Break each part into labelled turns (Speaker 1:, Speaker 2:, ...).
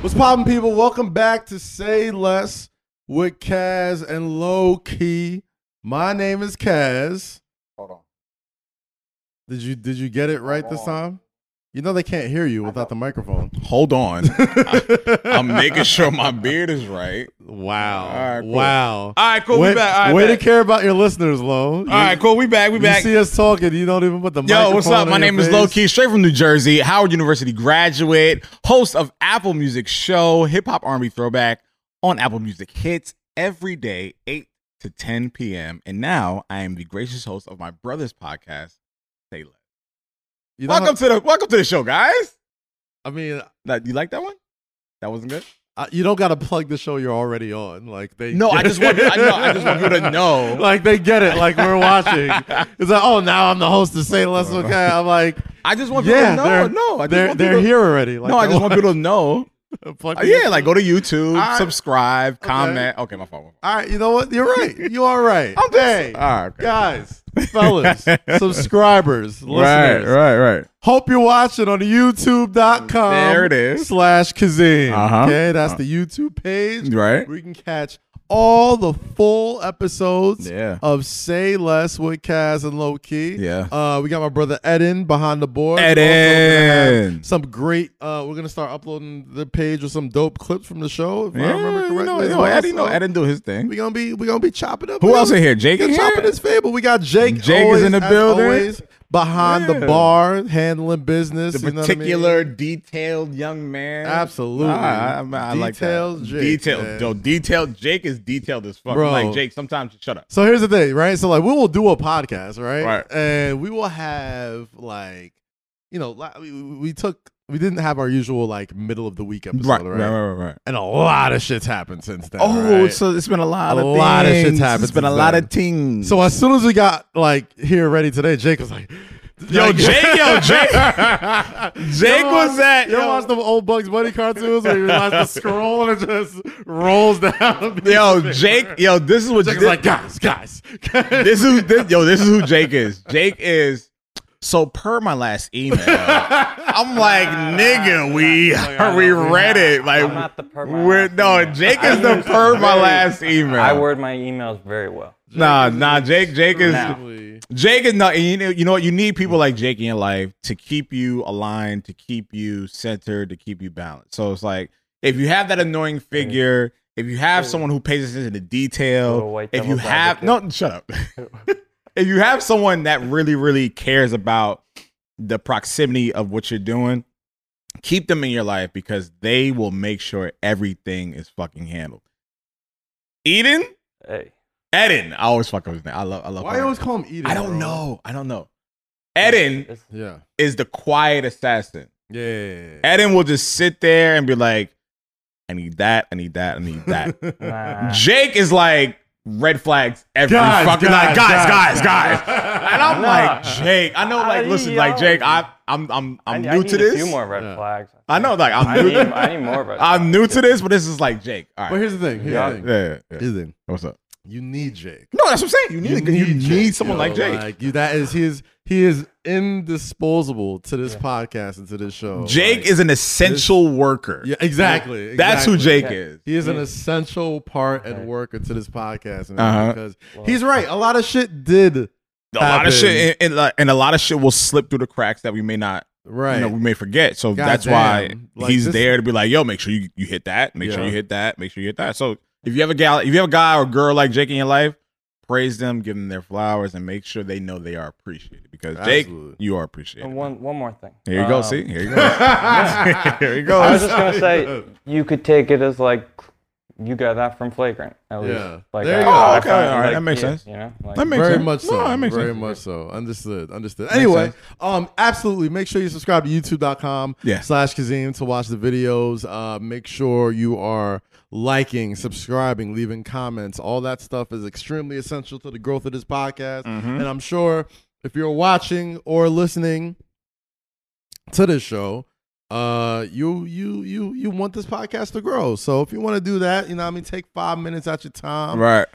Speaker 1: What's poppin', people? Welcome back to Say Less with Kaz and Low Key. My name is Kaz.
Speaker 2: Hold on.
Speaker 1: Did you did you get it right this time? You know they can't hear you without the microphone.
Speaker 2: Hold on. I'm making sure my beard is right.
Speaker 1: Wow!
Speaker 2: All right, cool.
Speaker 1: Wow!
Speaker 2: All right, cool.
Speaker 1: way
Speaker 2: we back. All right,
Speaker 1: way
Speaker 2: back.
Speaker 1: to care about your listeners, Low.
Speaker 2: All right, cool. We back. We
Speaker 1: You
Speaker 2: back.
Speaker 1: see us talking, you don't even put the
Speaker 2: Yo, what's
Speaker 1: microphone
Speaker 2: up?
Speaker 1: in
Speaker 2: My
Speaker 1: your
Speaker 2: name is
Speaker 1: face.
Speaker 2: Low Key, straight from New Jersey, Howard University graduate, host of Apple Music Show, Hip Hop Army Throwback on Apple Music Hits every day, 8 to 10 p.m. And now I am the gracious host of my brother's podcast, Say Less.
Speaker 1: You know
Speaker 2: Welcome to the welcome to the show, guys.
Speaker 1: how- I mean,
Speaker 2: Now, you like that one? That wasn't good.
Speaker 1: I, you don't got to plug the show you're already on. Like they.
Speaker 2: No, I
Speaker 1: get-
Speaker 2: just want I, no, I just want you to know.
Speaker 1: Like they get it. Like we're watching. It's like, oh, now I'm the host of Say Less Okay. I'm like,
Speaker 2: I just want people
Speaker 1: yeah,
Speaker 2: to know.
Speaker 1: they're,
Speaker 2: no, Oh, I just
Speaker 1: they're
Speaker 2: want
Speaker 1: they're
Speaker 2: people-
Speaker 1: here already. Like,
Speaker 2: no, I
Speaker 1: they
Speaker 2: just want people to know.
Speaker 1: plug
Speaker 2: Uh,
Speaker 1: me
Speaker 2: yeah,
Speaker 1: in.
Speaker 2: like go to YouTube,
Speaker 1: I-
Speaker 2: subscribe, comment. Okay, my phone.
Speaker 1: all right. You know what? You're right. You are right.
Speaker 2: I'm
Speaker 1: hey,
Speaker 2: just- all right, okay.
Speaker 1: guys, fellas, subscribers, listeners.
Speaker 2: right, right.
Speaker 1: Hope you're watching on the YouTube.com.
Speaker 2: Mm, There it is.
Speaker 1: Slash Kazim.
Speaker 2: Uh-huh.
Speaker 1: Okay, that's the YouTube page.
Speaker 2: Right.
Speaker 1: We can catch all the full episodes
Speaker 2: Yeah.
Speaker 1: of Say Less with Kaz and Low Key.
Speaker 2: Yeah.
Speaker 1: Uh, we got my brother Eden behind the board. We're also
Speaker 2: Eden.
Speaker 1: gonna have Some great. Uh, we're gonna start uploading the page with some dope clips from the show. If
Speaker 2: Yeah,
Speaker 1: I remember correctly.
Speaker 2: you know,
Speaker 1: as
Speaker 2: you know,
Speaker 1: well.
Speaker 2: Eddie, know,
Speaker 1: So
Speaker 2: Eddie do his
Speaker 1: We
Speaker 2: thing.
Speaker 1: gonna be we gonna be chopping up.
Speaker 2: Who
Speaker 1: We
Speaker 2: else
Speaker 1: gonna-
Speaker 2: in here? Jake
Speaker 1: we
Speaker 2: in
Speaker 1: gonna chopping
Speaker 2: here?
Speaker 1: his fable. We got Jake.
Speaker 2: Jake is
Speaker 1: always,
Speaker 2: in the
Speaker 1: as
Speaker 2: building.
Speaker 1: always, behind the
Speaker 2: Yeah.
Speaker 1: bar, handling business.
Speaker 2: The
Speaker 1: you know what I mean?
Speaker 2: particular, detailed young man.
Speaker 1: Absolutely.
Speaker 2: Ah, I, I, I like
Speaker 1: Detailed
Speaker 2: that.
Speaker 1: Jake,
Speaker 2: detailed,
Speaker 1: man.
Speaker 2: yo, detailed. Jake is detailed as fuck.
Speaker 1: Bro.
Speaker 2: Like Jake, sometimes shut up.
Speaker 1: So here's the thing, right? So like we will do a podcast, right?
Speaker 2: Right.
Speaker 1: And we will have like, you know, li- we, we- we took we didn't have our usual like middle of the week episode, right?
Speaker 2: right, right.
Speaker 1: And a lot of shit's happened since then.
Speaker 2: Oh,
Speaker 1: right?
Speaker 2: so it's been a lot
Speaker 1: A
Speaker 2: of
Speaker 1: lot of shit's
Speaker 2: things.
Speaker 1: happened
Speaker 2: It's been a
Speaker 1: since
Speaker 2: lot
Speaker 1: then.
Speaker 2: of things.
Speaker 1: so as soon as we got like here ready today, Jake was like,
Speaker 2: Yo,
Speaker 1: like-
Speaker 2: Jake, yo, Jake. Jake
Speaker 1: You ever
Speaker 2: was
Speaker 1: watch-
Speaker 2: at-
Speaker 1: You ever
Speaker 2: yo.
Speaker 1: watch the old Bugs Bunny cartoons where you realize the scroll and it just rolls down?
Speaker 2: yo, Jake, yo, this is what
Speaker 1: Jake
Speaker 2: Jake
Speaker 1: was like, guys, guys, guys.
Speaker 2: this is this, yo, this is who Jake is. Jake is so per my last email. I'm like, nigga, we we read it. Like
Speaker 3: I'm not the per my
Speaker 2: we're,
Speaker 3: last
Speaker 2: no,
Speaker 3: email.
Speaker 2: Jake is the per my last email.
Speaker 3: I word my emails very well.
Speaker 2: Nah, nah, Jake, Jake is
Speaker 3: Nah.
Speaker 2: Jake is not. You know, you know what? You need people like Jake in your life to keep you aligned, to keep you centered, to keep you balanced. So it's like if you have that annoying figure, if you have someone who pays attention to
Speaker 3: Little
Speaker 2: detail,
Speaker 3: white
Speaker 2: if you
Speaker 3: devil's
Speaker 2: have no, shut up. if you have someone that really, really cares about the proximity of what you're doing, keep them in your life because they will make sure everything is fucking handled. Eden,
Speaker 3: Hey,
Speaker 2: Eden, I always fuck up his name. I love, I love.
Speaker 1: Why
Speaker 2: her.
Speaker 1: you always call him Eden?
Speaker 2: I don't
Speaker 1: bro?
Speaker 2: know. I don't know. Eden
Speaker 3: it's-
Speaker 1: Yeah.
Speaker 2: is the quiet assassin.
Speaker 1: Yeah.
Speaker 2: Eden will just sit there and be like, I need that, I need that, I need that.
Speaker 3: nah.
Speaker 2: Jake is like red flags every
Speaker 1: Ah. Guys,
Speaker 2: fucking
Speaker 1: guys,
Speaker 2: night. Guys,
Speaker 1: guys,
Speaker 2: guys, guys. And I'm
Speaker 3: Nah.
Speaker 2: like, Jake, I know like
Speaker 3: I-
Speaker 2: listen, like
Speaker 3: yo.
Speaker 2: Jake, I I'm I'm
Speaker 3: I,
Speaker 2: I'm
Speaker 3: I
Speaker 2: new
Speaker 3: need
Speaker 2: to
Speaker 3: a
Speaker 2: this.
Speaker 3: few more red
Speaker 1: Yeah.
Speaker 3: flags.
Speaker 2: I know, like
Speaker 3: I
Speaker 2: I'm
Speaker 3: need,
Speaker 2: new
Speaker 3: I need more red flags.
Speaker 2: I'm new to this, but this is like Jake. All
Speaker 1: But
Speaker 2: right.
Speaker 1: here's the thing. Here's
Speaker 3: Yeah.
Speaker 1: the thing.
Speaker 2: Yeah, yeah, yeah.
Speaker 1: Here's the thing.
Speaker 2: What's up?
Speaker 1: You need Jake.
Speaker 2: No, that's what I'm saying. You need, you need,
Speaker 1: Jake,
Speaker 2: someone
Speaker 1: yo.
Speaker 2: like Jake.
Speaker 1: Like you, that is his. He is indisposable to this podcast and to this show.
Speaker 2: Jake
Speaker 1: Like,
Speaker 2: is an essential worker.
Speaker 1: Yeah, exactly.
Speaker 2: That's who
Speaker 1: exactly.
Speaker 2: Jake
Speaker 3: Okay.
Speaker 2: is.
Speaker 1: He is an essential part and worker to this podcast, man,
Speaker 2: Uh-huh.
Speaker 1: because he's right. A lot of shit did
Speaker 2: a lot of
Speaker 1: happen.
Speaker 2: shit and, and, like, and a lot of shit will slip through the cracks that we may not
Speaker 1: right.
Speaker 2: you know we may forget so
Speaker 1: God
Speaker 2: that's
Speaker 1: damn.
Speaker 2: why
Speaker 1: Like,
Speaker 2: he's
Speaker 1: this-
Speaker 2: there to be like yo make sure you, you hit that make sure
Speaker 1: Yeah.
Speaker 2: you hit that make sure you hit that so if you have a gal if you have a guy or girl like jake in your life praise them give them their flowers and make sure they know they are appreciated because
Speaker 1: Absolutely.
Speaker 2: jake you are appreciated
Speaker 3: And one, one more thing.
Speaker 2: here you go
Speaker 3: Um,
Speaker 2: see here you go here you
Speaker 3: I
Speaker 2: go
Speaker 3: was just gonna say you could take it as like you got that from flagrant. At least.
Speaker 1: Yeah.
Speaker 3: Like,
Speaker 1: There
Speaker 3: I,
Speaker 1: you go.
Speaker 2: Oh,
Speaker 3: I
Speaker 2: okay.
Speaker 3: found,
Speaker 2: All right.
Speaker 3: like,
Speaker 2: That makes
Speaker 3: yeah,
Speaker 2: sense.
Speaker 3: You know, like,
Speaker 2: That makes
Speaker 1: very
Speaker 2: sense.
Speaker 1: much so.
Speaker 2: No, that makes
Speaker 1: very
Speaker 2: sense.
Speaker 1: much so. Understood. Understood. Anyway,
Speaker 2: sense.
Speaker 1: um, absolutely. Make sure you subscribe to youtube.com
Speaker 2: Yeah.
Speaker 1: slash Kazim to watch the videos. Uh, make sure you are liking, subscribing, leaving comments. All that stuff is extremely essential to the growth of this podcast. And I'm sure if you're watching or listening to this show, uh, you you you you want this podcast to grow. So if you want to do that, you know what I mean, take five minutes out your time
Speaker 2: right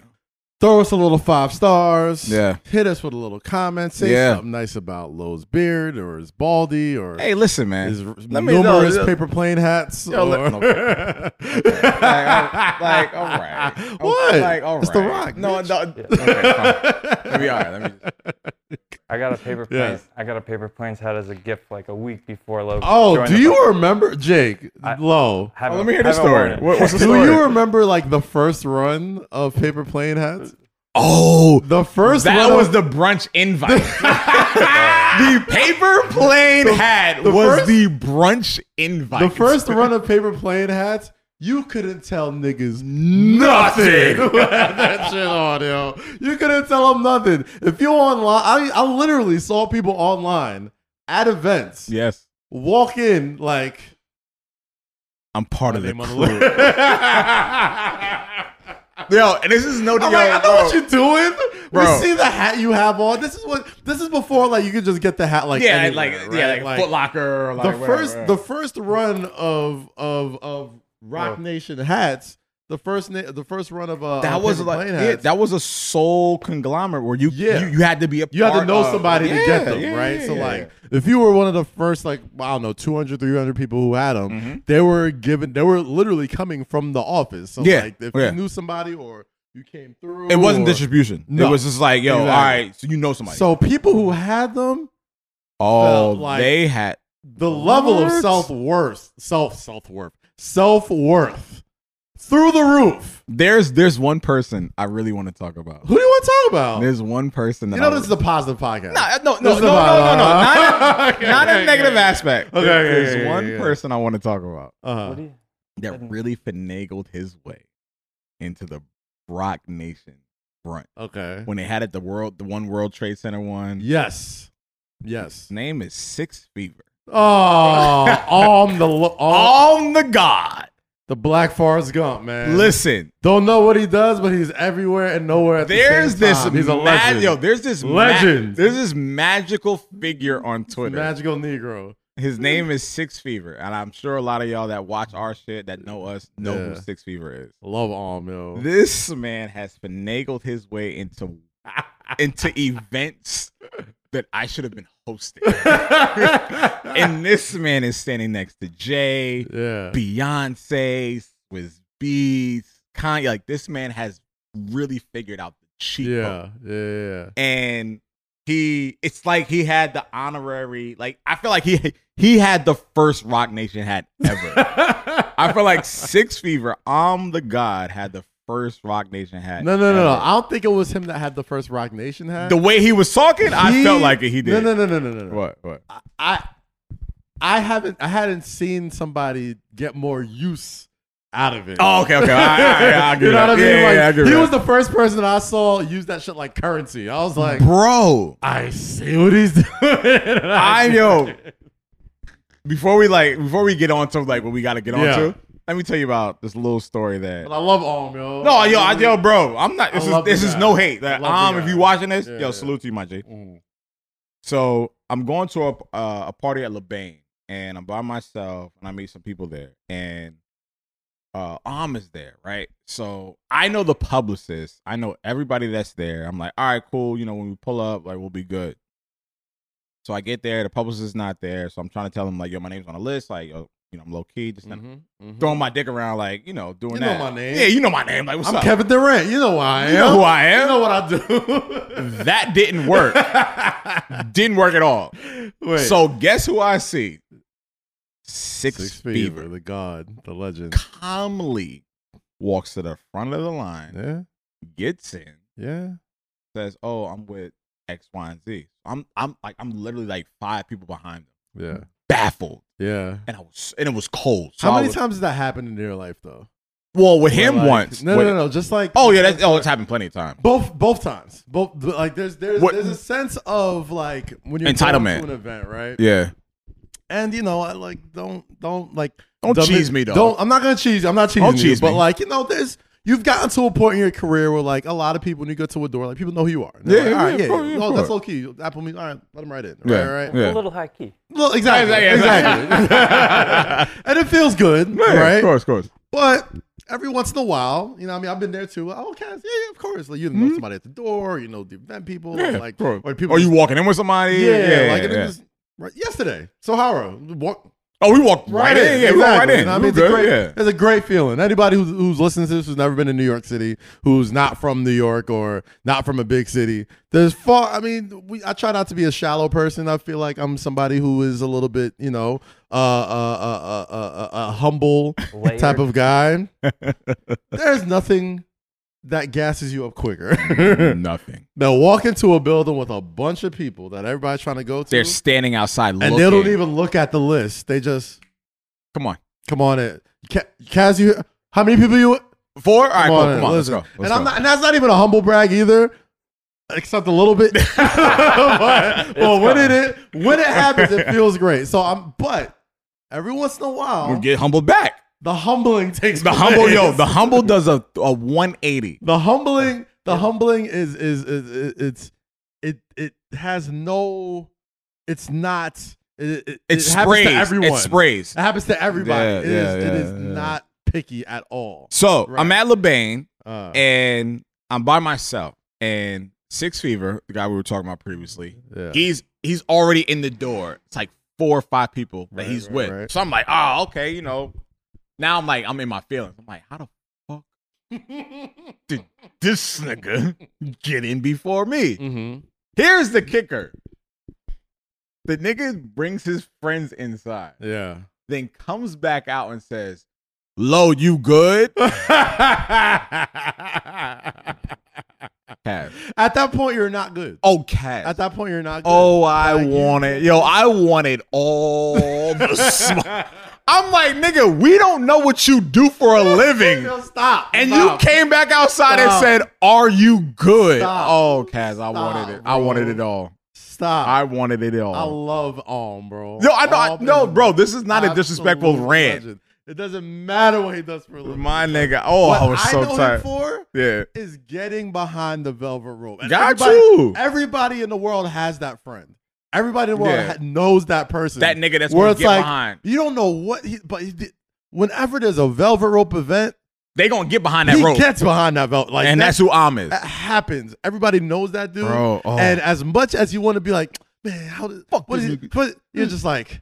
Speaker 1: Throw us a little five stars.
Speaker 2: Yeah.
Speaker 1: Hit us with a little comment. Say
Speaker 2: Yeah.
Speaker 1: something nice about Lowe's beard or his baldy or
Speaker 2: Hey, listen, man.
Speaker 1: his
Speaker 2: Let me know.
Speaker 1: numerous
Speaker 2: Yo,
Speaker 1: paper plane hats.
Speaker 2: yo, let-
Speaker 1: or-
Speaker 2: no.
Speaker 1: oh,
Speaker 2: like, like, all right.
Speaker 1: What?
Speaker 2: Like, all right.
Speaker 1: It's The Rock,
Speaker 2: No,
Speaker 1: bitch.
Speaker 2: no. Okay, fine. Let me- all right. Let me.
Speaker 3: I got a paper plane.
Speaker 1: Yes.
Speaker 3: I got a paper plane's hat as a gift like a week before Logan.
Speaker 1: Oh,
Speaker 3: joined
Speaker 1: do
Speaker 3: the-
Speaker 1: you remember Jake
Speaker 3: I-
Speaker 1: Lowe?
Speaker 2: Oh,
Speaker 3: haven't-
Speaker 2: let me hear the
Speaker 3: haven't worn
Speaker 2: story.
Speaker 3: it.
Speaker 2: What- what's the
Speaker 1: Do
Speaker 2: story?
Speaker 1: you remember like the first run of paper plane hats?
Speaker 2: Oh,
Speaker 1: The first
Speaker 2: that
Speaker 1: run
Speaker 2: was
Speaker 1: of,
Speaker 2: the brunch invite. the paper plane hat
Speaker 1: the
Speaker 2: was
Speaker 1: first-
Speaker 2: the brunch invite.
Speaker 1: the first run of paper plane hats. You couldn't tell niggas nothing. with that shit on, yo. You couldn't tell them nothing. If you online, I, I literally saw people online at events
Speaker 2: Yes,
Speaker 1: walk in like
Speaker 2: I'm part
Speaker 1: my
Speaker 2: of the
Speaker 1: name on the
Speaker 2: crew.
Speaker 1: list.
Speaker 2: Yo, and this is no.
Speaker 1: I'm
Speaker 2: yo,
Speaker 1: like, I know
Speaker 2: bro.
Speaker 1: what you're doing.
Speaker 2: Bro.
Speaker 1: We see the hat you have on. This is what this is before like you could just get the hat like
Speaker 2: yeah,
Speaker 1: anywhere,
Speaker 2: like yeah,
Speaker 1: right?
Speaker 2: like, Foot Locker. Or like
Speaker 1: the
Speaker 2: whatever,
Speaker 1: first
Speaker 2: yeah.
Speaker 1: the first run of of of Rock
Speaker 3: Bro.
Speaker 1: Nation hats. The first na- the first run of uh
Speaker 2: that
Speaker 1: uh,
Speaker 2: was
Speaker 1: Paper
Speaker 2: like
Speaker 1: Plane
Speaker 2: yeah,
Speaker 1: hats,
Speaker 2: that was a soul conglomerate where you
Speaker 1: Yeah.
Speaker 2: you, you had to be a
Speaker 1: you had to
Speaker 2: part
Speaker 1: know
Speaker 2: of-
Speaker 1: somebody to get
Speaker 2: Yeah,
Speaker 1: them
Speaker 2: yeah,
Speaker 1: right.
Speaker 2: yeah,
Speaker 1: so
Speaker 2: yeah,
Speaker 1: like if you were one of the first like I don't know 200 300 people who had them,
Speaker 2: Mm-hmm.
Speaker 1: they were given they were literally coming from the office. So
Speaker 2: Yeah,
Speaker 1: like if
Speaker 2: yeah.
Speaker 1: you knew somebody or you came through,
Speaker 2: yeah. it wasn't
Speaker 1: or-
Speaker 2: distribution.
Speaker 1: No.
Speaker 2: It was just like yo,
Speaker 1: Exactly.
Speaker 2: all right, so you know somebody.
Speaker 1: So people who had them
Speaker 2: oh,
Speaker 1: felt like-
Speaker 2: they had
Speaker 1: the level of
Speaker 2: What?
Speaker 1: self worth, self self worth, self worth through the roof.
Speaker 2: there's there's one person I really want to talk about.
Speaker 1: Who do you want to talk about?
Speaker 2: There's one person that
Speaker 1: You know
Speaker 2: I
Speaker 1: this is a positive podcast.
Speaker 2: no, no, no,
Speaker 1: This
Speaker 2: no, no,
Speaker 1: is
Speaker 2: no, no,
Speaker 1: about-
Speaker 2: not
Speaker 1: Okay,
Speaker 2: a, not
Speaker 1: okay,
Speaker 2: a negative
Speaker 1: okay.
Speaker 2: aspect.
Speaker 1: Okay, okay,
Speaker 2: there's
Speaker 1: okay, okay,
Speaker 2: one
Speaker 1: okay.
Speaker 2: person I want to talk about
Speaker 1: Uh-huh.
Speaker 3: What do you-
Speaker 2: that
Speaker 3: Mhm.
Speaker 2: really finagled his way into the Rock Nation front
Speaker 1: Okay.
Speaker 2: when they had it the world, the One World Trade Center one.
Speaker 1: Yes. Yes.
Speaker 2: His name is Six Fever.
Speaker 1: Oh, arm the lo- arm,
Speaker 2: On the God.
Speaker 1: the black Forrest Gump man.
Speaker 2: Listen,
Speaker 1: Don't know what he does, but he's everywhere and nowhere at
Speaker 2: there's
Speaker 1: the same
Speaker 2: this
Speaker 1: time. He's a
Speaker 2: mag-
Speaker 1: legend.
Speaker 2: Yo, there's this ma-
Speaker 1: Legend.
Speaker 2: there's this magical figure on Twitter.
Speaker 1: Magical Negro.
Speaker 2: His name is Six Fever, and I'm sure a lot of y'all that watch our shit that know us know who
Speaker 1: Yeah.
Speaker 2: Six Fever is.
Speaker 1: Love arm, yo.
Speaker 2: This man has finagled his way into into events that I should have been hosting. and this man is standing next to Jay,
Speaker 1: yeah.
Speaker 2: Beyonce, Swizz Beats, Kanye. Like this man has really figured out the cheat code
Speaker 1: Yeah. Yeah. Yeah.
Speaker 2: and he it's like he had the honorary like i feel like he he had the first rock nation hat ever i feel like six fever i'm the god had the first rock nation hat
Speaker 1: No, no, no, no.
Speaker 2: ever.
Speaker 1: I don't think it was him that had the first Rock Nation hat.
Speaker 2: the way he was talking i
Speaker 1: He-
Speaker 2: felt like it he did
Speaker 1: No, no, no, no, no, no. no.
Speaker 2: what what
Speaker 1: I, I haven't, I hadn't seen somebody get more use out of it.
Speaker 2: oh okay okay all right, all right, yeah, I give
Speaker 1: you know
Speaker 2: it
Speaker 1: what I
Speaker 2: up.
Speaker 1: mean?
Speaker 2: yeah,
Speaker 1: like,
Speaker 2: yeah, I give
Speaker 1: he
Speaker 2: it
Speaker 1: was
Speaker 2: up.
Speaker 1: the first person I saw use that shit like currency. I was like,
Speaker 2: bro
Speaker 1: I see what he's doing.
Speaker 2: I know. before we like before we get on to like what we gotta get on
Speaker 1: Yeah.
Speaker 2: to let me tell you about this little story that
Speaker 1: But I love Om, yo.
Speaker 2: No, yo, I, yo, bro, I'm not.
Speaker 1: I
Speaker 2: This is
Speaker 1: love the
Speaker 2: this is
Speaker 1: guy.
Speaker 2: no hate. Like,
Speaker 1: I love
Speaker 2: um,
Speaker 1: the
Speaker 2: if
Speaker 1: guy.
Speaker 2: you watching this,
Speaker 1: Yeah,
Speaker 2: yo,
Speaker 1: yeah.
Speaker 2: salute to you, my G.
Speaker 1: Mm.
Speaker 2: So I'm going to a uh, a party at LeBain, and I'm by myself, and I meet some people there, and uh, Am is there, right? So I know the publicist, I know everybody that's there. I'm like, all right, cool. You know, when we pull up, like, we'll be good. So I get there, the publicist's not there, so I'm trying to tell him like, yo, my name's on the list, like, yo, you know, I'm low key, just
Speaker 1: Mhm, mhm.
Speaker 2: throwing my dick around, like, you know, doing
Speaker 1: You know
Speaker 2: that.
Speaker 1: my name.
Speaker 2: Yeah, you know my name. Like, what's
Speaker 1: I'm
Speaker 2: up?
Speaker 1: Kevin Durant. You know who I am.
Speaker 2: You know who I am.
Speaker 1: You know what I do.
Speaker 2: that didn't work. didn't work at all.
Speaker 1: Wait.
Speaker 2: So guess who I see? Six,
Speaker 1: Six
Speaker 2: Fever.
Speaker 1: Fever, the god, the legend.
Speaker 2: calmly walks to the front of the line,
Speaker 1: Yeah,
Speaker 2: gets in,
Speaker 1: yeah.
Speaker 2: says, "Oh, I'm with X, Y, and Z." I'm I'm like I'm literally like five people behind them,
Speaker 1: Yeah.
Speaker 2: baffled,
Speaker 1: Yeah.
Speaker 2: and I was and it was cold. So
Speaker 1: How
Speaker 2: I
Speaker 1: many
Speaker 2: was-
Speaker 1: times has that happened in your life though?
Speaker 2: Well, with
Speaker 1: Where,
Speaker 2: him
Speaker 1: like-
Speaker 2: once.
Speaker 1: No,
Speaker 2: with-
Speaker 1: no, no, no. Just like
Speaker 2: Oh yeah, that's oh, it's happened plenty of times.
Speaker 1: both both times. Both like there's there's
Speaker 2: What-
Speaker 1: there's a sense of like when you're going
Speaker 2: Entitlement.
Speaker 1: to an event, right?
Speaker 2: Yeah,
Speaker 1: And you know, I like don't don't like
Speaker 2: Don't
Speaker 1: dumb
Speaker 2: cheese
Speaker 1: it-
Speaker 2: me, dog.
Speaker 1: Don't I'm not gonna cheese. I'm not cheesing
Speaker 2: Don't
Speaker 1: you,
Speaker 2: cheese
Speaker 1: but
Speaker 2: me.
Speaker 1: like you know, there's you've gotten to a point in your career where like a lot of people when you go to a door, like people know who you are. And they're
Speaker 2: Yeah,
Speaker 1: like, all right,
Speaker 2: yeah, of course, yeah,
Speaker 1: oh,
Speaker 2: of
Speaker 1: that's low
Speaker 2: course.
Speaker 1: key. Apple Music, all right, let them right in. Right,
Speaker 2: Yeah,
Speaker 1: right.
Speaker 2: yeah.
Speaker 3: A little high key.
Speaker 1: Well, exactly,
Speaker 2: Yeah, yeah,
Speaker 1: exactly. and it feels good,
Speaker 2: yeah,
Speaker 1: right?
Speaker 2: Of course, of course.
Speaker 1: But every once in a while, you know, what I mean, I've been there too. Oh, okay, yeah, yeah, of course. Like you know somebody at the door, you know the event people,
Speaker 2: Mm-hmm. Yeah,
Speaker 1: like
Speaker 2: bro.
Speaker 1: or people.
Speaker 2: Are you walking in with somebody?
Speaker 1: yeah,
Speaker 2: yeah,
Speaker 1: like and it
Speaker 2: yeah.
Speaker 1: was- right, yesterday. So Haro, walk
Speaker 2: Oh, we walked right, in. Yeah, we walked right
Speaker 1: exactly.
Speaker 2: in.
Speaker 1: You know what I
Speaker 2: We
Speaker 1: mean, it's,
Speaker 2: good,
Speaker 1: a great,
Speaker 2: yeah.
Speaker 1: it's a great feeling. Anybody who's, who's listening to this who's never been to New York City, who's not from New York or not from a big city, there's far. I mean, we, I try not to be a shallow person. I feel like I'm somebody who is a little bit, you know, uh, uh, uh, uh, uh, uh, humble
Speaker 3: Layered.
Speaker 1: type of guy. there's nothing that gasses you up quicker.
Speaker 2: Nothing.
Speaker 1: now walk into a building with a bunch of people that everybody's trying to go to,
Speaker 2: They're standing outside
Speaker 1: and
Speaker 2: looking.
Speaker 1: they don't even look at the list. They just
Speaker 2: Come on.
Speaker 1: Come on, it. Ca- Kaz, you, how many people you?
Speaker 2: Four? All right,
Speaker 1: Come
Speaker 2: cool,
Speaker 1: on, in,
Speaker 2: come on. Let's
Speaker 1: listen.
Speaker 2: go. Let's
Speaker 1: and I'm
Speaker 2: go.
Speaker 1: not, and that's not even a humble brag either, except a little bit. but but when it, it when it happens, it feels great. So I'm, but every once in a
Speaker 2: We'll
Speaker 1: while,
Speaker 2: get humbled back.
Speaker 1: the humbling takes
Speaker 2: The humble, yo,
Speaker 1: place.
Speaker 2: the humble does a, a 180.
Speaker 1: The humbling, the humbling is is, is, is it's it it has no, it's not. It, it,
Speaker 2: It,
Speaker 1: it happens
Speaker 2: sprays.
Speaker 1: to everyone.
Speaker 2: It sprays.
Speaker 1: It happens to everybody.
Speaker 2: Yeah,
Speaker 1: It is
Speaker 2: yeah,
Speaker 1: it
Speaker 2: yeah,
Speaker 1: is
Speaker 2: yeah.
Speaker 1: not picky at all.
Speaker 2: So
Speaker 1: Right.
Speaker 2: I'm at LeBain
Speaker 1: Uh,
Speaker 2: and I'm by myself. And Six Fever, the guy we were talking about previously,
Speaker 1: yeah.
Speaker 2: he's he's already in the door. It's like four or five people that
Speaker 1: Right,
Speaker 2: he's
Speaker 1: right,
Speaker 2: with.
Speaker 1: right.
Speaker 2: So I'm like, oh, okay, you know. Now I'm like, I'm in my feelings. I'm like, how the fuck did this nigga get in before me?
Speaker 1: Mm-hmm.
Speaker 2: Here's the kicker. The nigga brings his friends inside,
Speaker 1: Yeah.
Speaker 2: then comes back out and says, Lo, you good? Cash.
Speaker 1: At that point, you're not good.
Speaker 2: Oh, Cash.
Speaker 1: At that point, you're not good.
Speaker 2: Oh, I
Speaker 1: Like, you-
Speaker 2: wanted, yo, I wanted all the smoke. I'm like, nigga, we don't know what you do for a living.
Speaker 1: Yo, stop.
Speaker 2: And
Speaker 1: stop.
Speaker 2: you came back outside
Speaker 1: Stop.
Speaker 2: and said, Are you good?
Speaker 1: Stop.
Speaker 2: Oh, Kaz, I
Speaker 1: Stop,
Speaker 2: wanted it. I wanted
Speaker 1: bro.
Speaker 2: it all.
Speaker 1: Stop.
Speaker 2: I wanted it
Speaker 1: I
Speaker 2: all.
Speaker 1: love Om, bro.
Speaker 2: No, I know. I-
Speaker 1: Om
Speaker 2: No,
Speaker 1: is
Speaker 2: bro, this is not a
Speaker 1: absolute
Speaker 2: disrespectful rant.
Speaker 1: legend. It doesn't matter what he does for a living.
Speaker 2: My nigga. Oh,
Speaker 1: what
Speaker 2: I was so
Speaker 1: know him
Speaker 2: tired.
Speaker 1: for
Speaker 2: Yeah.
Speaker 1: is getting behind the velvet rope. And
Speaker 2: Got
Speaker 1: everybody-
Speaker 2: you.
Speaker 1: Everybody in the world has that friend. Everybody in the world
Speaker 2: Yeah.
Speaker 1: ha- knows that person.
Speaker 2: That nigga that's
Speaker 1: Where
Speaker 2: going
Speaker 1: it's
Speaker 2: to get
Speaker 1: like-
Speaker 2: behind.
Speaker 1: You don't know what he, but he did- whenever there's a velvet rope event,
Speaker 2: They going to get behind that
Speaker 1: he
Speaker 2: rope.
Speaker 1: gets behind that velvet. Like
Speaker 2: And
Speaker 1: that-
Speaker 2: that's who I'm is.
Speaker 1: that happens. Everybody knows that dude.
Speaker 2: Bro, oh.
Speaker 1: And as much as you want to be like, man, how did fuck what
Speaker 2: this
Speaker 1: is
Speaker 2: nigga." Hmm.
Speaker 1: but you're just like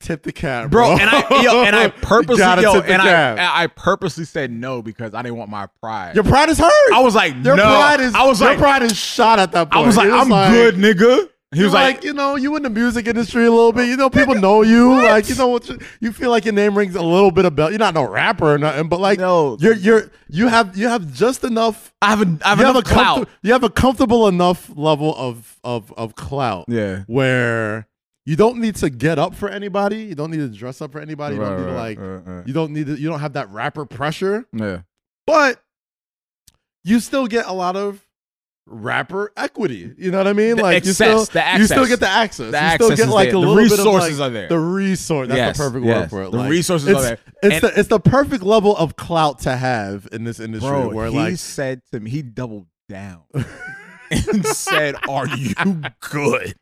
Speaker 1: tip the cab,
Speaker 2: bro. And I yo, and I
Speaker 1: You
Speaker 2: purposely
Speaker 1: gotta
Speaker 2: yo,
Speaker 1: tip the
Speaker 2: and
Speaker 1: cab.
Speaker 2: I, I purposely said no because I didn't want my pride.
Speaker 1: your pride is hurt.
Speaker 2: I was like,
Speaker 1: your
Speaker 2: no.
Speaker 1: pride is
Speaker 2: I was
Speaker 1: your
Speaker 2: like,
Speaker 1: pride is shot at that
Speaker 2: I
Speaker 1: point.
Speaker 2: was like,
Speaker 1: You're just
Speaker 2: I'm good, nigga. He
Speaker 1: you're
Speaker 2: was like,
Speaker 1: you know, you in the music industry a little bit. You know, people know you. Like, you know what? You, you feel like your name rings a little bit of bell. You're not no rapper or nothing, but like,
Speaker 2: No.
Speaker 1: you're you're you have you have just enough.
Speaker 2: I have a, I have
Speaker 1: you have
Speaker 2: enough
Speaker 1: a comfort-
Speaker 2: clout.
Speaker 1: you have a comfortable enough level of of of clout
Speaker 2: Yeah.
Speaker 1: where you don't need to get up for anybody. You don't need to dress up for anybody. You don't need to like. You don't need to. You don't have that rapper pressure,
Speaker 2: yeah.
Speaker 1: but you still get a lot of rapper equity. You know what I mean?
Speaker 2: The
Speaker 1: like you
Speaker 2: access,
Speaker 1: still
Speaker 2: the access.
Speaker 1: you still get the access. you
Speaker 2: The access
Speaker 1: still get
Speaker 2: is
Speaker 1: like
Speaker 2: there.
Speaker 1: a
Speaker 2: The
Speaker 1: little
Speaker 2: resources
Speaker 1: bit of, like,
Speaker 2: are there.
Speaker 1: The resource. That's
Speaker 2: Yes,
Speaker 1: the perfect
Speaker 2: yes.
Speaker 1: word for it.
Speaker 2: The
Speaker 1: Like,
Speaker 2: resources are
Speaker 1: it's,
Speaker 2: there.
Speaker 1: It's
Speaker 2: And-
Speaker 1: the it's the perfect level of clout to have in this industry.
Speaker 2: Bro,
Speaker 1: where
Speaker 2: he
Speaker 1: like
Speaker 2: said to me, he doubled down and said, Are you good?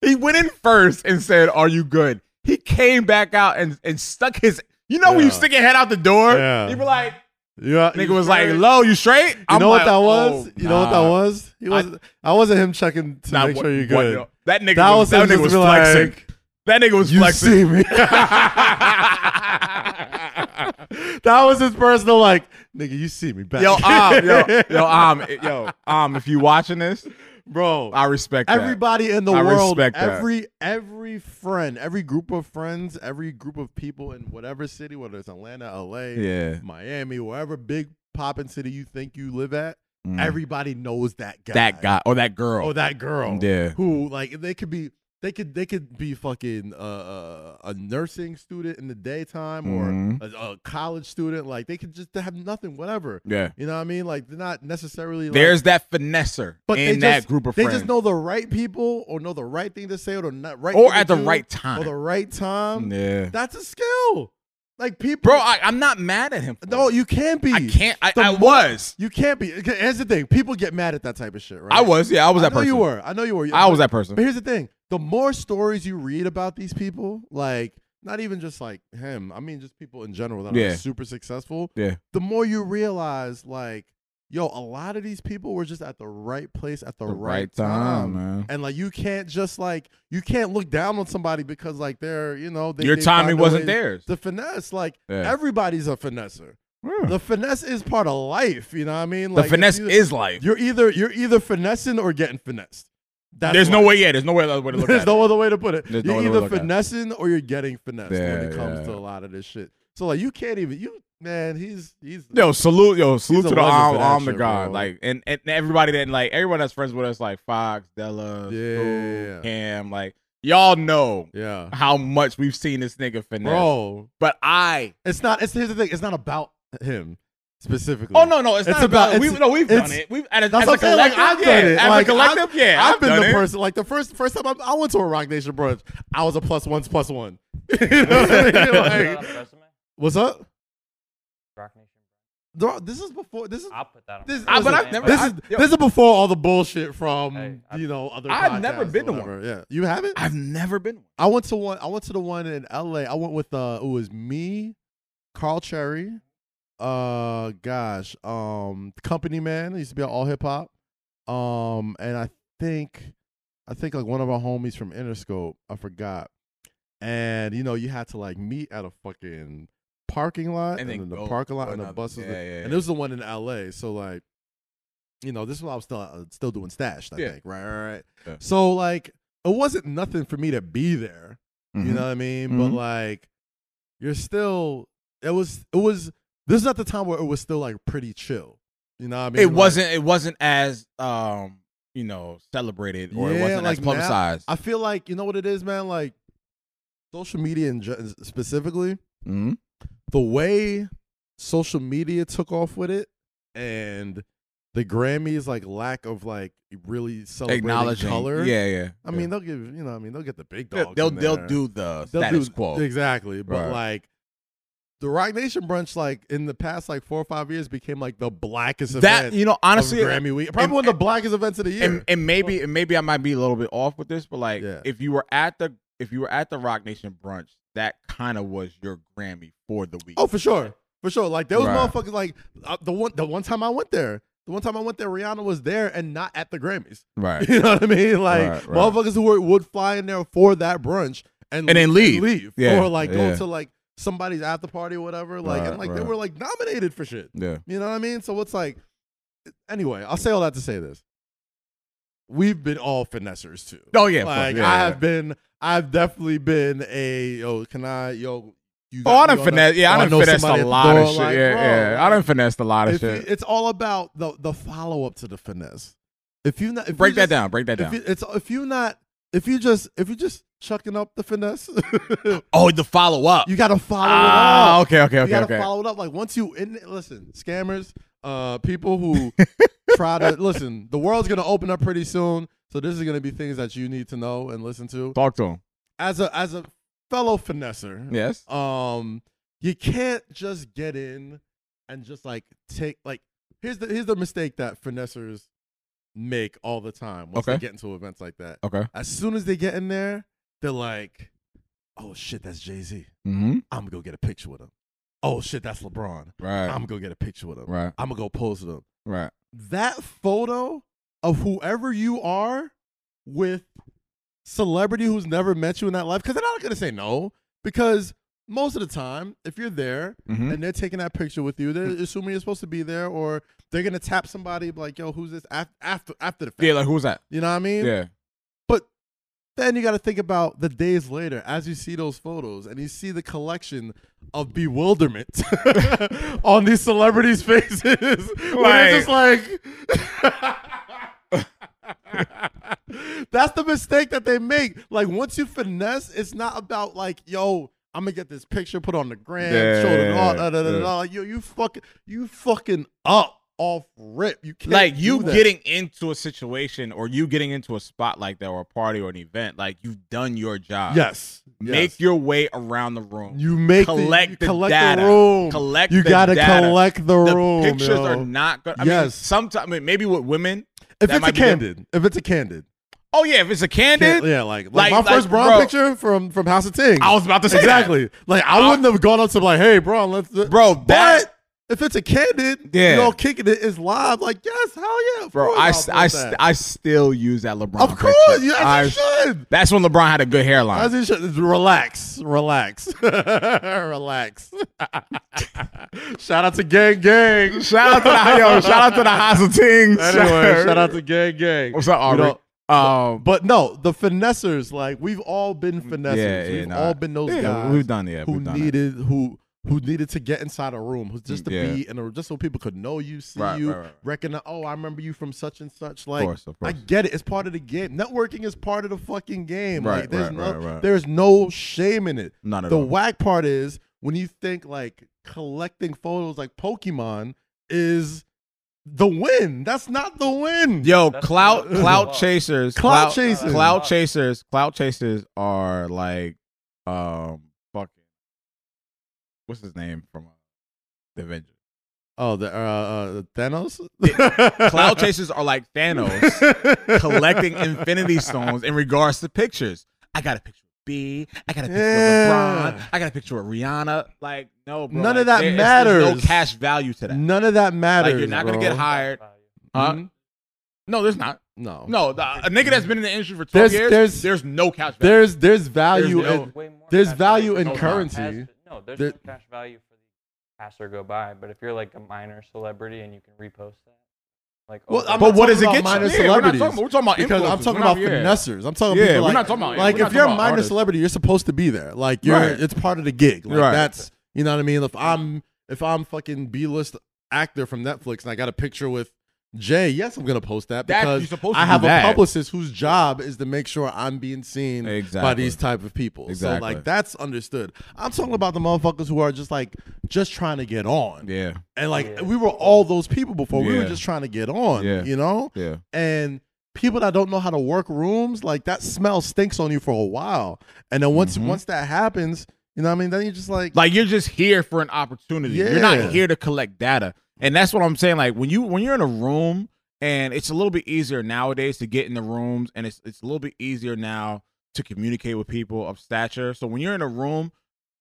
Speaker 2: He went in first and said, Are you good? He came back out and, and stuck his you know when you
Speaker 1: Yeah.
Speaker 2: stick your head out the door?
Speaker 1: Yeah.
Speaker 2: You be like,
Speaker 1: yeah,
Speaker 2: nigga was like, Lo, you straight?
Speaker 1: You
Speaker 2: I'm
Speaker 1: know
Speaker 2: like,
Speaker 1: what that was?
Speaker 2: "Oh,
Speaker 1: you know what
Speaker 2: nah."
Speaker 1: that was? He was. I, wasn't him checking to
Speaker 2: Nah,
Speaker 1: make
Speaker 2: what-
Speaker 1: sure you're
Speaker 2: what-
Speaker 1: good.
Speaker 2: no. that nigga
Speaker 1: That
Speaker 2: was,
Speaker 1: was him
Speaker 2: that nigga
Speaker 1: just
Speaker 2: was
Speaker 1: be
Speaker 2: flexing.
Speaker 1: like,
Speaker 2: that nigga was
Speaker 1: you
Speaker 2: flexing.
Speaker 1: see me. that was his personal like, nigga. You see me back.
Speaker 2: yo, um, yo, yo, um, yo, um, if you watching this,
Speaker 1: bro.
Speaker 2: I respect that.
Speaker 1: Everybody in the
Speaker 2: I
Speaker 1: world,
Speaker 2: respect that.
Speaker 1: every every friend, every group of friends, every group of people in whatever city, whether it's Atlanta, L.A.,
Speaker 2: Yeah.
Speaker 1: Miami, wherever big poppin' city you think you live at,
Speaker 2: Mm.
Speaker 1: everybody knows that guy.
Speaker 2: that guy or that girl.
Speaker 1: Oh, that girl.
Speaker 2: Yeah.
Speaker 1: Who like they could be they could they could be fucking uh, uh, a nursing student in the daytime
Speaker 2: Mhm.
Speaker 1: or a, a college student. Like they could just have nothing, whatever.
Speaker 2: yeah.
Speaker 1: You know what I mean? Like they're not necessarily. Like,
Speaker 2: There's that finesser
Speaker 1: but
Speaker 2: in
Speaker 1: they
Speaker 2: that
Speaker 1: just,
Speaker 2: group of
Speaker 1: they
Speaker 2: friends.
Speaker 1: just know the right people or know the right thing to say or the not right
Speaker 2: or
Speaker 1: thing
Speaker 2: at
Speaker 1: to
Speaker 2: the
Speaker 1: do
Speaker 2: right
Speaker 1: or the
Speaker 2: time.
Speaker 1: right time.
Speaker 2: Yeah.
Speaker 1: That's a skill. Like people,
Speaker 2: Bro, I, I'm not mad at him. for
Speaker 1: no,
Speaker 2: it.
Speaker 1: you can't be.
Speaker 2: I can't. I,
Speaker 1: The
Speaker 2: I
Speaker 1: mo-
Speaker 2: was.
Speaker 1: You can't be. Okay, Here's the thing: people get mad at that type of shit, right?
Speaker 2: I was. Yeah, I was
Speaker 1: I
Speaker 2: that
Speaker 1: know
Speaker 2: person.
Speaker 1: you were. I know you were.
Speaker 2: I was that person.
Speaker 1: But here's the thing: the more stories you read about these people, like not even just like him. I mean, just people in general that
Speaker 2: Yeah.
Speaker 1: are super successful.
Speaker 2: Yeah.
Speaker 1: The more you realize, like, yo, a lot of these people were just at the right place at the,
Speaker 2: The
Speaker 1: right,
Speaker 2: right
Speaker 1: time.
Speaker 2: time, man.
Speaker 1: And like, you can't just like, you can't look down on somebody because like they're, you know, they,
Speaker 2: Your
Speaker 1: they
Speaker 2: timing
Speaker 1: find a
Speaker 2: wasn't
Speaker 1: way
Speaker 2: theirs.
Speaker 1: to finesse, like
Speaker 2: Yeah.
Speaker 1: everybody's a finesser.
Speaker 2: Yeah.
Speaker 1: The finesse is part of life. You know what I mean?
Speaker 2: Hmm. The
Speaker 1: Like, it's
Speaker 2: finesse
Speaker 1: either-
Speaker 2: is life.
Speaker 1: You're either you're either finessing or getting finessed. That's
Speaker 2: There's no
Speaker 1: life.
Speaker 2: way. Yeah, there's no way. Other way to look
Speaker 1: There's
Speaker 2: at
Speaker 1: no other way to put it.
Speaker 2: There's no
Speaker 1: you're
Speaker 2: other way to
Speaker 1: either
Speaker 2: look at it.
Speaker 1: finessing or you're getting finessed when it
Speaker 2: Yeah,
Speaker 1: comes
Speaker 2: yeah.
Speaker 1: to a lot of this shit. So like you can't even you man, he's he's
Speaker 2: it. Yo, salute, yo, salute
Speaker 1: a
Speaker 2: to the
Speaker 1: legend
Speaker 2: arm,
Speaker 1: for that
Speaker 2: arm to
Speaker 1: shit,
Speaker 2: God,
Speaker 1: bro.
Speaker 2: like, and, and everybody that like everyone that's friends with us, like Fox, Della,
Speaker 1: Yeah.
Speaker 2: Stu, Cam, like y'all know
Speaker 1: yeah.
Speaker 2: how much we've seen this nigga finesse.
Speaker 1: Bro,
Speaker 2: But I,
Speaker 1: it's not it's here's the thing, it's not about him specifically.
Speaker 2: oh no, no, it's,
Speaker 1: It's
Speaker 2: not about.
Speaker 1: about-
Speaker 2: we,
Speaker 1: it's-
Speaker 2: no, we've done
Speaker 1: it's-
Speaker 2: it. We've as, as
Speaker 1: That's
Speaker 2: a
Speaker 1: what I'm saying. Like
Speaker 2: collective,
Speaker 1: I've
Speaker 2: yeah,
Speaker 1: done it.
Speaker 2: As
Speaker 1: Like
Speaker 2: a collective,
Speaker 1: I've,
Speaker 2: yeah,
Speaker 1: I've,
Speaker 2: I've,
Speaker 1: been
Speaker 2: done
Speaker 1: the
Speaker 2: it.
Speaker 1: person. Like the first first time I, I went to a Rock Nation brunch, I was a plus ones plus one. you know what I mean?
Speaker 3: Is that on
Speaker 1: Like,
Speaker 3: the resume?
Speaker 1: what's up?
Speaker 3: Rock Nation.
Speaker 1: Bro, This is before. This is
Speaker 3: I'll put that on.
Speaker 1: This,
Speaker 2: Ah,
Speaker 1: ah,
Speaker 2: but
Speaker 1: but
Speaker 2: I've never-
Speaker 1: this
Speaker 2: I-
Speaker 1: is
Speaker 2: yo.
Speaker 1: this is before all the bullshit from
Speaker 3: Hey, I-
Speaker 1: you know other.
Speaker 2: I've
Speaker 1: podcasts
Speaker 2: never
Speaker 1: or
Speaker 2: been to one.
Speaker 1: whatever. Yeah, you haven't. I,
Speaker 2: I've never been one.
Speaker 1: went to one. I went to the one in L.A. I went with uh, it was me, Carl Cherry, uh, gosh, um, Company Man. He used to be on All Hip Hop, um, and I think, I think like one of our homies from Interscope. I forgot, and you know you had to like meet at a fucking parking lot, and,
Speaker 2: And then
Speaker 1: then the
Speaker 2: go
Speaker 1: parking lot
Speaker 2: to
Speaker 1: and the
Speaker 2: another-
Speaker 1: buses.
Speaker 2: yeah, yeah,
Speaker 1: And
Speaker 2: yeah.
Speaker 1: it was the one in L.A. So like you know, this is when I was still uh, still doing stashed, I
Speaker 2: Yeah.
Speaker 1: think, right, right, right.
Speaker 2: Yeah.
Speaker 1: So like, it wasn't nothing for me to be there. You know what I mean? But
Speaker 2: Mhm.
Speaker 1: like, you're still. It was. It was. This is not the time where it was still like pretty chill. You know what I mean?
Speaker 2: it
Speaker 1: Like,
Speaker 2: wasn't. It wasn't as um, you know, celebrated or
Speaker 1: Yeah,
Speaker 2: it wasn't
Speaker 1: like
Speaker 2: as
Speaker 1: now-
Speaker 2: publicized.
Speaker 1: I feel like you know what it is, man. Like, social media and ge- specifically
Speaker 2: mm-hmm.
Speaker 1: the way social media took off with it and. The Grammys, like lack of like really celebrating
Speaker 2: Acknowledging
Speaker 1: color,
Speaker 2: Yeah, yeah.
Speaker 1: I mean, they'll give you know. I mean, they'll get the big
Speaker 2: Yeah,
Speaker 1: dogs.
Speaker 2: they'll
Speaker 1: in
Speaker 2: they'll
Speaker 1: there.
Speaker 2: do the
Speaker 1: They'll
Speaker 2: status
Speaker 1: do-
Speaker 2: quo.
Speaker 1: exactly. But
Speaker 2: Right.
Speaker 1: like the Rock Nation brunch, like in the past, like four or five years, became like the blackest
Speaker 2: That
Speaker 1: event
Speaker 2: you know, honestly,
Speaker 1: of Grammy week. Probably
Speaker 2: and-
Speaker 1: one of the blackest events of the year.
Speaker 2: and, and maybe and maybe I might be a little bit off with this, but like
Speaker 1: Yeah.
Speaker 2: if you were at the if you were at the Rock Nation brunch, that kind of was your Grammy for the week.
Speaker 1: oh, for sure, for sure. Like there was
Speaker 2: Right.
Speaker 1: motherfuckers. Like uh, the one, the one time I went there, the one time I went there, Rihanna was there and not at the Grammys.
Speaker 2: right.
Speaker 1: You know what I mean? Like
Speaker 2: Right, right.
Speaker 1: motherfuckers who were, would fly in there for that brunch and,
Speaker 2: And then leave.
Speaker 1: leave,
Speaker 2: Yeah,
Speaker 1: or like
Speaker 2: yeah.
Speaker 1: go to like somebody's after party or whatever. Like
Speaker 2: Right,
Speaker 1: and like they
Speaker 2: right.
Speaker 1: were like nominated for shit.
Speaker 2: Yeah.
Speaker 1: You know what I mean? So it's like, anyway, I'll say all that to say this: we've been all finessers too.
Speaker 2: Oh yeah. of course.
Speaker 1: like
Speaker 2: Yeah,
Speaker 1: I
Speaker 2: yeah.
Speaker 1: have been, I've definitely been a yo. Can I yo? You
Speaker 2: Oh, I
Speaker 1: me
Speaker 2: done
Speaker 1: on that-
Speaker 2: finesse. Yeah,
Speaker 1: oh,
Speaker 2: I done
Speaker 1: know
Speaker 2: finessed
Speaker 1: somebody
Speaker 2: a
Speaker 1: at the
Speaker 2: lot of
Speaker 1: door,
Speaker 2: shit.
Speaker 1: like,
Speaker 2: yeah,
Speaker 1: bro,
Speaker 2: yeah. I done finessed a lot of
Speaker 1: if you-
Speaker 2: shit.
Speaker 1: it's all about the the follow up to the finesse. If you not if you
Speaker 2: break that
Speaker 1: just-
Speaker 2: down. Break that
Speaker 1: if
Speaker 2: down.
Speaker 1: you, it's if you not if you just if you just chucking up the finesse,
Speaker 2: oh, the follow up.
Speaker 1: you gotta follow
Speaker 2: ah,
Speaker 1: it up.
Speaker 2: okay, okay,
Speaker 1: you
Speaker 2: okay,
Speaker 1: gotta
Speaker 2: okay.
Speaker 1: follow it up. Like once you in listen, scammers, uh, people who try to listen. The world's gonna open up pretty soon, so this is gonna be things that you need to know and listen to.
Speaker 2: Talk to him.
Speaker 1: As a as a fellow finesser,
Speaker 2: Yes.
Speaker 1: um you can't just get in and just like take like here's the here's the mistake that finessers make all the time once they
Speaker 2: Okay.
Speaker 1: get into events like that
Speaker 2: Okay.
Speaker 1: as soon as they get in there they're like oh shit that's jay-z
Speaker 2: Mm-hmm.
Speaker 1: i'm gonna go get a picture with him oh shit that's lebron
Speaker 2: Right.
Speaker 1: i'm gonna go get a picture with him
Speaker 2: right.
Speaker 1: i'm gonna go pose with him
Speaker 2: Right.
Speaker 1: that photo of whoever you are with celebrity who's never met you in that life because they're not going to say no because most of the time if you're there
Speaker 2: Mm-hmm.
Speaker 1: and they're taking that picture with you
Speaker 2: Hmm.
Speaker 1: they're assuming you're supposed to be there or they're going to tap somebody like yo who's this after after, after the fact
Speaker 2: Yeah. Like who's that?
Speaker 1: you know what i mean
Speaker 2: Yeah.
Speaker 1: but then you got to think about the days later as you see those photos and you see the collection of bewilderment on these celebrities' faces. Where they're just like. That's the mistake that they make. Like once you finesse, it's not about like, yo, I'm gonna get this picture put on the gram, show it
Speaker 2: Yeah,
Speaker 1: all, da, da, da,
Speaker 2: yeah.
Speaker 1: da. Like, yo, you fucking, you fucking up off rip. You can't
Speaker 2: like you
Speaker 1: do that.
Speaker 2: getting into a situation or you getting into a spot like that or a party or an event like you've done your job
Speaker 1: yes,
Speaker 2: make
Speaker 1: yes.
Speaker 2: your way around the room
Speaker 1: You make
Speaker 2: collect
Speaker 1: the, you
Speaker 2: the
Speaker 1: collect
Speaker 2: data.
Speaker 1: the room.
Speaker 2: collect
Speaker 1: you
Speaker 2: the
Speaker 1: gotta
Speaker 2: data.
Speaker 1: collect the,
Speaker 2: the
Speaker 1: room.
Speaker 2: pictures
Speaker 1: yo.
Speaker 2: are not good i mean
Speaker 1: Yes.
Speaker 2: sometimes I mean, maybe with women
Speaker 1: if
Speaker 2: that
Speaker 1: it's a
Speaker 2: might be the-
Speaker 1: candid, if it's a candid,
Speaker 2: Oh yeah, if it's a candid,
Speaker 1: Can't- yeah, like, like,
Speaker 2: Like-
Speaker 1: my
Speaker 2: like,
Speaker 1: first Braun
Speaker 2: bro.
Speaker 1: picture from from House of Ting.
Speaker 2: I was about to say that.
Speaker 1: exactly. Like I wouldn't have gone up to like, hey, Braun, let's
Speaker 2: bro. That
Speaker 1: But if it's a candid,
Speaker 2: Yeah.
Speaker 1: you all kicking it, it's live. Like yes, hell yeah, Of
Speaker 2: bro,
Speaker 1: course
Speaker 2: I
Speaker 1: I'll
Speaker 2: s-
Speaker 1: vote
Speaker 2: I,
Speaker 1: that.
Speaker 2: st- I still use that LeBron.
Speaker 1: of course,
Speaker 2: picture.
Speaker 1: yes,
Speaker 2: I-
Speaker 1: you should.
Speaker 2: that's when LeBron had a good hairline.
Speaker 1: As you should. Relax, relax, relax. shout out to Gang Gang.
Speaker 2: Shout out to the yo, shout out to the Hazel Tings.
Speaker 1: Anyway, shout out to Gang Gang.
Speaker 2: What's up,
Speaker 1: You
Speaker 2: Aubrey?
Speaker 1: know, uh,
Speaker 2: Um,
Speaker 1: But no, the finessers, like we've all been finessers.
Speaker 2: Yeah, yeah,
Speaker 1: we've
Speaker 2: nah.
Speaker 1: all been those
Speaker 2: yeah,
Speaker 1: guys
Speaker 2: we've done it.
Speaker 1: who
Speaker 2: we've done it.
Speaker 1: needed who who needed to get inside a room, who just to
Speaker 2: Yeah.
Speaker 1: be in a just so people could know you, see
Speaker 2: Right,
Speaker 1: you,
Speaker 2: right, right.
Speaker 1: recognize. Oh, I remember you from such and such.
Speaker 2: Of
Speaker 1: Like
Speaker 2: course, of
Speaker 1: I
Speaker 2: course.
Speaker 1: get it. It's part of the game. Networking is part of the fucking game.
Speaker 2: Right,
Speaker 1: like, there's
Speaker 2: right,
Speaker 1: no,
Speaker 2: right, right.
Speaker 1: There's no shame in it.
Speaker 2: None at
Speaker 1: The
Speaker 2: all.
Speaker 1: whack part is when you think like collecting photos like Pokemon is the win. That's not the win.
Speaker 2: Yo,
Speaker 3: That's
Speaker 2: clout,
Speaker 1: not-
Speaker 2: clout chasers,
Speaker 1: Clout chasers.
Speaker 2: clout chasers, clout chasers are like, um, fucking, what's his name from uh, the Avengers?
Speaker 1: Oh, the uh, uh Thanos.
Speaker 2: Clout chasers are like Thanos collecting Infinity Stones in regards to pictures. I got a picture of B. I got a picture of
Speaker 1: Yeah.
Speaker 2: LeBron. I got a picture of Rihanna. Like, no, bro,
Speaker 1: None
Speaker 2: like,
Speaker 1: of that
Speaker 2: there is- there's
Speaker 1: matters.
Speaker 2: no cash value to that.
Speaker 1: None of that matters.
Speaker 2: Like, you're not gonna
Speaker 1: bro.
Speaker 2: get hired. Huh?
Speaker 1: Mhm.
Speaker 2: No, there's not.
Speaker 1: No.
Speaker 2: No, the, a nigga that's been in the industry for 12
Speaker 1: There's-
Speaker 2: years,
Speaker 1: there's-
Speaker 2: there's, no cash value.
Speaker 1: There's there's value.
Speaker 2: There's no-
Speaker 1: in,
Speaker 3: Way more
Speaker 1: there's
Speaker 3: cash
Speaker 1: value in
Speaker 3: for those
Speaker 1: currency.
Speaker 3: past- No, there's
Speaker 1: There-
Speaker 3: no cash value for the passer go by. But if you're like a minor celebrity and you can repost that, like,
Speaker 1: Well,
Speaker 3: over-
Speaker 1: I'm
Speaker 2: but
Speaker 1: not
Speaker 2: what does it
Speaker 1: talking
Speaker 2: get you?
Speaker 1: about minor
Speaker 2: Yeah, we're not
Speaker 1: celebrities.
Speaker 2: talking, we're talking about
Speaker 1: because I'm
Speaker 2: influencers.
Speaker 1: talking
Speaker 2: We're
Speaker 1: about
Speaker 2: not- yeah.
Speaker 1: finessers. I'm talking
Speaker 2: Oh, Yeah,
Speaker 1: people
Speaker 2: we're
Speaker 1: like,
Speaker 2: not talking
Speaker 1: like
Speaker 2: about- we're not
Speaker 1: if you're a
Speaker 2: talking about
Speaker 1: minor
Speaker 2: artists.
Speaker 1: celebrity, you're supposed to be there. Like you're,
Speaker 2: Right.
Speaker 1: it's part of the gig. Like
Speaker 2: Right.
Speaker 1: that's you know what I mean. If I'm if I'm fucking B-list actor from Netflix and I got a picture with Jay, yes, I'm gonna post that
Speaker 2: That-
Speaker 1: because
Speaker 2: you're supposed to
Speaker 1: I
Speaker 2: do
Speaker 1: have a
Speaker 2: that.
Speaker 1: publicist whose job is to make sure I'm being seen by
Speaker 2: Exactly.
Speaker 1: these type of people. So
Speaker 2: Exactly.
Speaker 1: like that's understood. I'm talking about the motherfuckers who are just like just trying to get on.
Speaker 2: Yeah,
Speaker 1: And like
Speaker 3: Yeah.
Speaker 1: we were all those people before. We were
Speaker 2: Yeah.
Speaker 1: just trying to get on.
Speaker 2: Yeah.
Speaker 1: You know?
Speaker 2: yeah.
Speaker 1: and people that don't know how to work rooms, like that smell stinks on you for a while. And then once
Speaker 2: Mhm.
Speaker 1: once that happens, you know what I mean? Then you're just like,
Speaker 2: Like you're just here for an opportunity. You're
Speaker 1: Yeah.
Speaker 2: not here to collect data. And that's what I'm saying. Like when you when you're in a room and it's a little bit easier nowadays to get in the rooms and it's it's a little bit easier now to communicate with people of stature. So when you're in a room,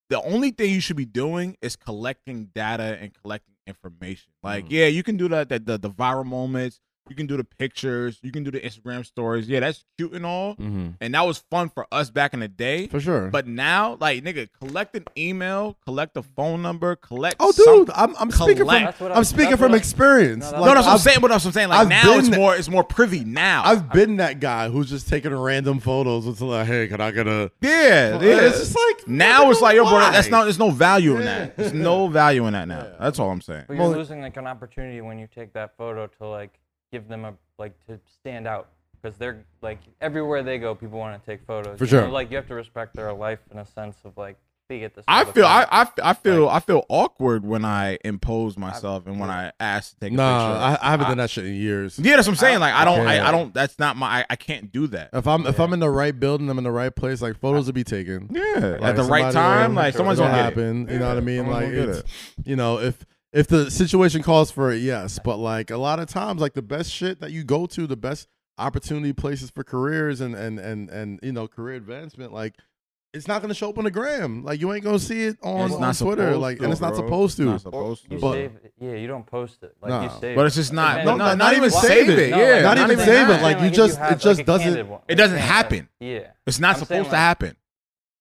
Speaker 2: the only thing you should be doing is collecting data and collecting information. Like,
Speaker 1: Mhm.
Speaker 2: yeah, you can do that the, the the viral moments, you can do the pictures, you can do the Instagram stories. Yeah, that's cute and all. And that was fun for us back in the day.
Speaker 1: for sure.
Speaker 2: But now, like nigga, collect an email, collect a phone number, collect.
Speaker 1: oh,
Speaker 2: some-
Speaker 1: dude, I'm, I'm speaking from
Speaker 2: collect-
Speaker 3: That's what I-
Speaker 1: I'm speaking
Speaker 3: that's what
Speaker 1: from
Speaker 3: I-
Speaker 1: experience.
Speaker 3: No, that's
Speaker 1: Like,
Speaker 2: no, that's what I'm
Speaker 1: I've-
Speaker 2: saying. But that's what I'm saying. Like
Speaker 1: I've
Speaker 2: now, it's
Speaker 1: been-
Speaker 2: more, it's more privy now.
Speaker 1: I've been that guy who's just taking random photos. It's like, hey, can I get a?
Speaker 2: yeah, yeah.
Speaker 1: It's just like
Speaker 2: now it's like yo, bro,
Speaker 1: why?
Speaker 2: that's not. There's no value in
Speaker 1: Yeah.
Speaker 2: that. There's no value in that now. That's all I'm saying.
Speaker 3: But you're losing like an opportunity when you take that photo to like give them a like to stand out because they're like everywhere they go, people want to take photos.
Speaker 1: For
Speaker 3: You know,
Speaker 1: sure.
Speaker 3: like you have to respect their life in a sense of like they get this.
Speaker 2: I
Speaker 3: all the
Speaker 2: feel I,
Speaker 3: time.
Speaker 2: I I feel I feel awkward when I impose myself and when I ask to take a picture.
Speaker 1: Nah, I, I haven't done that shit in years.
Speaker 2: yeah, that's what I'm saying. Like I don't, I,
Speaker 1: Yeah.
Speaker 2: I don't. That's not my. I, I can't do that.
Speaker 1: If I'm if I'm in the right building, I'm in the right place. Like photos will be taken.
Speaker 2: Yeah,
Speaker 1: Like,
Speaker 2: at the
Speaker 1: somebody
Speaker 2: right time,
Speaker 1: will-
Speaker 2: like someone's
Speaker 1: it'll
Speaker 2: gonna get it.
Speaker 1: happen. You know what I
Speaker 2: Yeah,
Speaker 1: mean?
Speaker 2: someone's
Speaker 1: Like
Speaker 2: gonna get
Speaker 1: it's, you know, if if the situation calls for it, yes. But like a lot of times, like the best shit that you go to, the best opportunity places for careers and and and and you know career advancement, like it's not gonna show up on the gram. Like you ain't gonna see it on,
Speaker 2: It's
Speaker 1: on
Speaker 2: not
Speaker 1: Twitter.
Speaker 2: supposed
Speaker 1: Like
Speaker 2: to,
Speaker 1: and it's not
Speaker 2: bro.
Speaker 1: supposed to.
Speaker 2: Not supposed
Speaker 3: You
Speaker 2: to.
Speaker 1: but-
Speaker 3: save it. Yeah, you don't post it. Like
Speaker 1: Nah.
Speaker 3: you save
Speaker 2: But it's just not-
Speaker 1: no, not- not even
Speaker 2: save it, yeah,
Speaker 1: not even
Speaker 2: save it,
Speaker 1: like, you just- it just doesn't-
Speaker 2: It doesn't happen.
Speaker 3: Yeah.
Speaker 2: It's not
Speaker 3: I'm
Speaker 2: supposed
Speaker 3: saying,
Speaker 2: to
Speaker 3: like,
Speaker 2: happen.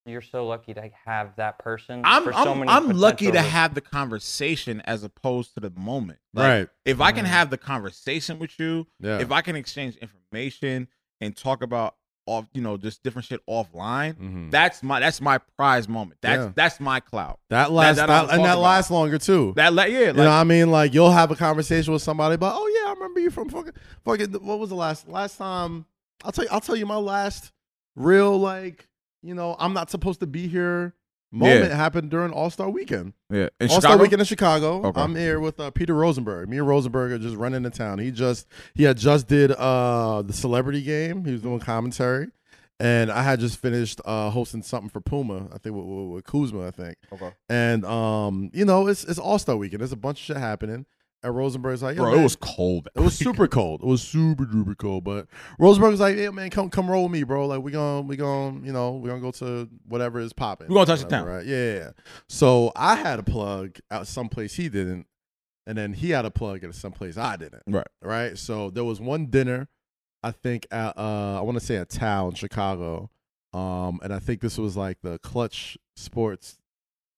Speaker 3: You're so lucky to have that person.
Speaker 2: I'm
Speaker 3: for so
Speaker 2: I'm,
Speaker 3: many
Speaker 2: I'm lucky to
Speaker 3: potential-
Speaker 2: have the conversation as opposed to the moment.
Speaker 1: Right.
Speaker 2: If I
Speaker 3: Mm-hmm.
Speaker 2: can have the conversation with you,
Speaker 1: Yeah.
Speaker 2: if I can exchange information and talk about off, you know, just different shit offline,
Speaker 1: Mhm.
Speaker 2: that's my that's my prize moment. That's
Speaker 1: Yeah.
Speaker 2: that's my cloud.
Speaker 1: That lasts
Speaker 2: that I was
Speaker 1: that- and that
Speaker 2: talking about.
Speaker 1: lasts longer too.
Speaker 2: That let yeah, like,
Speaker 1: you know what I mean? Like you'll have a conversation with somebody about, oh yeah, I remember you from fucking fucking what was the last last time I'll tell you I'll tell you my last real like, you know, I'm not supposed to be here moment happened during All Star Weekend.
Speaker 2: yeah. In
Speaker 1: All Star
Speaker 2: Chicago?
Speaker 1: Weekend in Chicago.
Speaker 2: Okay.
Speaker 1: I'm here with uh, Peter Rosenberg. Me and Rosenberg are just running the town. He just he had just did uh the celebrity game. He was doing commentary. And I had just finished uh, hosting something for Puma, I think with, with, with Kuzma, I think
Speaker 2: Okay.
Speaker 1: and um, you know, it's it's All Star Weekend. There's a bunch of shit happening, And Rosenberg's like, Yo,
Speaker 2: Bro,
Speaker 1: man,
Speaker 2: it was cold.
Speaker 1: it was super cold. It was super duper cold. But Rosenberg was like, "Yeah, man, come come roll with me, bro. Like we gon' we gon' you know we gonna go to whatever is popping.
Speaker 2: We gonna touch the
Speaker 1: Whatever,
Speaker 2: town.
Speaker 1: right? Yeah, yeah, yeah. So I had a plug out someplace he didn't, and then he had a plug at someplace I didn't.
Speaker 2: Right.
Speaker 1: Right. So there was one dinner, I think at uh I want to say a town Chicago, um, and I think this was like the Clutch Sports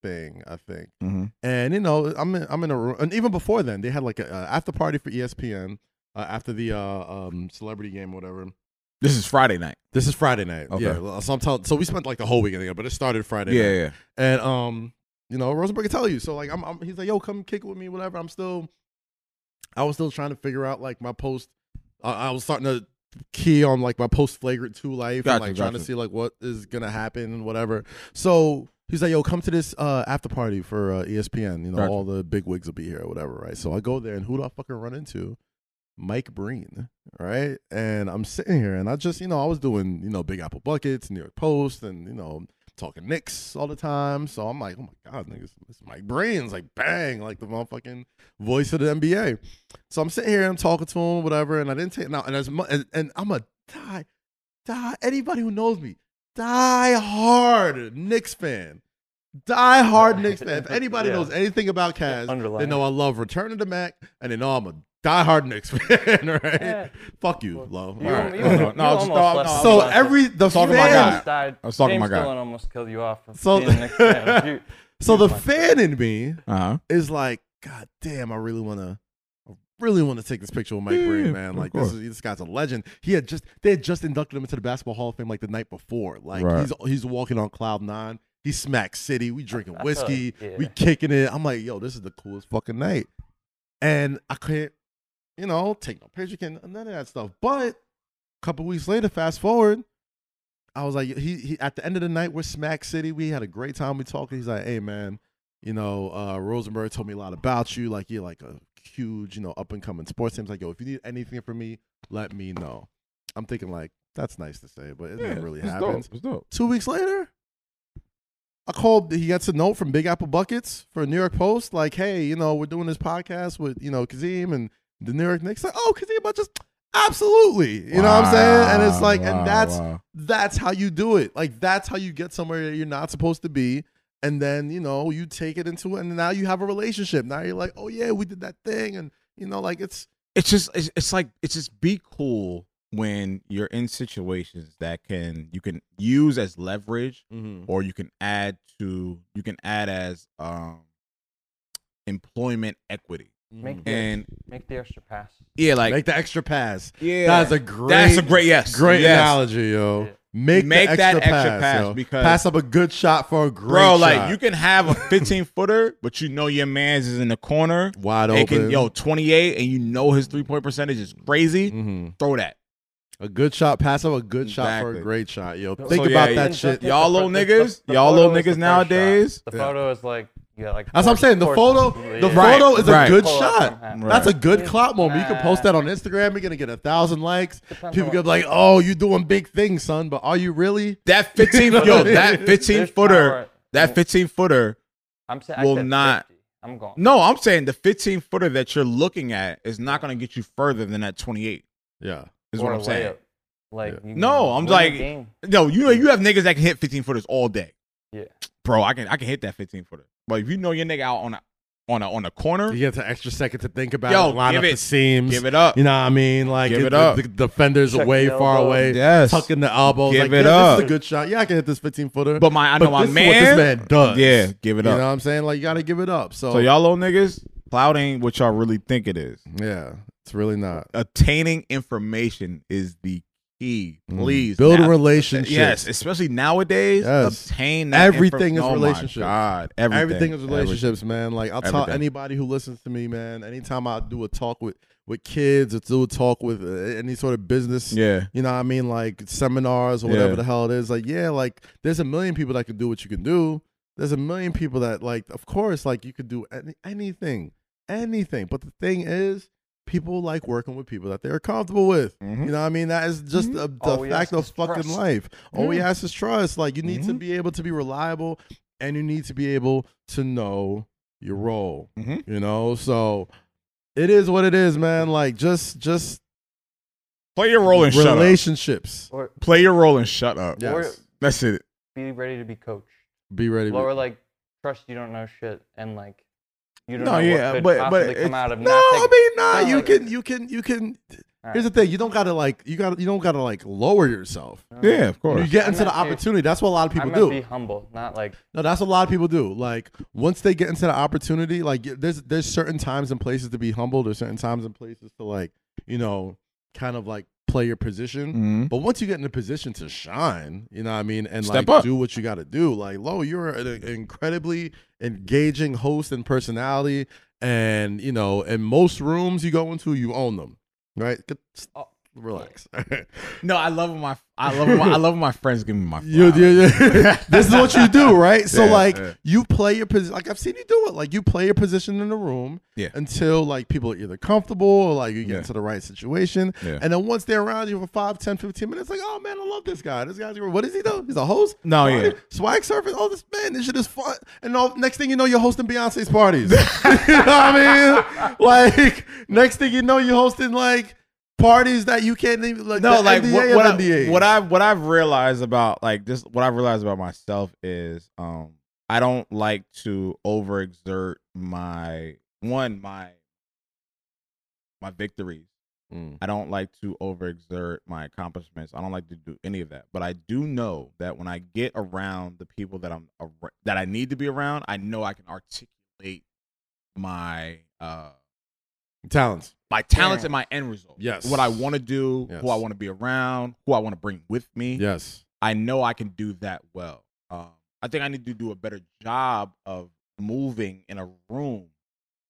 Speaker 1: thing. I think.
Speaker 2: Mhm.
Speaker 1: And you know, I'm in, I'm in a room, and even before then, they had like a, uh after party for ESPN uh, after the uh, um, celebrity game, or whatever.
Speaker 2: This is Friday night.
Speaker 1: This is Friday night,
Speaker 2: Okay.
Speaker 1: yeah. well, So I'm telling, so we spent like the whole weekend together, but it started Friday,
Speaker 2: yeah,
Speaker 1: night.
Speaker 2: yeah.
Speaker 1: And um, you know, Rosenberg can tell you. So like, I'm, I'm he's like, yo, come kick it with me, whatever. I'm still, I was still trying to figure out like my post. I I was starting to key on like my post flagrant two life,
Speaker 2: Gotcha,
Speaker 1: and, like trying to
Speaker 2: gotcha.
Speaker 1: see like what is gonna happen and whatever. So he's like, yo, come to this uh after party for uh, ESPN. You know,
Speaker 2: Gotcha.
Speaker 1: all the big wigs will be here, or whatever, right? So I go there, and who do I fucking run into? Mike Breen, right? And I'm sitting here, and I just, you know, I was doing, you know, Big Apple buckets, New York Post, and you know, talking Knicks all the time. So I'm like, oh my god, niggas, this Mike Breen's like bang, like the motherfucking voice of the NBA. So I'm sitting here, I'm talking to him, whatever, and I didn't take now, and as mu- and, and I'm a die, die. Anybody who knows me, die hard Knicks fan. Die hard Knicks fan. If anybody
Speaker 3: Yeah.
Speaker 1: knows anything about Cavs, they
Speaker 3: underlying.
Speaker 1: know I love Return of the Mac, and they know I'm a diehard Knicks fan, right?
Speaker 3: Yeah.
Speaker 1: Fuck you, love.
Speaker 3: You,
Speaker 1: All right.
Speaker 3: you,
Speaker 2: No,
Speaker 3: you,
Speaker 2: no,
Speaker 3: you
Speaker 2: no,
Speaker 3: almost
Speaker 2: no,
Speaker 3: left
Speaker 2: no,
Speaker 3: me
Speaker 1: So
Speaker 3: on that.
Speaker 1: every the
Speaker 2: Talking about
Speaker 1: fan-
Speaker 2: God.
Speaker 3: Almost died.
Speaker 2: I was talking to
Speaker 3: James
Speaker 2: my guy.
Speaker 3: Dillon almost killed you off. For
Speaker 1: So-
Speaker 3: being a Knicks fan. You-
Speaker 1: So the
Speaker 3: Fuck.
Speaker 1: fan in me
Speaker 2: Uh-huh.
Speaker 1: is like, God damn, I really wanna I really wanna take this picture with Mike Breen,
Speaker 2: Yeah,
Speaker 1: man.
Speaker 2: of
Speaker 1: Like this
Speaker 2: course.
Speaker 1: is, this guy's a legend. He had just they had just inducted him into the basketball hall of fame like the night before. Like
Speaker 2: Right.
Speaker 1: he's he's walking on Cloud Nine. He smack city. We drinking
Speaker 3: That's
Speaker 1: whiskey.
Speaker 3: a- yeah.
Speaker 1: We kicking it. I'm like, yo, this is the coolest fucking night. And I couldn't, you know, take no picture, can none of that stuff. But a couple weeks later, fast forward, I was like, he, he at the end of the night, we're Smack City. We had a great time. We talking. He's like, hey man, you know, uh, Rosenberg told me a lot about you. Like you're like a huge, you know, up and coming sports team. He's like, yo, if you need anything from me, let me know. I'm thinking like that's nice to say, but it never really happens.
Speaker 2: It's dope.
Speaker 1: Two weeks later, I called. He gets a note from Big Apple Buckets for New York Post, like, "Hey, you know, we're doing this podcast with you know Kazim and the New York Knicks." Like, "Oh, Kazim, I just absolutely," you know what I'm saying? And it's like, and that's that's how you do it. Like, that's how you get somewhere that you're not supposed to be, and then you know you take it into it, and now you have a relationship. Now you're like, "Oh yeah, we did that thing," and you know, like it's
Speaker 2: it's just it's, it's like it's just be cool when you're in situations that can you can use as leverage
Speaker 1: Mm-hmm.
Speaker 2: or you can add to you can add as um employment equity.
Speaker 3: Make the,
Speaker 2: And
Speaker 3: make the extra pass.
Speaker 2: yeah, like
Speaker 1: make the extra pass.
Speaker 2: yeah.
Speaker 1: That's a great.
Speaker 2: That's a great yes.
Speaker 1: Great
Speaker 2: yes.
Speaker 1: analogy, yo.
Speaker 3: Yeah.
Speaker 1: Make,
Speaker 2: Make
Speaker 1: the
Speaker 2: that
Speaker 1: extra
Speaker 2: extra
Speaker 1: pass,
Speaker 2: pass
Speaker 1: yo.
Speaker 2: because-
Speaker 1: pass up a good shot for a great
Speaker 2: Bro, like
Speaker 1: shot.
Speaker 2: you can have a 15 footer, but you know your man's is in the corner.
Speaker 1: wide
Speaker 2: It
Speaker 1: open.
Speaker 2: can yo 28, and you know his three point percentage is crazy.
Speaker 1: Mhm.
Speaker 2: Throw that.
Speaker 1: a good shot, pass up a good shot for a
Speaker 2: Exactly.
Speaker 1: great shot, yo.
Speaker 3: So,
Speaker 1: Think
Speaker 2: yeah,
Speaker 1: about
Speaker 2: yeah.
Speaker 1: that
Speaker 3: And
Speaker 1: shit.
Speaker 3: the-
Speaker 2: Y'all little
Speaker 3: the-
Speaker 2: niggas?
Speaker 3: the
Speaker 2: Y'all
Speaker 3: photo
Speaker 2: little
Speaker 3: is the
Speaker 2: niggas
Speaker 3: first
Speaker 2: nowadays?
Speaker 3: shot. The
Speaker 1: Yeah.
Speaker 3: photo is like you got like.
Speaker 1: That's what I'm
Speaker 3: four-
Speaker 1: saying. The
Speaker 3: four-
Speaker 1: photo, the
Speaker 3: yeah.
Speaker 2: Right,
Speaker 1: photo is
Speaker 2: right.
Speaker 1: a good
Speaker 3: Pull up
Speaker 1: shot.
Speaker 3: somehow.
Speaker 2: Right.
Speaker 1: That's a good clout moment. You can
Speaker 3: Nah.
Speaker 1: post that on Instagram. You're gonna get a thousand likes.
Speaker 3: Depends
Speaker 1: People
Speaker 3: on-
Speaker 1: gonna be like, "Oh, you doing big things, son," but are you really?
Speaker 2: That 15 yo, that 15
Speaker 3: There's
Speaker 2: footer,
Speaker 3: power-
Speaker 2: that 15 footer.
Speaker 3: I'm saying. I
Speaker 2: will
Speaker 3: said
Speaker 2: not-
Speaker 3: 50. I'm going.
Speaker 2: No, I'm saying the 15 footer that you're looking at is not going to get you further than that 28.
Speaker 1: Yeah,
Speaker 2: Is
Speaker 3: Or
Speaker 2: what
Speaker 3: a
Speaker 2: I'm saying.
Speaker 3: layup. Like you can
Speaker 2: No, I'm
Speaker 3: win the
Speaker 2: like-
Speaker 3: game.
Speaker 2: No, you know you have niggas that can hit 15 footers all day.
Speaker 3: Yeah.
Speaker 2: Bro, I can I can hit that 15 footer. But if you know your nigga out on a on a on a corner,
Speaker 1: you get an extra second to think about
Speaker 2: Yo,
Speaker 1: it. Line
Speaker 2: give
Speaker 1: up
Speaker 2: it-
Speaker 1: the seams.
Speaker 2: give it up.
Speaker 1: You know what I mean? Like
Speaker 2: Give
Speaker 1: it-
Speaker 2: it
Speaker 1: the,
Speaker 2: up.
Speaker 1: the defenders
Speaker 3: Check
Speaker 1: way
Speaker 3: the
Speaker 1: far
Speaker 3: elbow.
Speaker 1: away.
Speaker 2: Yes.
Speaker 1: Tucking the elbows.
Speaker 2: Give
Speaker 1: like,
Speaker 2: it
Speaker 1: yeah,
Speaker 2: up.
Speaker 1: This is a good shot. Yeah, I can hit this 15 footer.
Speaker 2: but my I know
Speaker 1: But
Speaker 2: my
Speaker 1: this
Speaker 2: man.
Speaker 1: is what this man does.
Speaker 2: Yeah, give it
Speaker 1: you
Speaker 2: up.
Speaker 1: know what I'm saying? Like you gotta give it up. So,
Speaker 2: So y'all little niggas, cloud ain't what y'all really think it is.
Speaker 1: yeah, it's really not.
Speaker 2: Attaining information is the key. Please
Speaker 1: Mm. build
Speaker 2: now-
Speaker 1: a relationship.
Speaker 2: Yes, especially nowadays.
Speaker 1: Yes.
Speaker 2: Obtain that infor-
Speaker 1: Everything is
Speaker 2: Oh my
Speaker 1: relationships.
Speaker 2: God, everything,
Speaker 1: Everything is relationships, man. Like I'll tell
Speaker 2: Everything.
Speaker 1: anybody who listens to me, man. Anytime I do a talk with with kids, or do a talk with uh, any sort of business,
Speaker 2: Yeah.
Speaker 1: you know what I mean, like seminars or whatever
Speaker 2: Yeah.
Speaker 1: the hell it is. Like, yeah, like there's a million people that can do what you can do. There's a million people that like, of course, like you could do any, anything, anything. But the thing is, people like working with people that they're comfortable with.
Speaker 2: Mhm.
Speaker 1: You know what I mean? That is just a-
Speaker 3: Hmm? All
Speaker 1: the
Speaker 3: we
Speaker 1: fact
Speaker 3: ask
Speaker 1: of
Speaker 3: is
Speaker 1: fucking
Speaker 3: trust. Hmm.
Speaker 1: life. All we
Speaker 2: Yeah.
Speaker 1: ask is trust. Like you need to
Speaker 2: Mhm.
Speaker 1: be able to be reliable
Speaker 3: Hmm?
Speaker 1: and you need to be able to know your role.
Speaker 2: Mhm.
Speaker 1: You know, so it is what it is, man. Like just just
Speaker 2: Play your role and shut up.
Speaker 1: relationships.
Speaker 3: Or
Speaker 2: Play your role and shut up.
Speaker 1: Yeah. Yes.
Speaker 2: That's it.
Speaker 3: be ready to be coached.
Speaker 1: Be ready.
Speaker 3: Lower like trust you don't know shit and like you don't
Speaker 2: No,
Speaker 3: know
Speaker 2: yeah,
Speaker 3: what could
Speaker 2: but- but
Speaker 3: possibly
Speaker 2: it's-
Speaker 3: come out of
Speaker 1: No,
Speaker 3: not taking.
Speaker 1: I mean, nah.
Speaker 3: no,
Speaker 1: you
Speaker 3: like-
Speaker 1: can, you can, you can.
Speaker 3: Alright.
Speaker 1: Here's the thing: you don't gotta like, you got, to you don't gotta like lower yourself.
Speaker 3: No.
Speaker 2: Yeah, of course.
Speaker 1: You get
Speaker 3: I
Speaker 1: into the
Speaker 3: meant to-
Speaker 1: opportunity. That's what a lot of people
Speaker 3: I meant
Speaker 1: do.
Speaker 3: be humble, not like
Speaker 1: No, that's what a lot of people do. Like once they get into the opportunity, like y- there's there's certain times and places to be humble. There's certain times and places to like, you know, kind of like play your position.
Speaker 2: Mhm.
Speaker 1: But once you get in a position to shine, you know what I mean, and
Speaker 2: Step
Speaker 1: like
Speaker 2: up.
Speaker 1: do what you got to do. Like, Lo, you're an incredibly engaging host and personality, and you know, in most rooms you go into, you own them, right? Get- s-
Speaker 2: Uh,
Speaker 3: Oh.
Speaker 1: Relax.
Speaker 2: No, I love when my I love when my, I love when my friends give me my.
Speaker 1: You,
Speaker 2: flowers.
Speaker 1: you, you- this is what you do, right? So
Speaker 2: Yeah,
Speaker 1: like
Speaker 2: yeah.
Speaker 1: you play your position. Like I've seen you do it. Like you play your position in the room
Speaker 2: Yeah.
Speaker 1: until like people are either comfortable or like you get
Speaker 2: Yeah.
Speaker 1: into the right situation.
Speaker 2: Yeah.
Speaker 1: And then once they're around you for 5, 10, 15 minutes, like, oh man, I love this guy. This guy's great. What is he though? He's a host?
Speaker 2: No, Oh, yeah.
Speaker 1: Swag surface. Oh, this man, this shit is fun. And all, next thing you know, you're hosting Beyonce's parties. you know what I mean? Like, next thing you know, you're hosting like parties that you can't even like.
Speaker 2: no,
Speaker 1: the
Speaker 2: like
Speaker 1: NDA
Speaker 2: what,
Speaker 1: and
Speaker 2: what, I,
Speaker 1: NDAs.
Speaker 2: what I what I've realized about like this what I've realized about myself is um I don't like to overexert my one my my victories.
Speaker 1: Mm.
Speaker 2: I don't like to overexert my accomplishments. I don't like to do any of that. But I do know that when I get around the people that I'm ar- that I need to be around, I know I can articulate my uh
Speaker 1: talents.
Speaker 2: my talents
Speaker 3: Yeah.
Speaker 2: and my end result.
Speaker 1: Yes.
Speaker 2: What I want to do,
Speaker 1: Yes.
Speaker 2: who I want to be around, who I want to bring with me.
Speaker 1: Yes.
Speaker 2: I know I can do that well. Um, I think I need to do a better job of moving in a room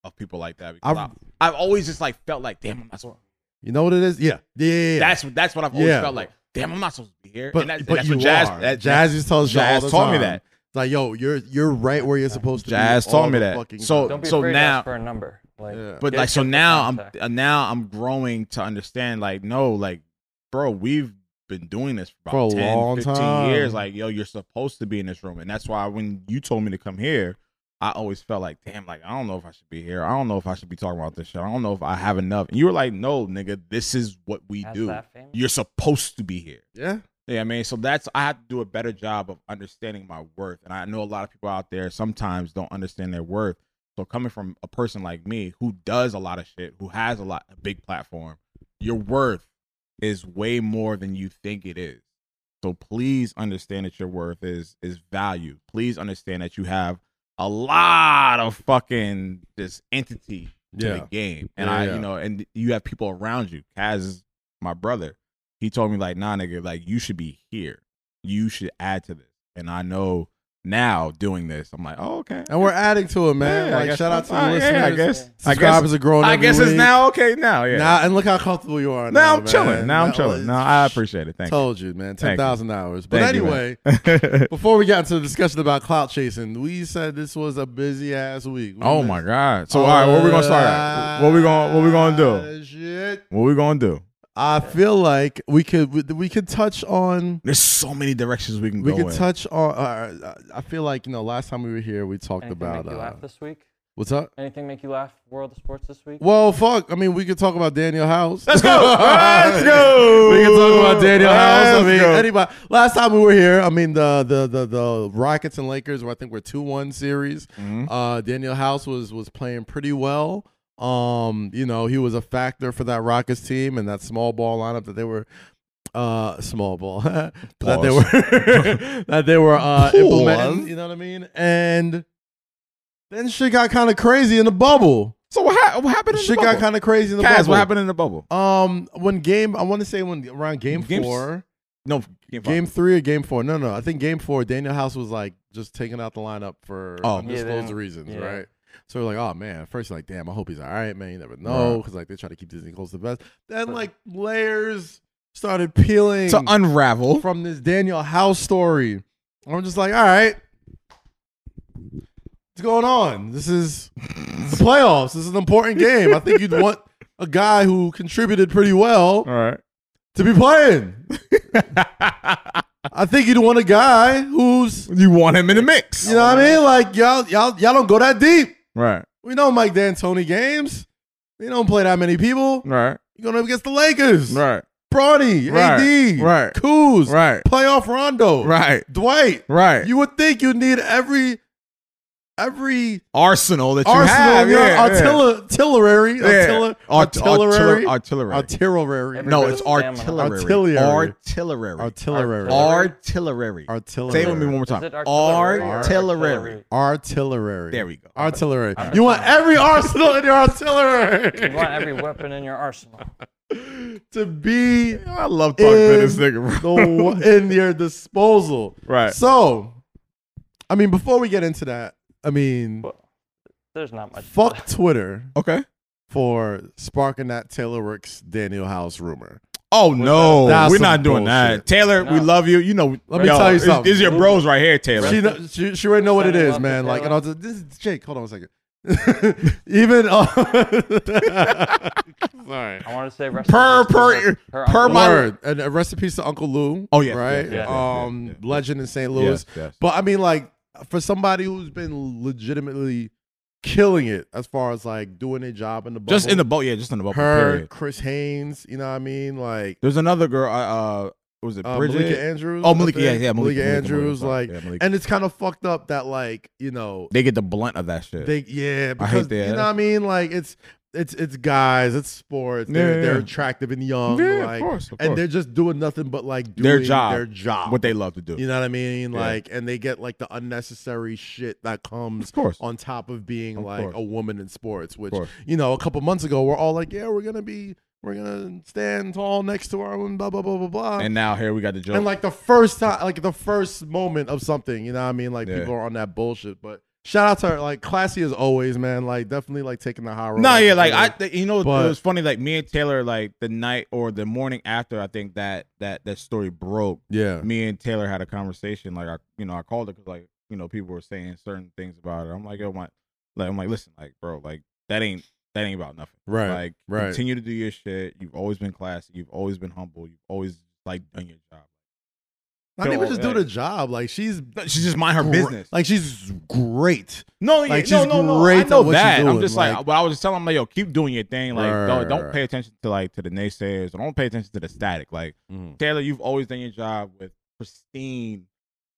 Speaker 2: of people like that. Because I've,
Speaker 1: I've-
Speaker 2: I've always just like felt like, damn, I'm not so.
Speaker 1: You know what it is? Yeah. Yeah. yeah, yeah.
Speaker 2: That's that's what I've always
Speaker 1: Yeah.
Speaker 2: felt like. Damn, I'm not supposed to be here.
Speaker 1: but
Speaker 2: and that's,
Speaker 1: but
Speaker 2: that's
Speaker 1: you
Speaker 2: what jazz,
Speaker 1: are.
Speaker 2: That,
Speaker 1: jazz just tells you all
Speaker 2: Jazz
Speaker 1: the
Speaker 2: taught me
Speaker 1: time.
Speaker 2: that.
Speaker 1: It's like, yo, you're you're right where you're supposed to
Speaker 2: Jazz
Speaker 1: be.
Speaker 2: taught
Speaker 1: all
Speaker 2: me
Speaker 1: the
Speaker 2: that.
Speaker 1: fucking
Speaker 2: So-
Speaker 1: time.
Speaker 3: don't be
Speaker 2: so
Speaker 3: afraid to
Speaker 2: now-
Speaker 3: ask for a number. Like
Speaker 1: Yeah.
Speaker 2: but
Speaker 3: get-
Speaker 2: like so
Speaker 3: get the
Speaker 2: now I'm
Speaker 3: contact.
Speaker 2: uh, now I'm growing to understand like no like bro we've been doing this for,
Speaker 1: For
Speaker 2: about
Speaker 1: a
Speaker 2: 10,
Speaker 1: long
Speaker 2: 15
Speaker 1: time.
Speaker 2: years like yo you're supposed to be in this room and that's why when you told me to come here I always felt like damn like I don't know if I should be here I don't know if I should be talking about this shit I don't know if I have enough and you were like no nigga this is what we
Speaker 3: Ask
Speaker 2: do
Speaker 3: that famous.
Speaker 2: you're supposed to be here
Speaker 1: Yeah.
Speaker 2: yeah, I mean, so that's I have to do a better job of understanding my worth, and I know a lot of people out there sometimes don't understand their worth. So coming from a person like me who does a lot of shit, who has a lot a big platform, your worth is way more than you think it is. So please understand that your worth is is value. Please understand that you have a lot of fucking this entity to
Speaker 1: Yeah.
Speaker 2: the game, and
Speaker 1: Yeah,
Speaker 2: I,
Speaker 1: yeah.
Speaker 2: you know, and you have people around you. Kaz is my brother he told me like nah nigga like you should be here you should add to this and i know now doing this i'm like oh okay
Speaker 1: And we're adding to it, man.
Speaker 2: Yeah, I
Speaker 1: like
Speaker 2: guess-
Speaker 1: shout out to the
Speaker 2: uh,
Speaker 1: listeners.
Speaker 2: yeah, i guess i guess
Speaker 1: subscribers are growing.
Speaker 2: i
Speaker 1: every
Speaker 2: guess it's
Speaker 1: week.
Speaker 2: now okay now yeah now,
Speaker 1: Now and look how comfortable you are.
Speaker 2: i'm
Speaker 1: man.
Speaker 2: chilling now i'm
Speaker 1: That was-
Speaker 2: chilling now i appreciate it thank
Speaker 1: Told you, man. Ten
Speaker 2: Thank you.
Speaker 1: thousand hours. But
Speaker 2: Thank you, man.
Speaker 1: anyway,
Speaker 2: you
Speaker 1: before we got into the discussion about clout chasing, we said this was a busy ass week. We
Speaker 2: oh
Speaker 1: missed-
Speaker 2: my god so all right what we gonna start at? what we gonna what we gonna do
Speaker 1: Oh, Shit.
Speaker 2: what we gonna do
Speaker 1: I feel like we could we, we could touch on
Speaker 2: there's so many directions we can
Speaker 1: we
Speaker 2: go
Speaker 1: could
Speaker 2: in.
Speaker 1: touch on. Uh, I feel like you know last time we were here we talked
Speaker 3: Anything
Speaker 1: about
Speaker 3: make you
Speaker 1: uh,
Speaker 3: laugh this week?
Speaker 1: what's up.
Speaker 3: Anything make you laugh? World of sports this week?
Speaker 1: Well, fuck. I mean, we could talk about Daniel House.
Speaker 2: let's go let's go
Speaker 1: we can talk about Daniel House. I
Speaker 2: Let's
Speaker 1: mean,
Speaker 2: go.
Speaker 1: anybody. Last time we were here, I mean, the the the, the Rockets and Lakers, were I think were two one series.
Speaker 2: Mhm.
Speaker 1: Uh, Daniel House was was playing pretty well. Um, you know, he was a factor for that Rockets team and that small ball lineup that they were uh small ball that they
Speaker 2: Pause.
Speaker 1: were that they were uh implementing,
Speaker 2: Pause.
Speaker 1: you know what I mean? And then shit got kind of crazy in the bubble.
Speaker 2: so what, ha- what happened in the
Speaker 1: Shit got
Speaker 2: bubble?
Speaker 1: kind of crazy in the
Speaker 2: Kaz,
Speaker 1: bubble.
Speaker 2: what happened in the bubble
Speaker 1: Um, when game, I want to say when around game
Speaker 2: Game s-
Speaker 1: four,
Speaker 2: no game five.
Speaker 1: game three or game four. No, no, I think game four. Daniel House was like just taken out the lineup for
Speaker 2: Oh.
Speaker 3: Yeah,
Speaker 1: undisclosed
Speaker 3: then-
Speaker 1: reasons,
Speaker 3: yeah.
Speaker 1: right? So we're like, oh man. At first, you're like, damn, I hope he's all right, man. You never know,
Speaker 2: Right.
Speaker 1: because like they try to keep Disney close to the best. Then like layers started peeling
Speaker 2: to unravel
Speaker 1: from this Daniel House story. I'm just like, all right, what's going on? This is the playoffs. This is an important game. I think you'd want a guy who contributed pretty well
Speaker 2: All right.
Speaker 1: to be playing. I think you'd want a guy who's
Speaker 2: you want him in the mix.
Speaker 1: you know what I mean? Like y'all y'all y'all don't go that deep.
Speaker 2: Right.
Speaker 1: We know Mike D'Antoni games. They don't play that many people.
Speaker 2: Right.
Speaker 1: You're going up against the Lakers.
Speaker 2: Right.
Speaker 1: Bronny,
Speaker 2: Right.
Speaker 1: AD,
Speaker 2: Right.
Speaker 1: Kuz,
Speaker 2: Right.
Speaker 1: playoff Rondo,
Speaker 2: Right.
Speaker 1: Dwight.
Speaker 2: Right.
Speaker 1: You would think you'd need every every
Speaker 2: arsenal that you
Speaker 1: arsenal,
Speaker 2: have.
Speaker 1: in your
Speaker 2: yeah,
Speaker 1: artillery, artillery,
Speaker 2: yeah. Yeah.
Speaker 1: artillery,
Speaker 2: Art-
Speaker 1: artillery,
Speaker 2: artillery. Artillery.
Speaker 1: artillery,
Speaker 3: Every-
Speaker 2: no, it's
Speaker 3: Artillery.
Speaker 2: artillery. Artillery.
Speaker 1: artillery,
Speaker 2: Artillery.
Speaker 1: artillery,
Speaker 2: Say it with me one more
Speaker 3: Is
Speaker 2: time.
Speaker 3: it artillery or
Speaker 2: Artillery.
Speaker 1: artillery.
Speaker 2: There we go.
Speaker 1: Artillery. You want every arsenal in your
Speaker 3: You want
Speaker 1: artillery
Speaker 3: every weapon in your arsenal.
Speaker 1: to be
Speaker 2: I love
Speaker 1: talking
Speaker 2: talking
Speaker 1: to
Speaker 2: to
Speaker 1: this
Speaker 2: this nigga.
Speaker 1: the w- in your disposal.
Speaker 2: Right.
Speaker 1: So, I mean, before we get into that, I mean,
Speaker 3: Well, There's not much.
Speaker 1: fuck Twitter
Speaker 2: Okay.
Speaker 1: for sparking that Taylor Ricks Daniel House rumor.
Speaker 2: Oh no,
Speaker 1: That's
Speaker 2: we're
Speaker 1: some
Speaker 2: not doing
Speaker 1: bullshit.
Speaker 2: that, Taylor. We
Speaker 3: No.
Speaker 2: love you. You know,
Speaker 1: Let me tell you
Speaker 2: it's-
Speaker 1: something.
Speaker 2: These are your bros right here, Taylor.
Speaker 1: She, kno- she she already know what it
Speaker 3: Sending
Speaker 1: is,
Speaker 3: love to
Speaker 1: man. Like, and I
Speaker 3: Taylor.
Speaker 1: was like, this is Jake. Hold on a second. Even uh, sorry.
Speaker 3: I want to say rest in
Speaker 2: per
Speaker 3: peace to
Speaker 2: per
Speaker 3: her- her
Speaker 2: per
Speaker 3: uncle.
Speaker 2: my.
Speaker 1: Word and a recipe to Uncle Lou.
Speaker 2: Oh, yes,
Speaker 1: right.
Speaker 2: yes, yes, yes,
Speaker 1: um,
Speaker 2: yes, yes.
Speaker 1: legend in St. Louis.
Speaker 2: Yes, yes.
Speaker 1: But I mean, like, for somebody who's been legitimately killing it as far as like doing a job in the bubble,
Speaker 2: Just in the boat, yeah, just in the boat.
Speaker 1: her,
Speaker 2: Period.
Speaker 1: Chris Haynes, you know what I mean? Like,
Speaker 2: There's another girl. Uh, uh was it
Speaker 1: uh,
Speaker 2: Bridget?
Speaker 1: Malika Andrews.
Speaker 2: oh,
Speaker 1: I
Speaker 2: Malika. Yeah,
Speaker 1: think.
Speaker 2: yeah,
Speaker 1: Malika,
Speaker 2: Malika, Malika,
Speaker 1: Andrews.
Speaker 2: Malika,
Speaker 1: like,
Speaker 2: yeah, Malika.
Speaker 1: and it's kind of fucked up that, like, you know,
Speaker 2: they get the blunt of that shit.
Speaker 1: they, yeah,
Speaker 2: I hate
Speaker 1: because,
Speaker 2: that.
Speaker 1: you know what I mean? Like, it's, it's, it's guys, it's sports.
Speaker 2: Yeah,
Speaker 1: They're,
Speaker 2: yeah,
Speaker 1: they're
Speaker 2: yeah.
Speaker 1: attractive and young. like,
Speaker 2: course, of
Speaker 1: and they're just doing nothing but like doing
Speaker 2: Their job.
Speaker 1: Their job.
Speaker 2: what they love to do.
Speaker 1: You know what I mean?
Speaker 2: Yeah.
Speaker 1: Like, and they get like the unnecessary shit that comes
Speaker 2: Of course.
Speaker 1: on top of being
Speaker 2: Of
Speaker 1: like
Speaker 2: course.
Speaker 1: a woman in sports, which
Speaker 2: course.
Speaker 1: you know, a couple months ago we're all like, yeah, we're gonna be, we're gonna stand tall next to our women, blah blah blah blah blah.
Speaker 2: And now here we got the joke.
Speaker 1: And, like the first time, like the first moment of something, you know what I mean? Like
Speaker 2: Yeah.
Speaker 1: people are on that bullshit, but. Shout out to her, like classy as always, man. Like definitely, like taking the high road.
Speaker 2: No, yeah, like
Speaker 1: Yeah.
Speaker 2: I, th- you know,
Speaker 1: But-
Speaker 2: it was funny. Like me and Taylor, like the night or the morning after, I think that that that story broke.
Speaker 1: yeah,
Speaker 2: Me and Taylor had a conversation. Like I, you know, I called her because like you know people were saying certain things about her. I'm like, yo, my, like I'm like, listen, like bro, like that ain't that ain't about nothing.
Speaker 1: right,
Speaker 2: Like
Speaker 1: right.
Speaker 2: continue to do your shit. You've always been classy. You've always been humble. You've always like done your job.
Speaker 1: Not even
Speaker 2: Yo,
Speaker 1: just
Speaker 2: like-
Speaker 1: do the job. Like she's
Speaker 2: No, She's just mind her
Speaker 1: gr-
Speaker 2: business.
Speaker 1: Like she's great.
Speaker 2: No,
Speaker 1: Like,
Speaker 2: yeah,
Speaker 1: she's
Speaker 2: no, no, no.
Speaker 1: great
Speaker 2: I
Speaker 1: at
Speaker 2: know
Speaker 1: what she's
Speaker 2: that.
Speaker 1: doing,
Speaker 2: I'm just like,
Speaker 1: like-
Speaker 2: but I was just telling him, like, yo, keep doing your thing. Like,
Speaker 1: Right,
Speaker 2: don't,
Speaker 1: right,
Speaker 2: don't
Speaker 1: right.
Speaker 2: pay attention to like to the naysayers. Don't pay attention to the static. Like, Taylor, you've always done your job with pristine,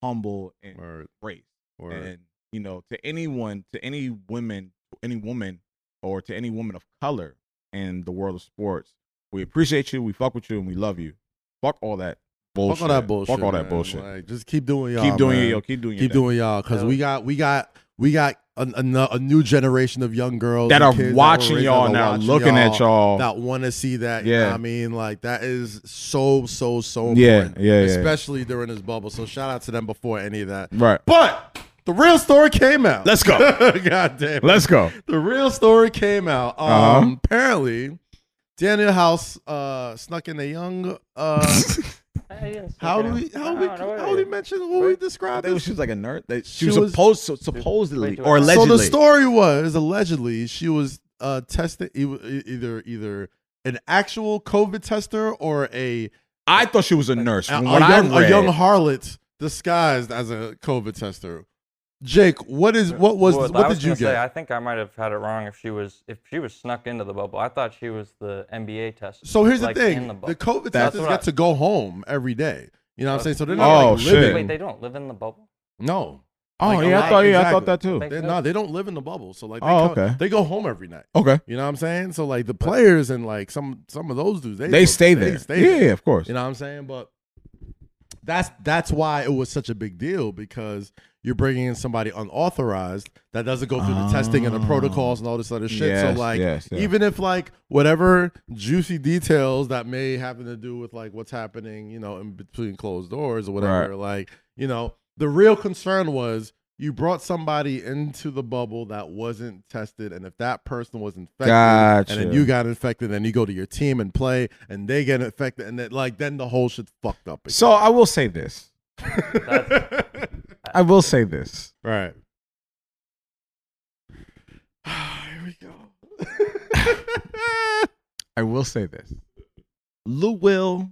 Speaker 2: humble, and
Speaker 1: Word,
Speaker 2: grace.
Speaker 1: word.
Speaker 2: And you know, to anyone, to any women, to any woman, or to any woman of color in the world of sports, we appreciate you. We fuck with you, and we love you. Fuck all that bullshit.
Speaker 1: Fuck all that bullshit.
Speaker 2: Fuck all that
Speaker 1: man.
Speaker 2: bullshit.
Speaker 1: Like, just keep doing y'all.
Speaker 2: keep doing
Speaker 1: man.
Speaker 2: it, yo. Keep doing your
Speaker 1: Keep
Speaker 2: thing.
Speaker 1: doing y'all, because
Speaker 3: Yeah.
Speaker 1: we got we got we got a, a, a new generation of young girls
Speaker 2: that
Speaker 1: and
Speaker 2: are
Speaker 1: kids that were
Speaker 2: watching
Speaker 1: raised
Speaker 2: y'all
Speaker 1: that are
Speaker 2: now,
Speaker 1: watching
Speaker 2: looking at y'all.
Speaker 1: that want to see that. You know
Speaker 2: Yeah.
Speaker 1: what I mean, like that is so so so
Speaker 2: yeah,
Speaker 1: important,
Speaker 2: yeah, yeah.
Speaker 1: especially during this bubble. So shout out to them before any of that.
Speaker 2: Right.
Speaker 1: But the real story came out.
Speaker 2: Let's go.
Speaker 1: God damn. it.
Speaker 2: Let's go.
Speaker 1: the real story came out. Um,
Speaker 2: Uh-huh.
Speaker 1: apparently, Daniel House uh, snuck in a young. Uh,
Speaker 3: I didn't sneak
Speaker 1: How
Speaker 3: it
Speaker 1: do
Speaker 3: in.
Speaker 1: we how
Speaker 3: No,
Speaker 1: we
Speaker 3: no
Speaker 1: how we
Speaker 3: way.
Speaker 1: mention what we described?
Speaker 2: She
Speaker 1: As?
Speaker 2: was like a nerd. That
Speaker 1: She
Speaker 2: she, was
Speaker 1: was-
Speaker 2: supposed to, supposedly
Speaker 3: Wait, do
Speaker 2: or
Speaker 3: I-
Speaker 1: So
Speaker 2: allegedly.
Speaker 1: the story was allegedly she was uh, testing e- e- either either an actual COVID tester or a
Speaker 2: I thought she was a nurse.
Speaker 1: a,
Speaker 2: From
Speaker 1: a
Speaker 2: what
Speaker 1: young,
Speaker 2: I read,
Speaker 1: a young harlot disguised as a COVID tester. Jake, what is what was
Speaker 3: Well,
Speaker 1: what
Speaker 3: I was
Speaker 1: did you
Speaker 3: gonna
Speaker 1: get?
Speaker 3: Say, I think I might have had it wrong. If she was, if she was snuck into the bubble, I thought she was the NBA test.
Speaker 1: so here's
Speaker 3: like,
Speaker 1: the
Speaker 3: in
Speaker 1: thing:
Speaker 3: the
Speaker 1: the,
Speaker 3: bubble.
Speaker 1: COVID
Speaker 2: That's
Speaker 1: testers
Speaker 3: what I-
Speaker 1: get to go home every day. You know what I'm saying? So they're not
Speaker 2: Oh,
Speaker 1: like,
Speaker 2: shit.
Speaker 1: living.
Speaker 3: Wait, they don't live in the bubble.
Speaker 1: no,
Speaker 2: oh
Speaker 1: like,
Speaker 2: yeah,
Speaker 1: alive,
Speaker 2: I thought yeah, I thought that
Speaker 1: exactly.
Speaker 2: too.
Speaker 1: they,
Speaker 3: Makes
Speaker 1: no, they don't live in the bubble. So like, they
Speaker 2: Oh,
Speaker 1: come-
Speaker 2: okay.
Speaker 1: they go home every night.
Speaker 2: Okay,
Speaker 1: You know what I'm saying? So like the players and like some some of those dudes, they,
Speaker 2: they stay there. yeah,
Speaker 1: there.
Speaker 2: of course.
Speaker 1: You know what I'm saying? But that's that's why it was such a big deal because you're bringing in somebody unauthorized that doesn't go through the testing and the
Speaker 2: Oh.
Speaker 1: protocols and all this other shit.
Speaker 2: Yes,
Speaker 1: so like
Speaker 2: yes, yes.
Speaker 1: even if like whatever juicy details that may happen to do with like what's happening, you know, in between closed doors or whatever, like, you know, the real concern was you brought somebody into the bubble that wasn't tested, and if that person was infected, and then
Speaker 2: Gotcha.
Speaker 1: you got infected, and you go to your team and play, and they get infected, and then like then the whole shit's fucked up.
Speaker 2: so I will say this. I will say this.
Speaker 1: right. Here we go.
Speaker 2: I will say this. Lou will.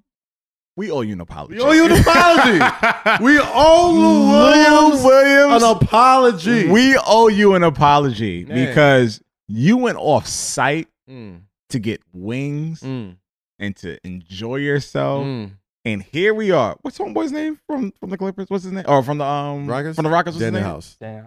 Speaker 2: We owe you an apology.
Speaker 1: we owe you an apology. we owe Lou Williams,
Speaker 2: Lou Williams.
Speaker 1: an apology.
Speaker 2: We owe you an apology
Speaker 1: Man.
Speaker 2: because you went off site
Speaker 1: Mm,
Speaker 2: to get wings
Speaker 1: mm,
Speaker 2: and to enjoy yourself.
Speaker 1: mm.
Speaker 2: And here we are. What's homeboy's name from from the Clippers? What's his name? Or from the um
Speaker 1: Rockets?
Speaker 2: from the Rockets? What's
Speaker 1: Danny
Speaker 2: his name?
Speaker 1: House.
Speaker 3: Dang,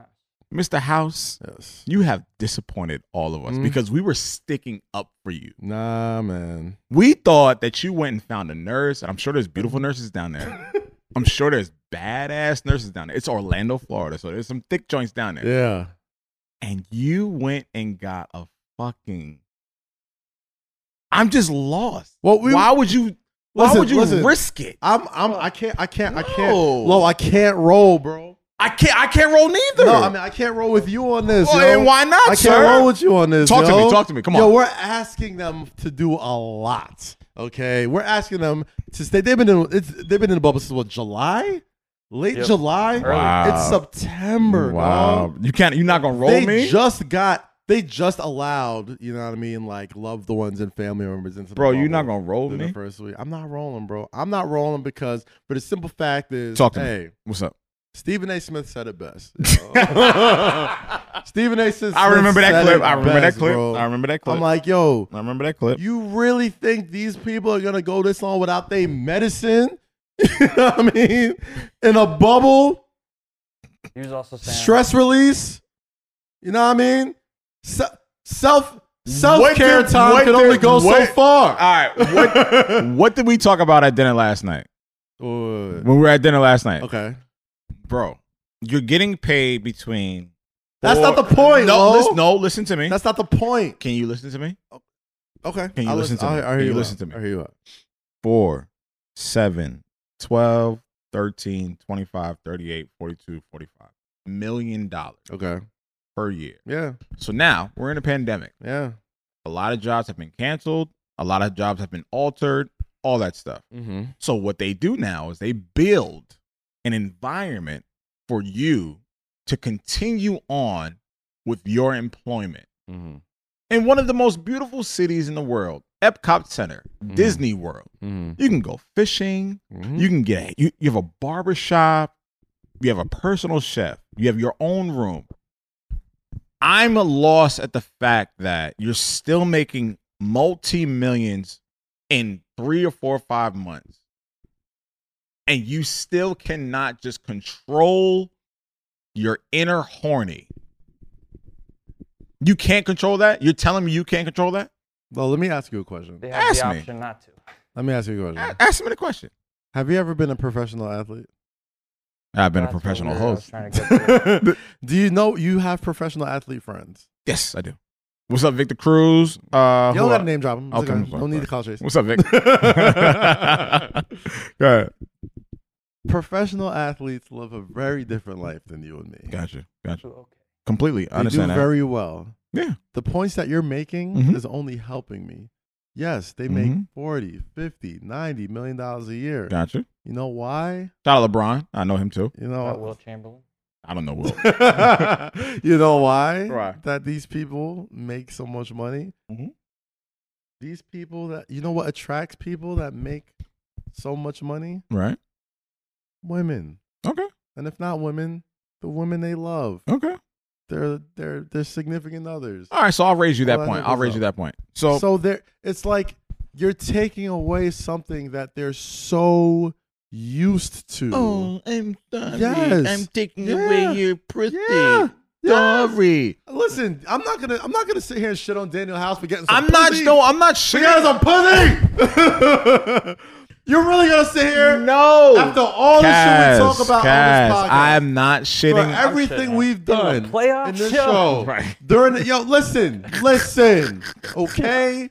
Speaker 2: Mr. House.
Speaker 1: Yes.
Speaker 2: You have disappointed all of us
Speaker 1: Mhm.
Speaker 2: because we were sticking up for you.
Speaker 1: Nah, man.
Speaker 2: We thought that you went and found a nurse, and I'm sure there's beautiful nurses down there. I'm sure there's badass nurses down there. It's Orlando, Florida, so there's some thick joints down there.
Speaker 1: Yeah.
Speaker 2: And you went and got a fucking. I'm just lost.
Speaker 1: Well, we-
Speaker 2: why would you? Why
Speaker 1: Listen,
Speaker 2: would you
Speaker 1: listen.
Speaker 2: risk it?
Speaker 1: I'm. I'm. I can't. I can't. I can't.
Speaker 2: No.
Speaker 1: Lo, I can't roll, bro.
Speaker 2: I can't. I can't roll neither.
Speaker 1: No, I mean I can't roll with you on this.
Speaker 2: Well,
Speaker 1: yo.
Speaker 2: Oh, and why not,
Speaker 1: I can't
Speaker 2: sir?
Speaker 1: roll with you on this.
Speaker 2: Talk to
Speaker 1: yo.
Speaker 2: me, talk to me, come
Speaker 1: Yo,
Speaker 2: on.
Speaker 1: we're asking them to do a lot. Okay, we're asking them to stay. They've been in. It's, they've been in the bubble since what? July, late
Speaker 3: Yep.
Speaker 1: July.
Speaker 3: Early.
Speaker 1: It's September.
Speaker 2: Wow.
Speaker 1: dog.
Speaker 2: You can't. You're not gonna roll
Speaker 1: they
Speaker 2: me,
Speaker 1: just got. They just allowed. You know what I mean? Like loved ones and family members into the
Speaker 2: bro. You're not
Speaker 1: bubble
Speaker 2: gonna roll
Speaker 1: in the
Speaker 2: me.
Speaker 1: first week. I'm not rolling, bro. I'm not rolling because, for the simple fact is,
Speaker 2: Talk to me.
Speaker 1: hey,
Speaker 2: What's up?
Speaker 1: Stephen A. Smith said it best. you know? Stephen A. Smith.
Speaker 2: I remember
Speaker 1: said
Speaker 2: that
Speaker 1: it
Speaker 2: clip. I remember that
Speaker 1: best,
Speaker 2: clip.
Speaker 1: bro.
Speaker 2: I remember that clip.
Speaker 1: I'm like, yo,
Speaker 2: I remember that clip.
Speaker 1: you really think these people are gonna go this long without their medicine? you know what I mean? In a bubble,
Speaker 3: he was also saying
Speaker 1: stress release. You know what I mean? Se- self self care
Speaker 2: did-
Speaker 1: time
Speaker 2: what
Speaker 1: can only
Speaker 2: did-
Speaker 1: go so
Speaker 2: what-
Speaker 1: far.
Speaker 2: All right. What, what did we talk about at dinner last night?
Speaker 1: Wait, wait, wait.
Speaker 2: When we were at dinner last night,
Speaker 1: Uh, okay,
Speaker 2: bro, you're getting paid between.
Speaker 1: that's
Speaker 2: four-
Speaker 1: not the point.
Speaker 2: No,
Speaker 1: Lo.
Speaker 2: listen, no, listen to me.
Speaker 1: that's not the point.
Speaker 2: Can you listen to me?
Speaker 1: Okay,
Speaker 2: Can you
Speaker 1: I'll
Speaker 2: listen to
Speaker 1: I'll-
Speaker 2: me?
Speaker 1: I'll
Speaker 2: Can
Speaker 1: hear
Speaker 2: you
Speaker 1: out.
Speaker 2: listen to me?
Speaker 1: I'll hear you out.
Speaker 2: Four, seven, 12, 13, 25, 38, 42, 45 million dollars
Speaker 1: Okay.
Speaker 2: per year.
Speaker 1: Yeah.
Speaker 2: So now we're in a pandemic.
Speaker 1: Yeah.
Speaker 2: A lot of jobs have been canceled, a lot of jobs have been altered, all that stuff.
Speaker 1: Mm-hmm.
Speaker 2: So what they do now is they build an environment for you to continue on with your employment.
Speaker 1: Mm-hmm.
Speaker 2: In one of the most beautiful cities in the world, Epcot Center,
Speaker 1: Mhm.
Speaker 2: Disney World.
Speaker 1: Mm-hmm.
Speaker 2: You can go fishing, you can get you, you have a barber shop, you have a personal chef, you have your own room. I'm lost at the fact that you're still making multi millions in three or four or five months, and you still cannot just control your inner horny. You can't control that. You're telling me you can't control that?
Speaker 1: Well, let me ask you a question.
Speaker 3: they have the
Speaker 2: Ask me.
Speaker 3: option not to.
Speaker 1: Let me ask you a
Speaker 2: A-
Speaker 1: question.
Speaker 2: Ask me the question.
Speaker 1: Have you ever been a professional athlete?
Speaker 2: I've been
Speaker 3: That's
Speaker 2: a
Speaker 3: what
Speaker 2: professional
Speaker 3: we were- I was
Speaker 2: host.
Speaker 3: trying to get to.
Speaker 1: Do you know you have professional athlete friends?
Speaker 2: Yes, I do. What's up, Victor Cruz? Uh,
Speaker 1: You don't
Speaker 2: who
Speaker 1: got to
Speaker 2: else?
Speaker 1: name drop them.
Speaker 2: Okay, I'm sorry.
Speaker 1: Don't need to call Chase.
Speaker 2: What's up, Vic? Go ahead.
Speaker 1: Professional athletes live a very different life than you and me.
Speaker 2: Gotcha. Gotcha.
Speaker 3: Okay.
Speaker 2: Completely. I
Speaker 1: They do
Speaker 2: understand that.
Speaker 1: very well.
Speaker 2: Yeah.
Speaker 1: The points that you're making
Speaker 2: Mhm.
Speaker 1: is only helping me. Yes, they make
Speaker 2: Mhm.
Speaker 1: forty, fifty, ninety million 40, 50, 90 million dollars a year.
Speaker 2: Gotcha.
Speaker 1: You know why?
Speaker 2: Shout out LeBron. I know him too.
Speaker 1: You
Speaker 3: About
Speaker 1: know
Speaker 3: Will Chamberlain.
Speaker 2: I don't know Will.
Speaker 1: you know why?
Speaker 2: Why?
Speaker 1: That these people make so much money.
Speaker 2: Mhm.
Speaker 1: These people that you know what attracts people that make so much money?
Speaker 2: right.
Speaker 1: Women.
Speaker 2: Okay.
Speaker 1: And if not women, the women they love.
Speaker 2: Okay.
Speaker 1: They're they're they're significant others.
Speaker 2: All right. So I'll raise you that
Speaker 1: Well, I
Speaker 2: point.
Speaker 1: think
Speaker 2: I'll
Speaker 1: it's
Speaker 2: raise
Speaker 1: up.
Speaker 2: you that point. So,
Speaker 1: so there it's like you're taking away something that they're so used to.
Speaker 2: mm, I'm sorry.
Speaker 1: Yes.
Speaker 2: taking
Speaker 1: Yeah.
Speaker 2: your pussy.
Speaker 1: Yeah. Yes.
Speaker 2: Sorry.
Speaker 1: Listen, I'm not gonna I'm not gonna sit here and shit on Daniel House for getting some
Speaker 2: I'm not.
Speaker 1: pussy.
Speaker 2: No, I'm not
Speaker 1: You
Speaker 2: shitting.
Speaker 1: guys are pussy. You're really gonna sit here
Speaker 2: No.
Speaker 1: after all the shit we talk about on
Speaker 2: Kaz,
Speaker 1: this podcast,
Speaker 2: I'm not shitting.
Speaker 1: for everything
Speaker 3: shitting.
Speaker 1: we've
Speaker 3: Doing
Speaker 1: done
Speaker 3: a playoff
Speaker 1: in this
Speaker 3: show.
Speaker 1: show,
Speaker 2: Right.
Speaker 1: during the, yo, listen, listen, okay,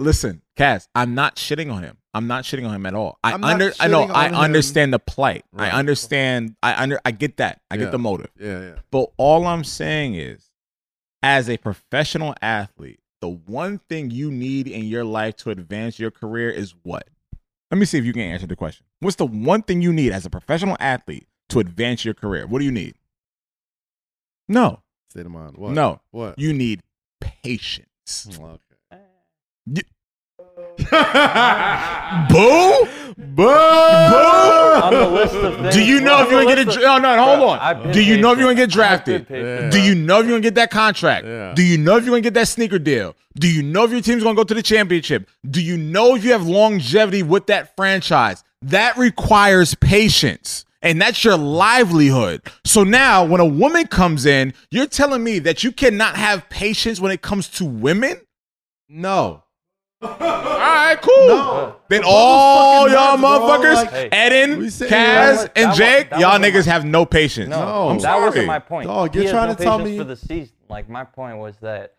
Speaker 2: Listen, Cass, I'm not shitting on him. I'm not shitting on him at all. I
Speaker 1: I'm not
Speaker 2: under I know
Speaker 1: shitting
Speaker 2: I
Speaker 1: on him.
Speaker 2: understand the plight.
Speaker 1: Right.
Speaker 2: I understand I under I get that. I
Speaker 1: Yeah.
Speaker 2: get the motive.
Speaker 1: yeah, yeah,
Speaker 2: But all I'm saying is as a professional athlete, the one thing you need in your life to advance your career is what? Let me see if you can answer the question. What's the one thing you need as a professional athlete to advance your career? What do you need? No.
Speaker 1: state of mind. What?
Speaker 2: No.
Speaker 1: what?
Speaker 2: You need patience.
Speaker 1: Okay.
Speaker 2: You-
Speaker 4: Boo!
Speaker 3: on the list of things.
Speaker 4: Do you know
Speaker 3: Well,
Speaker 4: if you're
Speaker 3: on
Speaker 4: gonna
Speaker 3: the
Speaker 4: get a?
Speaker 3: list
Speaker 4: dra- Oh no,
Speaker 3: of-
Speaker 4: hold
Speaker 3: I've
Speaker 4: on.
Speaker 3: been
Speaker 4: Do you know if
Speaker 3: patient.
Speaker 4: you're gonna get
Speaker 3: I've been
Speaker 4: drafted?
Speaker 3: patient.
Speaker 4: Do you know if you're gonna get that contract?
Speaker 1: Yeah.
Speaker 4: Do you know if you're gonna get that sneaker deal? Do you know if your team's gonna go to the championship? Do you know if you have longevity with that franchise? That requires patience. And that's your livelihood. So now, when a woman comes in, you're telling me that you cannot have patience when it comes to women? No. all right, cool. Then all
Speaker 1: motherfucking
Speaker 4: y'all
Speaker 1: nuts, bro.
Speaker 4: motherfuckers,
Speaker 1: Like,
Speaker 3: Hey.
Speaker 4: Eden,
Speaker 1: we saying that
Speaker 4: Kaz,
Speaker 1: was-
Speaker 4: and
Speaker 3: that
Speaker 4: Jake,
Speaker 3: was- that
Speaker 4: y'all
Speaker 3: wasn't
Speaker 4: niggas
Speaker 3: my-
Speaker 4: have no patience.
Speaker 3: No,
Speaker 1: No, I'm
Speaker 3: that wasn't my point.
Speaker 1: Dog,
Speaker 3: He
Speaker 1: you're
Speaker 3: has
Speaker 1: trying
Speaker 3: no
Speaker 1: to tell
Speaker 3: patience
Speaker 1: me-
Speaker 3: for the season. Like my point was that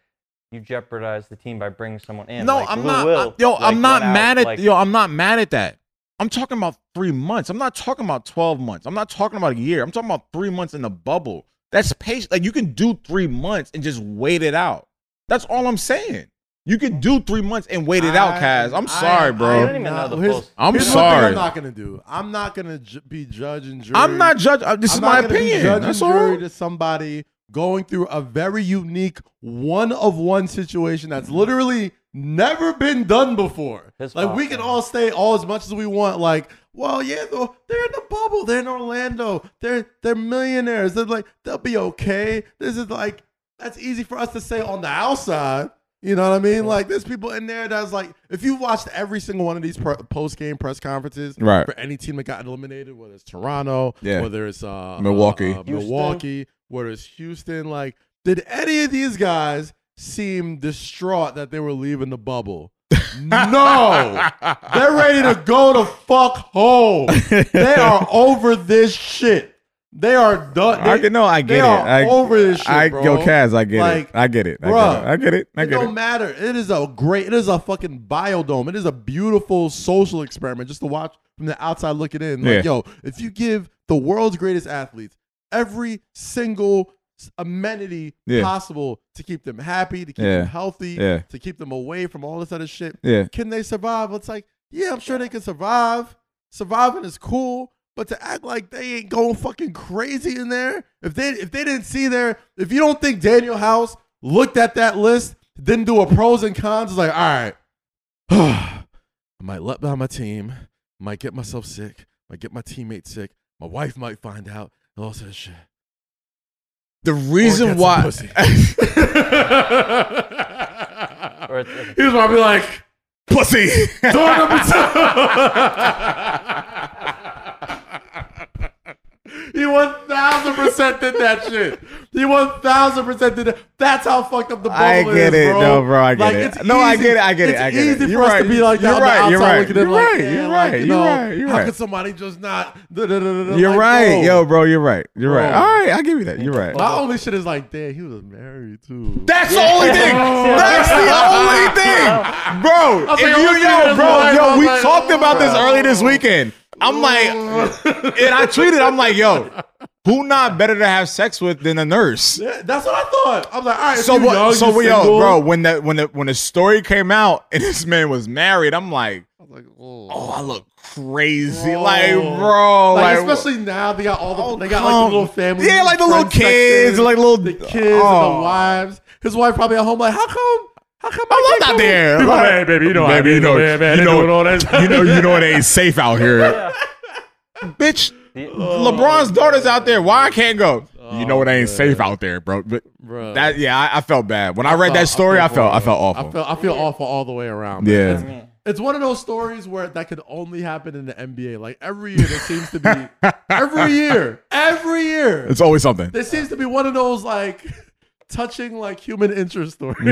Speaker 3: you jeopardize the team by bringing someone in.
Speaker 4: No,
Speaker 3: Like,
Speaker 4: I'm
Speaker 3: Lou
Speaker 4: not.
Speaker 3: Will,
Speaker 4: yo,
Speaker 3: like,
Speaker 4: I'm not
Speaker 3: went out,
Speaker 4: mad at.
Speaker 3: like,
Speaker 4: yo, I'm not mad at that. I'm talking about three months. I'm not talking about twelve months. I'm not talking about a year. I'm talking about three months in the bubble. That's patient. Like you can do three months and just wait it out. That's all I'm saying. You can do three months and wait it out, Kaz. I'm sorry,
Speaker 3: I
Speaker 4: bro.
Speaker 3: don't even know the
Speaker 1: here's-
Speaker 3: full-
Speaker 4: I'm
Speaker 1: here's One thing
Speaker 4: sorry.
Speaker 1: I'm not gonna do. I'm not gonna ju- be judge and jury.
Speaker 4: I'm not judging. uh, This is
Speaker 1: I'm not
Speaker 4: my
Speaker 1: gonna be
Speaker 4: opinion.
Speaker 1: judge
Speaker 4: That's
Speaker 1: and
Speaker 4: all.
Speaker 1: jury to somebody going through a very unique one of one situation that's literally never been done before.
Speaker 3: His
Speaker 1: like
Speaker 3: fault,
Speaker 1: we can
Speaker 3: yeah.
Speaker 1: all stay all as much as we want. Like, well, yeah, though they're in the bubble. They're in Orlando. They're they're millionaires. They're like they'll be okay. This is like that's easy for us to say on the outside. You know what I mean? Like there's people in there that's like, if you watched every single one of these pre- post game press conferences
Speaker 2: Right.
Speaker 1: for any team that got eliminated, whether it's Toronto,
Speaker 2: Yeah.
Speaker 1: whether it's uh,
Speaker 2: Milwaukee.
Speaker 1: uh, uh, Milwaukee, whether it's Houston. Like, did any of these guys seem distraught that they were leaving the bubble? no, they're ready to go to fuck home. They are over this shit. They are done. They,
Speaker 2: I get no, I
Speaker 1: they
Speaker 2: get it.
Speaker 1: are
Speaker 2: I,
Speaker 1: over this shit,
Speaker 2: I
Speaker 1: bro.
Speaker 2: yo, Kaz, I get
Speaker 1: Like,
Speaker 2: it. I get it.
Speaker 1: bruh,
Speaker 2: I get it. I
Speaker 1: It
Speaker 2: get it. I
Speaker 1: don't
Speaker 2: get it.
Speaker 1: matter. It is a great. It is a fucking biodome. It is a beautiful social experiment just to watch from the outside looking in. Like, yo, if you give the world's greatest athletes every single s- amenity
Speaker 2: Yeah.
Speaker 1: possible to keep them happy, to keep
Speaker 2: Yeah.
Speaker 1: them healthy,
Speaker 2: Yeah.
Speaker 1: to keep them away from all this other shit,
Speaker 2: Yeah.
Speaker 1: can they survive? It's like, yeah, I'm sure they can survive. Surviving is cool, but to act like they ain't going fucking crazy in there, if they if they didn't see their, if you don't think Daniel House looked at that list, didn't do a pros and cons, it's like, all right, I might let down my team, might get myself sick, might get my teammates sick, my wife might find out, and all that shit.
Speaker 2: The
Speaker 1: Or
Speaker 2: reason
Speaker 1: get some
Speaker 2: why
Speaker 1: pussy.
Speaker 3: Or it's- it's-
Speaker 1: He was probably like,
Speaker 2: pussy.
Speaker 1: door number two. He one thousand percent did that shit. He one thousand percent did that. That's how fucked up the bubble
Speaker 2: I
Speaker 1: is,
Speaker 2: get it,
Speaker 1: bro.
Speaker 2: no, bro, I get
Speaker 1: Like,
Speaker 2: it.
Speaker 1: it's
Speaker 2: No, I
Speaker 1: easy-
Speaker 2: get it, I get it,
Speaker 1: it's
Speaker 2: I get it.
Speaker 1: easy
Speaker 2: You're
Speaker 1: for us
Speaker 2: right,
Speaker 1: to be like,
Speaker 2: you're
Speaker 1: on the
Speaker 2: right,
Speaker 1: outside
Speaker 2: you're right,
Speaker 1: looking in
Speaker 2: you're
Speaker 1: like,
Speaker 2: right,
Speaker 1: yeah,
Speaker 2: you're
Speaker 1: like,
Speaker 2: right,
Speaker 1: you
Speaker 2: you're
Speaker 1: know,
Speaker 2: right, you're
Speaker 1: how
Speaker 2: right.
Speaker 1: could somebody just not? da-da-da-da-da,
Speaker 2: You're
Speaker 1: like,
Speaker 2: right.
Speaker 1: bro.
Speaker 2: Yo, bro, you're right. You're right.
Speaker 1: Bro.
Speaker 2: All right, I give you that. You're right.
Speaker 1: My only shit is like, damn, he was married too.
Speaker 2: That's the only thing. That's the only thing, bro.
Speaker 1: was
Speaker 2: If
Speaker 1: like,
Speaker 2: you
Speaker 1: only
Speaker 2: yo,
Speaker 1: thing
Speaker 2: bro,
Speaker 1: is
Speaker 2: yo,
Speaker 1: like-
Speaker 2: we
Speaker 1: I was like,
Speaker 2: talked about this
Speaker 1: bro.
Speaker 2: early this weekend. I'm like, and I tweeted, I'm like, yo, who not better to have sex with than a nurse?
Speaker 1: Yeah, that's what I thought. I was like, all right, if
Speaker 2: So
Speaker 1: you
Speaker 2: what?
Speaker 1: young,
Speaker 2: so
Speaker 1: you
Speaker 2: what, yo,
Speaker 1: single.
Speaker 2: bro? When the when the when the story came out and this man was married, I'm like,
Speaker 1: I was like, oh.
Speaker 2: oh, I look crazy,
Speaker 1: Bro.
Speaker 2: like, bro,
Speaker 1: Like,
Speaker 2: like,
Speaker 1: especially now they got all the
Speaker 2: Oh,
Speaker 1: they got like
Speaker 2: come-
Speaker 1: the little family.
Speaker 2: Yeah, like the little
Speaker 1: friend section,
Speaker 2: kids, like little-
Speaker 1: the kids and
Speaker 2: Oh.
Speaker 1: the wives. His wife probably at home like, how come? How come
Speaker 2: I'm
Speaker 1: I
Speaker 2: not
Speaker 1: can't go?"
Speaker 2: there.
Speaker 1: People,
Speaker 2: Like,
Speaker 1: "Hey, baby, you know,
Speaker 2: baby,
Speaker 1: I
Speaker 2: you
Speaker 1: mean,
Speaker 2: know,
Speaker 1: man, man,
Speaker 2: you
Speaker 1: they
Speaker 2: know-
Speaker 1: doing all that.
Speaker 2: you know, you know, it ain't safe out here,
Speaker 3: yeah.
Speaker 2: bitch.
Speaker 3: The-
Speaker 2: LeBron's daughter's out there. Why I can't go? you know it ain't safe out there, bro. But
Speaker 1: Bro.
Speaker 2: that, yeah, I, I felt bad when I read
Speaker 1: I
Speaker 2: that story. I felt,
Speaker 1: horrible.
Speaker 2: I felt awful.
Speaker 1: I feel I feel awful all the way around. man.
Speaker 2: yeah,
Speaker 3: I mean,
Speaker 1: It's one of those stories where that could only happen in the NBA. Like every year, there seems to be every year, every year.
Speaker 2: it's always something.
Speaker 1: This seems to be one of those like touching like human interest stories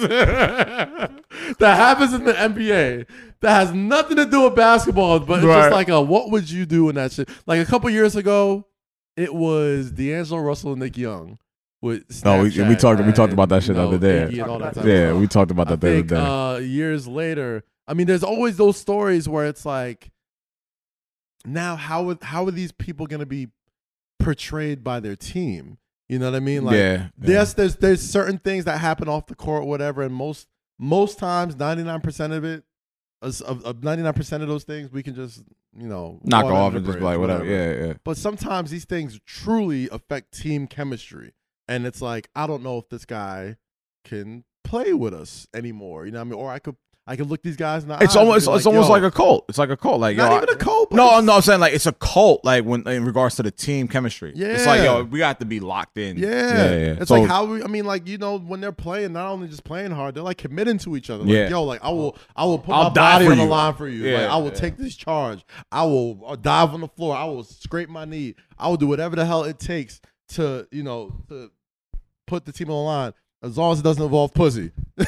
Speaker 1: that happens in the NBA that has nothing to do with basketball, but it's
Speaker 2: Right.
Speaker 1: just like a what would you do in that shit? Like a couple years ago, it was D'Angelo Russell and Nick Young with
Speaker 2: No, we, we
Speaker 1: Snapchat
Speaker 2: talked, we
Speaker 1: and,
Speaker 2: talked about that shit the
Speaker 1: you
Speaker 2: other
Speaker 1: know,
Speaker 2: day.
Speaker 1: Iggy and all that type of
Speaker 2: Yeah,
Speaker 1: stuff.
Speaker 2: we talked about
Speaker 1: I
Speaker 2: that the other
Speaker 1: think
Speaker 2: day.
Speaker 1: uh, years later, I mean, there's always those stories where it's like, now how are, how are these people going to be portrayed by their team? You know what I mean? Like,
Speaker 2: yeah, yeah.
Speaker 1: yes, there's there's certain things that happen off the court, whatever, and most most times, ninety nine percent of it, of- of ninety nine percent of those things, we can just you know
Speaker 2: knock
Speaker 1: water
Speaker 2: off
Speaker 1: under
Speaker 2: and just
Speaker 1: bridge,
Speaker 2: be like whatever. Yeah, yeah.
Speaker 1: but sometimes these things truly affect team chemistry. And it's like, I don't know if this guy can play with us anymore. You know what I mean? Or I could I can look these guys in the
Speaker 2: It's
Speaker 1: eyes and
Speaker 2: almost
Speaker 1: be
Speaker 2: it's almost
Speaker 1: "Yo,
Speaker 2: like a cult. It's like a cult. Like
Speaker 1: not
Speaker 2: yo,
Speaker 1: even
Speaker 2: I-
Speaker 1: a cold. but
Speaker 2: no,
Speaker 1: it's-
Speaker 2: no, I'm saying like it's a cult. Like when in regards to the team chemistry, it's like
Speaker 1: Yeah.
Speaker 2: yo, we got to be locked in.
Speaker 1: Yeah.
Speaker 2: yeah, yeah.
Speaker 1: It's
Speaker 2: So-
Speaker 1: like how we, I mean, like you know, when they're playing, not only just playing hard, they're like committing to each other. Like,
Speaker 2: Yeah.
Speaker 1: yo, like I will, I will put
Speaker 2: I'll
Speaker 1: my
Speaker 2: die
Speaker 1: body
Speaker 2: for
Speaker 1: on the
Speaker 2: you.
Speaker 1: line for you. like
Speaker 2: Yeah,
Speaker 1: I will
Speaker 2: yeah.
Speaker 1: take this charge. I will uh, dive on the floor. I will scrape my knee. I will do whatever the hell it takes to, you know, to put the team on the line. As long as it doesn't involve pussy. and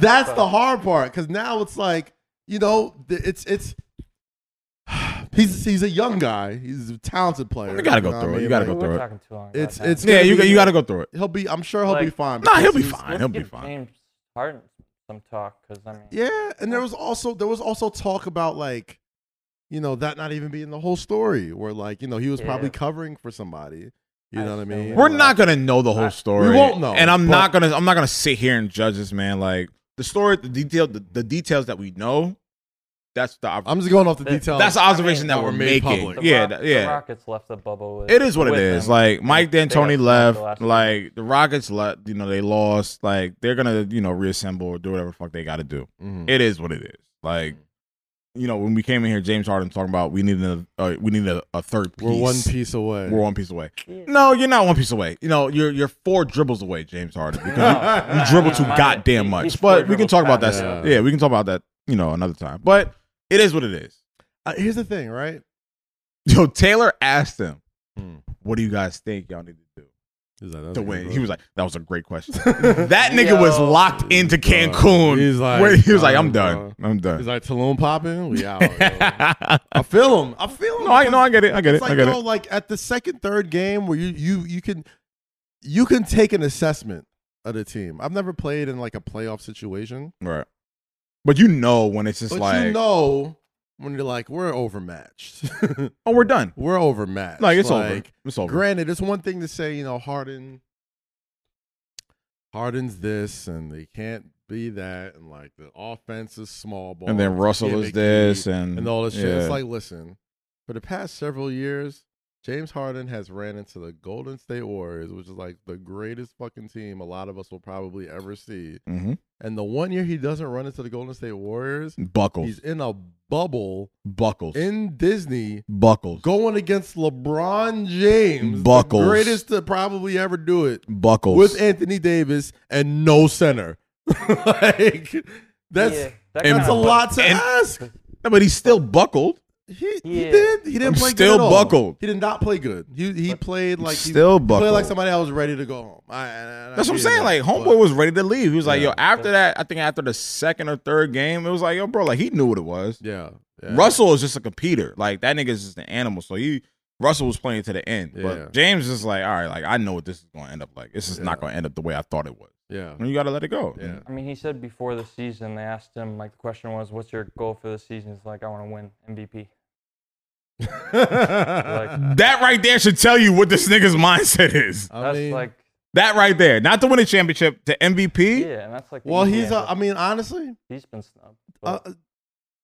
Speaker 1: that's the hard part because now it's like you know th- it's it's he's he's a young guy he's a talented player
Speaker 2: You gotta go
Speaker 1: know what I
Speaker 2: through it.
Speaker 1: mean?
Speaker 2: You gotta
Speaker 1: Like,
Speaker 2: go
Speaker 3: We're
Speaker 2: through it.
Speaker 3: talking too long. about
Speaker 1: it's
Speaker 3: that.
Speaker 1: it's
Speaker 2: Yeah,
Speaker 1: gonna
Speaker 2: you got-
Speaker 1: be-
Speaker 2: you got to go through it.
Speaker 1: he'll be I'm sure he'll be
Speaker 3: Like-
Speaker 1: fine
Speaker 2: Nah, he'll
Speaker 1: because
Speaker 2: be
Speaker 1: he's-
Speaker 2: fine.
Speaker 3: Let's
Speaker 2: He'll be
Speaker 3: give
Speaker 2: fine.
Speaker 3: James Harden some talk because I mean,
Speaker 1: yeah and there was also there was also talk about like you know that not even being the whole story where like you know he was probably
Speaker 3: Yeah.
Speaker 1: covering for somebody you
Speaker 3: I
Speaker 1: know what I
Speaker 3: still
Speaker 1: mean
Speaker 3: don't
Speaker 2: We're
Speaker 3: Yeah.
Speaker 2: not gonna know the whole story.
Speaker 1: We won't know,
Speaker 2: And I'm
Speaker 1: but-
Speaker 2: not gonna I'm not gonna sit here and judge this man. Like the story, the detail, the, the details that we know. That's the
Speaker 1: I'm just going off the
Speaker 3: That-
Speaker 1: details
Speaker 2: that's the observation
Speaker 1: that
Speaker 2: that
Speaker 1: were
Speaker 2: we're
Speaker 1: made
Speaker 2: making.
Speaker 1: public.
Speaker 3: the
Speaker 2: Yeah,
Speaker 3: Rock-
Speaker 2: that-
Speaker 3: The
Speaker 2: yeah.
Speaker 3: Rockets left the bubble. With,
Speaker 2: It is what it
Speaker 3: with
Speaker 2: is.
Speaker 3: them.
Speaker 2: Like Mike
Speaker 3: They got
Speaker 2: D'Antoni
Speaker 3: smacked the
Speaker 2: left.
Speaker 3: last
Speaker 2: Like the Rockets left. You know they lost. Like they're gonna you know reassemble or do whatever the fuck they got to do.
Speaker 3: Mm-hmm.
Speaker 1: Mhm.
Speaker 2: It is what it is. Like
Speaker 3: Mm.
Speaker 2: you know when we came in here, James Harden talking about we need a uh, we need a, a third piece.
Speaker 1: we're one piece away
Speaker 2: We're one piece away.
Speaker 3: Yeah.
Speaker 2: No, you're not one piece away. You know you're you're four dribbles away, James Harden.
Speaker 3: No,
Speaker 2: Because you-
Speaker 3: no,
Speaker 2: You
Speaker 3: no,
Speaker 2: dribble
Speaker 3: no,
Speaker 2: too
Speaker 3: no.
Speaker 2: goddamn
Speaker 3: He- he's
Speaker 2: much. But we
Speaker 3: four
Speaker 2: can talk about that.
Speaker 3: dribbles
Speaker 1: fast.
Speaker 2: Yeah, we can talk about that, you know, another time. But it is what it is.
Speaker 1: Uh, here's the thing right
Speaker 2: Yo, Taylor asked him,
Speaker 1: Hmm.
Speaker 2: what do you guys think y'all need to do to win? He was like, that was a great question.
Speaker 1: like
Speaker 2: that nigga was
Speaker 3: Yo.
Speaker 2: locked into Cancun.
Speaker 1: He's like,
Speaker 2: Where he was like,
Speaker 1: nah,
Speaker 2: I'm
Speaker 1: bro."
Speaker 2: done. I'm
Speaker 1: He's
Speaker 2: done.
Speaker 1: like Tulum popping. We out. yo."
Speaker 2: no,
Speaker 1: I feel him. I feel him.
Speaker 2: I no, I get it. I get
Speaker 1: It's
Speaker 2: it.
Speaker 1: like
Speaker 2: I get
Speaker 1: yo,
Speaker 2: it.
Speaker 1: like at the second, third game where you you you can you can take an assessment of the team. I've never played in like a playoff situation,
Speaker 2: Right. But you know when it's just
Speaker 1: but
Speaker 2: like,
Speaker 1: you know when you're like we're overmatched,
Speaker 2: oh, we're done.
Speaker 1: we're overmatched.
Speaker 2: Like it's over. It's over.
Speaker 1: Granted, it's one thing to say you know Harden, Harden's this and they can't be that, and like the offense is small ball,
Speaker 2: and then
Speaker 1: they
Speaker 2: Russell
Speaker 1: can't
Speaker 2: is
Speaker 1: make
Speaker 2: this and,
Speaker 1: and all this shit.
Speaker 2: yeah.
Speaker 1: It's like, listen, for the past several years, James Harden has ran into the Golden State Warriors, which is like the greatest fucking team a lot of us will probably ever see.
Speaker 2: Mhm.
Speaker 1: And the one year he doesn't run into the Golden State Warriors,
Speaker 2: buckles.
Speaker 1: he's in a bubble
Speaker 2: buckles.
Speaker 1: in Disney
Speaker 2: buckles.
Speaker 1: going against LeBron James,
Speaker 2: Buckles.
Speaker 1: the greatest to probably ever do it,
Speaker 2: buckles.
Speaker 1: with Anthony Davis and no center. like that's
Speaker 3: Yeah, that
Speaker 2: and-
Speaker 1: that's
Speaker 3: kinda
Speaker 1: a
Speaker 3: was-
Speaker 1: lot to
Speaker 2: and-
Speaker 1: ask.
Speaker 2: No, but he's still buckled.
Speaker 1: He, he
Speaker 3: Yeah.
Speaker 1: did. He didn't
Speaker 2: I'm
Speaker 1: play
Speaker 2: still
Speaker 1: good at all.
Speaker 2: buckled.
Speaker 1: He did not play good. He he played like he
Speaker 2: still
Speaker 1: played
Speaker 2: buckled.
Speaker 1: like somebody else ready to go home. I, I- I- I
Speaker 2: That's what I'm
Speaker 1: get
Speaker 2: saying.
Speaker 1: it,
Speaker 2: Like
Speaker 1: but-
Speaker 2: homeboy was ready to leave. He was like,
Speaker 1: Yeah.
Speaker 2: yo. After that, I think after the second or third game, it was like, yo, bro, like he knew what it was.
Speaker 1: yeah, yeah.
Speaker 2: Russell is just a competer. Like that nigga's just an animal. So he Russell was playing to the end,
Speaker 1: Yeah.
Speaker 2: but James is like, all right, like I know what this is going to end up like. This is not
Speaker 1: Yeah.
Speaker 2: going to end up the way I thought it was.
Speaker 1: Yeah,
Speaker 2: And you got to let it go.
Speaker 1: yeah.
Speaker 3: I mean, he said before the season, they asked him like the question was, "What's your goal for the season?" He's like, "I want to win MVP." Like
Speaker 2: That right there should tell you what this nigga's mindset is.
Speaker 1: I
Speaker 3: that's
Speaker 1: mean,
Speaker 3: like
Speaker 2: That right there, not to win a championship, to MVP.
Speaker 3: yeah, and that's like the
Speaker 1: well,
Speaker 3: easy
Speaker 1: he's.
Speaker 3: answer.
Speaker 1: A, I mean, honestly,
Speaker 3: he's been snubbed.
Speaker 1: uh,
Speaker 3: but-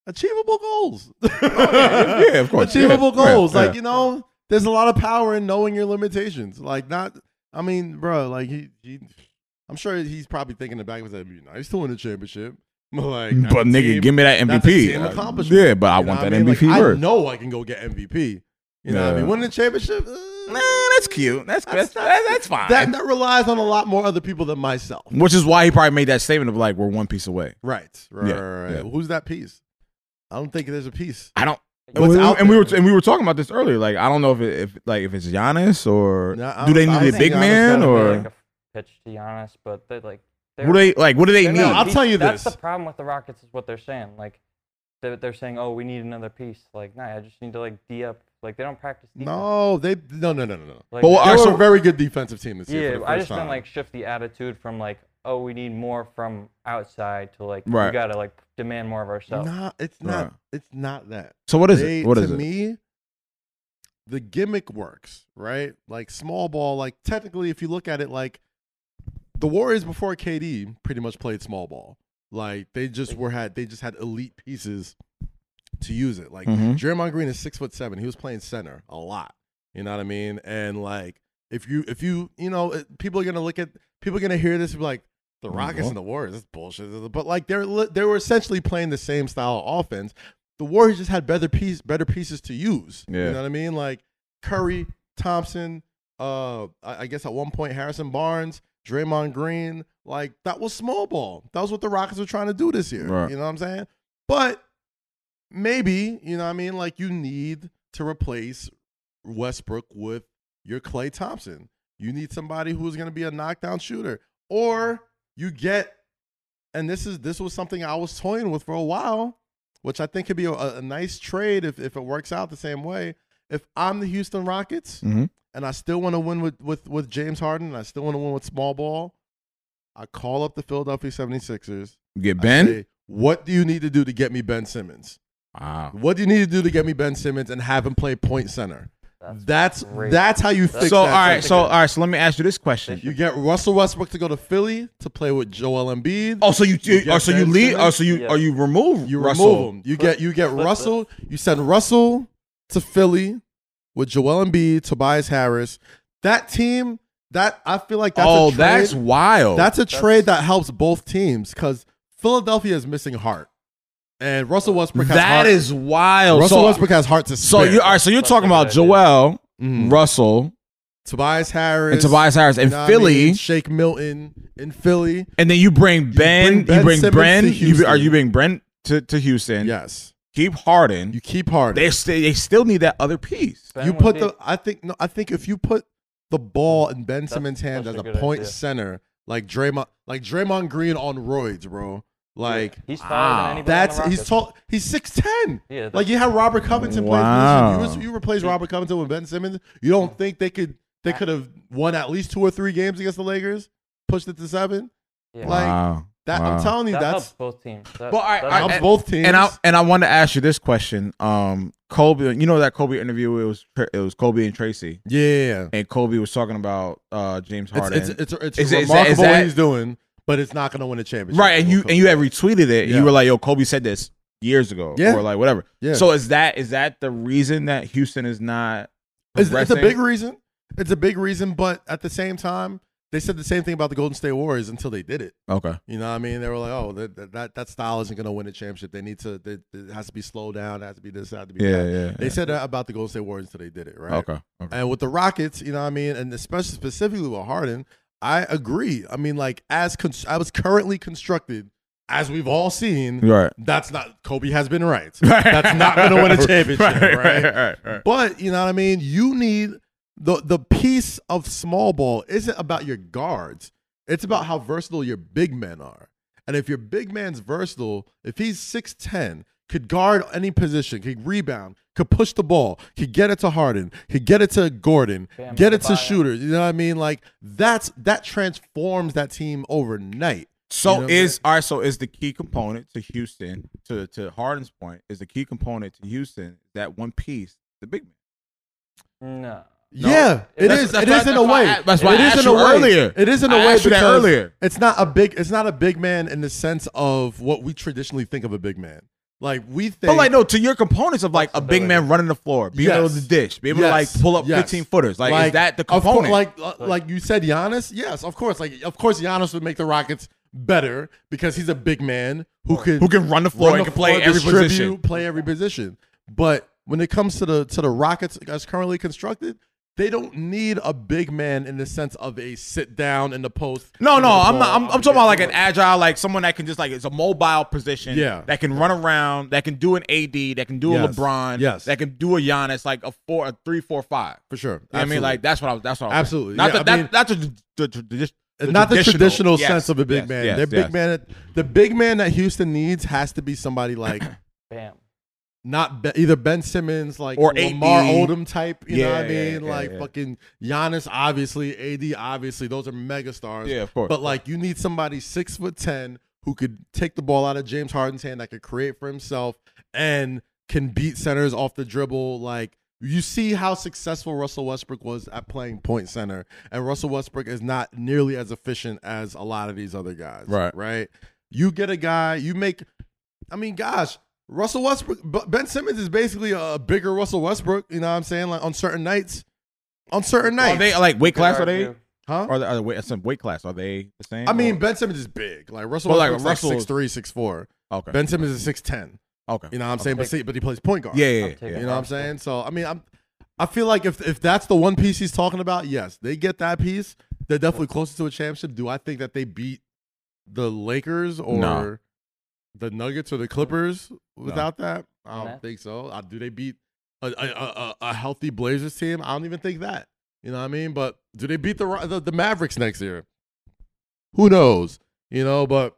Speaker 1: achievable goals.
Speaker 2: Oh, yeah, of course, yeah,
Speaker 1: Achievable
Speaker 2: yeah,
Speaker 1: goals.
Speaker 2: yeah.
Speaker 1: Like you know, there's a lot of power in knowing your limitations. Like not. I mean, bro. Like he. he I'm sure he's probably thinking in the back of his head, "It'd be nice to win a championship." But like,
Speaker 2: But
Speaker 1: I'm a
Speaker 2: nigga,
Speaker 1: team-
Speaker 2: give me that
Speaker 1: that's a
Speaker 2: MVP.
Speaker 1: team
Speaker 2: Uh,
Speaker 1: accomplishment.
Speaker 2: yeah, but I
Speaker 1: You know
Speaker 2: want
Speaker 1: what
Speaker 2: that
Speaker 1: I mean?
Speaker 2: MVP
Speaker 1: Like,
Speaker 2: word.
Speaker 1: I know I can go get MVP. You know what I
Speaker 2: Yeah.
Speaker 1: mean? Winning the championship. uh,
Speaker 2: Nah, that's cute. That's that's, that- that's fine.
Speaker 1: that that relies on a lot more other people than myself.
Speaker 2: Which is why he probably made that statement of like we're one piece away.
Speaker 1: Right. Right.
Speaker 2: Yeah,
Speaker 1: right, right.
Speaker 2: yeah.
Speaker 1: Who's that piece? I don't think there's a piece.
Speaker 2: I don't.
Speaker 1: It was
Speaker 2: and,
Speaker 1: out
Speaker 2: we were
Speaker 1: there.
Speaker 2: and we were talking about this earlier. Like I don't know if it, if like if it's Giannis or
Speaker 1: Nah, I
Speaker 2: do they
Speaker 1: don't- I
Speaker 2: need a
Speaker 1: don't
Speaker 2: big
Speaker 1: think Giannis gotta
Speaker 2: man
Speaker 1: be
Speaker 2: or
Speaker 3: like a pitch to Giannis, but they like
Speaker 2: what do they like? What do they
Speaker 3: they're
Speaker 2: need?
Speaker 3: not-
Speaker 1: I'll tell you
Speaker 3: that's
Speaker 1: this.
Speaker 3: the problem with the Rockets is what they're saying. Like they're, they're saying, "Oh, we need another piece." Like, nah, I just need to like d up. Like they don't practice. defense.
Speaker 1: No, they no no no no no.
Speaker 2: But what-
Speaker 3: Like,
Speaker 1: They
Speaker 2: Alright,
Speaker 1: were
Speaker 2: so-
Speaker 1: a very good defensive team this year.
Speaker 3: yeah,
Speaker 1: for the
Speaker 3: I
Speaker 1: first
Speaker 3: just meant
Speaker 1: time.
Speaker 3: like shift the attitude from like, "Oh, we need more from outside" to like,
Speaker 2: Right.
Speaker 3: "We gotta like demand more of ourselves."
Speaker 1: nah, it's not.
Speaker 2: Right.
Speaker 1: It's not that.
Speaker 2: so what is
Speaker 1: They-
Speaker 2: it? What is
Speaker 1: to
Speaker 2: it?
Speaker 1: me, the gimmick works, right? Like small ball, like technically, if you look at it, like the Warriors before KD pretty much played small ball. Like they just were had they just had elite pieces to use it. Like
Speaker 2: Mhm.
Speaker 1: Jeremiah Green is six foot seven. He was playing center a lot. You know what I mean? And like If you if you you know it- people are gonna look at people are gonna hear this and be like the Rockets
Speaker 2: Mm-hmm.
Speaker 1: and the Warriors. That's bullshit. But like they're li- they were essentially playing the same style of offense. The Warriors just had better piece better pieces to use.
Speaker 2: Yeah.
Speaker 1: You know what I mean? Like Curry, Thompson, uh, I, I guess at one point Harrison Barnes, Draymond Green. Like that was small ball. That was what the Rockets were trying to do this year.
Speaker 2: Right.
Speaker 1: You know what I'm saying? But maybe you know what I mean. Like you need to replace Westbrook with your Clay Thompson. You need somebody who's going to be a knockdown shooter, or you get. And this is this was something I was toying with for a while, which I think could be a, a nice trade if if it works out the same way. If I'm the Houston Rockets
Speaker 2: Mhm.
Speaker 1: and I still want to win with with with James Harden, and I still want to win with small ball, I call up the Philadelphia 76ers.
Speaker 2: Get
Speaker 1: I
Speaker 2: Ben.
Speaker 1: say, what do you need to do to get me Ben Simmons?
Speaker 2: Wow.
Speaker 1: What do you need to do to get me Ben Simmons and have him play point center?
Speaker 3: That's
Speaker 1: That's that's,
Speaker 3: great.
Speaker 1: how you fix
Speaker 2: So all
Speaker 1: that.
Speaker 2: right. So
Speaker 1: situation.
Speaker 2: all right. So let me ask you this question.
Speaker 1: you get Russell Westbrook to go to Philly to play with Joel Embiid.
Speaker 2: Oh, so you,
Speaker 1: You
Speaker 2: you
Speaker 1: get
Speaker 2: oh, so you
Speaker 1: Ben
Speaker 2: leave oh,
Speaker 1: Simmons?
Speaker 2: so you
Speaker 3: Yeah.
Speaker 2: or you remove
Speaker 1: you
Speaker 2: Russell.
Speaker 1: remove him. You get you get
Speaker 3: Flip it.
Speaker 1: Russell. You send Russell to Philly with Joel Embiid, Tobias Harris. That team that I feel like that's
Speaker 2: oh,
Speaker 1: a trade.
Speaker 2: that's wild.
Speaker 1: That's a trade that helps both teams because Philadelphia is missing heart, and Russell Westbrook has
Speaker 2: that
Speaker 1: heart.
Speaker 2: is wild.
Speaker 1: Russell
Speaker 2: so,
Speaker 1: Westbrook has heart to
Speaker 2: So
Speaker 1: spare.
Speaker 2: you are so you're
Speaker 3: That's
Speaker 2: talking
Speaker 3: a
Speaker 2: about
Speaker 3: good idea.
Speaker 2: Joel,
Speaker 1: Mhm.
Speaker 2: Russell,
Speaker 1: Tobias Harris
Speaker 2: and Tobias Harris in
Speaker 1: know what I
Speaker 2: Philly,
Speaker 1: mean? Shake Milton in Philly.
Speaker 2: and then you bring Ben.
Speaker 1: Ben
Speaker 2: You bring
Speaker 1: Simmons
Speaker 2: Ben.
Speaker 1: to
Speaker 2: you, are you
Speaker 1: Houston.
Speaker 2: bring Brent to, to Houston?
Speaker 1: Yes,
Speaker 2: Keep Harden.
Speaker 1: you keep Harden.
Speaker 2: they still they still need that other piece.
Speaker 3: Ben
Speaker 1: you
Speaker 3: would
Speaker 1: put
Speaker 3: be-
Speaker 1: the. I think no. I think if you put the ball in Ben
Speaker 3: That's
Speaker 1: Simmons' hands
Speaker 3: such
Speaker 1: as
Speaker 3: a
Speaker 1: a
Speaker 3: good
Speaker 1: point
Speaker 3: idea.
Speaker 1: center, like Draymond, like Draymond Green on roids, bro. Like
Speaker 3: he's taller
Speaker 2: Wow.
Speaker 3: than anybody on the
Speaker 1: that's he's
Speaker 3: Rockets.
Speaker 1: tall. He's six ten.
Speaker 3: Yeah, that's-
Speaker 1: Like you had Robert Covington
Speaker 2: Wow.
Speaker 1: play position. You, you replace Robert Covington with Ben Simmons. You don't think they could? They could have won at least two or three games against the Lakers. Pushed it to seven.
Speaker 3: Yeah.
Speaker 1: like,
Speaker 2: wow.
Speaker 1: That
Speaker 2: Wow.
Speaker 1: I'm telling you,
Speaker 3: that helps
Speaker 1: that's
Speaker 3: both teams. That,
Speaker 2: Well, I-
Speaker 3: that
Speaker 2: I-
Speaker 1: helps
Speaker 3: helps
Speaker 2: and-
Speaker 1: both teams.
Speaker 2: And I and I want to ask you this question. Um, Kobe, you know that Kobe interview. It was it was Kobe and Tracy,
Speaker 1: yeah.
Speaker 2: and Kobe was talking about uh James
Speaker 1: It's
Speaker 2: Harden.
Speaker 1: it's it's, it's
Speaker 2: Is it- is
Speaker 1: remarkable
Speaker 2: that- is
Speaker 1: what
Speaker 2: that-
Speaker 1: he's doing, but it's not going to win a championship.
Speaker 2: right, and you and you had retweeted it. And
Speaker 1: Yeah.
Speaker 2: You were like, "Yo, Kobe said this years ago,"
Speaker 1: Yeah.
Speaker 2: or like whatever.
Speaker 1: Yeah.
Speaker 2: So is that is that the reason that Houston is not?
Speaker 1: it's, it's a
Speaker 2: progressing?
Speaker 1: big reason. It's a big reason, but at the same time, they said the same thing about the Golden State Warriors until they did it.
Speaker 2: Okay.
Speaker 1: You know what I mean? They were like, "Oh, that that- that, that style isn't going to win a championship. They need to. They, it has to be slowed down. It has to be this. It has to be
Speaker 2: Yeah,
Speaker 1: that."
Speaker 2: yeah.
Speaker 1: They
Speaker 2: yeah.
Speaker 1: said that about the Golden State Warriors until they did it, right?
Speaker 2: Okay. okay.
Speaker 1: And with the Rockets, you know what I mean, and especially specifically with Harden, I agree. I mean, like as con- I was currently constructed, as we've all seen,
Speaker 2: Right.
Speaker 1: that's not Kobe has been right. That's not going to win a championship, right?
Speaker 2: right, right.
Speaker 1: But you know what I mean. You need the the piece of small ball isn't about your guards. It's about how versatile your big men are. And if your big man's versatile, if he's six ten, could guard any position, could rebound, could push the ball, could get it to Harden, could get it to Gordon,
Speaker 3: Bam
Speaker 1: get it to
Speaker 3: Adebayo.
Speaker 1: shooters. You know what I mean? Like that's that transforms that team overnight.
Speaker 2: So
Speaker 1: You know,
Speaker 2: is all right. So is the key component to Houston to to Harden's point is the key component to Houston that one piece the big man.
Speaker 3: no.
Speaker 1: yeah, it
Speaker 3: That's-
Speaker 1: is.
Speaker 2: that's
Speaker 1: it
Speaker 2: why-
Speaker 1: is in
Speaker 2: that's
Speaker 1: a
Speaker 2: why
Speaker 1: way.
Speaker 2: I- that's why
Speaker 1: It
Speaker 2: I
Speaker 1: is
Speaker 2: asked
Speaker 1: in a
Speaker 2: you
Speaker 1: way.
Speaker 2: earlier.
Speaker 1: It is in a
Speaker 2: I
Speaker 1: way
Speaker 2: asked you that
Speaker 1: because
Speaker 2: earlier.
Speaker 1: It's not a big. It's not a big man in the sense of what we traditionally think of a big man. Like we think.
Speaker 2: But like no, to your components of like a big man running the floor, being able to
Speaker 1: Yes.
Speaker 2: dish, being able
Speaker 1: Yes.
Speaker 2: to like pull up
Speaker 1: Yes.
Speaker 2: fifteen footers. Like, is that the
Speaker 1: of course-
Speaker 2: component?
Speaker 1: like uh, like you said, Giannis. Yes, of course. Like of course, Giannis would make the Rockets better because he's a big man who could
Speaker 2: who can run the floor
Speaker 1: run
Speaker 2: and
Speaker 1: the
Speaker 2: can play
Speaker 1: floor,
Speaker 2: every
Speaker 1: distribute,
Speaker 2: position?
Speaker 1: Play every position. But when it comes to the to the Rockets as currently constructed, they don't need a big man in the sense of a sit down in the post.
Speaker 2: No,
Speaker 1: give
Speaker 2: no,
Speaker 1: me the
Speaker 2: I'm
Speaker 1: ball,
Speaker 2: not. I'm, I'm
Speaker 1: gonna
Speaker 2: talking
Speaker 1: get
Speaker 2: about like an
Speaker 1: it.
Speaker 2: agile, like someone that can just like it's a mobile position.
Speaker 1: Yeah.
Speaker 2: that can run around, that can do an AD, that can do a
Speaker 1: Yes.
Speaker 2: LeBron,
Speaker 1: Yes.
Speaker 2: that can do a Giannis, like a four, a three, four, five.
Speaker 1: for sure.
Speaker 2: You know what I mean, like that's what I was. That's what I was
Speaker 1: Absolutely.
Speaker 2: Not
Speaker 1: Yeah,
Speaker 2: the,
Speaker 1: I
Speaker 2: that,
Speaker 1: mean-
Speaker 2: that's the, the, the, the,
Speaker 1: It's not the traditional
Speaker 2: yes,
Speaker 1: sense of a big
Speaker 2: yes,
Speaker 1: man.
Speaker 2: yes,
Speaker 1: Their
Speaker 2: yes.
Speaker 1: big man, the big man that Houston needs has to be somebody like
Speaker 3: Bam.
Speaker 1: not be, either Ben Simmons, like
Speaker 2: Or
Speaker 1: or
Speaker 2: AD.
Speaker 1: Lamar Odom type. You know
Speaker 2: Yeah,
Speaker 1: what I
Speaker 2: yeah,
Speaker 1: mean?
Speaker 2: yeah,
Speaker 1: like
Speaker 2: yeah.
Speaker 1: fucking Giannis, obviously. AD, obviously. Those are megastars.
Speaker 2: Yeah, of course.
Speaker 1: But like, you need somebody six foot ten who could take the ball out of James Harden's hand, that could create for himself, and can beat centers off the dribble. Like, you see how successful Russell Westbrook was at playing point center, and Russell Westbrook is not nearly as efficient as a lot of these other guys.
Speaker 2: Right.
Speaker 1: right. You get a guy, you make. I mean, gosh. Russell Westbrook, B- Ben Simmons is basically a bigger Russell Westbrook. You know what I'm saying? Like on certain nights, on certain
Speaker 2: Are
Speaker 1: nights.
Speaker 2: they like weight class? Are they?
Speaker 3: argue.
Speaker 1: huh?
Speaker 2: Are they? Are they weight, some weight class? Are they the same?
Speaker 1: I mean,
Speaker 2: Or-
Speaker 1: Ben Simmons is big. Like Russell
Speaker 2: Well, like,
Speaker 1: Westbrook's like
Speaker 2: Russell-
Speaker 1: six three, six four.
Speaker 2: okay,
Speaker 1: Ben Simmons is six ten.
Speaker 2: okay,
Speaker 1: You know what I'm saying? But see, but he plays point guard.
Speaker 2: yeah, yeah,
Speaker 3: I'm
Speaker 2: yeah,
Speaker 3: taking
Speaker 2: yeah.
Speaker 1: You know what I'm saying? So I mean, I'm. I feel like if if that's the one piece he's talking about, yes, they get that piece. They're definitely closer to a championship. Do I think that they beat the Lakers or
Speaker 2: No.
Speaker 1: the Nuggets or the Clippers without that? I don't
Speaker 3: No.
Speaker 1: think so. I, do they beat a, a, a, a- a healthy Blazers team? I don't even think that. You know what I mean? But do they beat the Ro- the, the Mavericks next year? Who knows? You know, but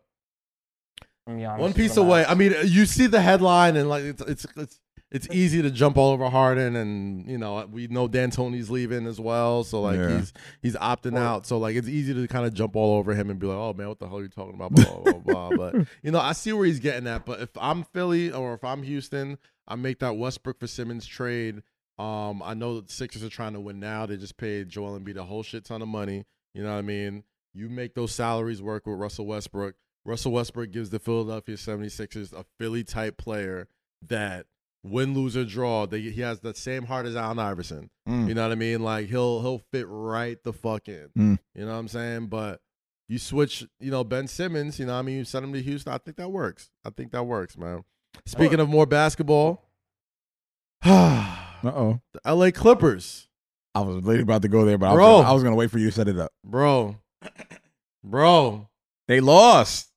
Speaker 3: I mean, Giannis
Speaker 1: one
Speaker 3: is
Speaker 1: piece
Speaker 3: the
Speaker 1: away.
Speaker 3: man.
Speaker 1: I mean, you see the headline, and like it's it's it's it's easy to jump all over Harden, and you know we know D'Antoni's leaving as well, so like
Speaker 2: Yeah.
Speaker 1: he's he's opting out, so like it's easy to kind of jump all over him and be like, oh man, what the hell are you talking about? Blah, blah, blah, blah. But you know, I see where he's getting at. But if I'm Philly or if I'm Houston, I make that Westbrook for Simmons trade. Um, I know the Sixers are trying to win now. They just paid Joel Embiid a whole shit ton of money. You know what I mean? You make those salaries work with Russell Westbrook. Russell Westbrook gives the Philadelphia 76ers a Philly type player that win, lose, or draw, they, he has the same heart as Allen Iverson.
Speaker 2: Mm.
Speaker 1: You know what I mean? Like he'll he'll fit right the fuck in.
Speaker 2: Mm.
Speaker 1: You know what I'm saying? But you switch, you know, Ben Simmons, you know what I mean? You send him to Houston. I think that works. I think that works, man. Speaking of more basketball, the
Speaker 2: Uh oh.
Speaker 1: LA Clippers.
Speaker 2: I was literally about to go there, but I was,
Speaker 1: Bro.
Speaker 2: gonna, I was gonna wait for you to set it up.
Speaker 1: Bro. Bro.
Speaker 2: They lost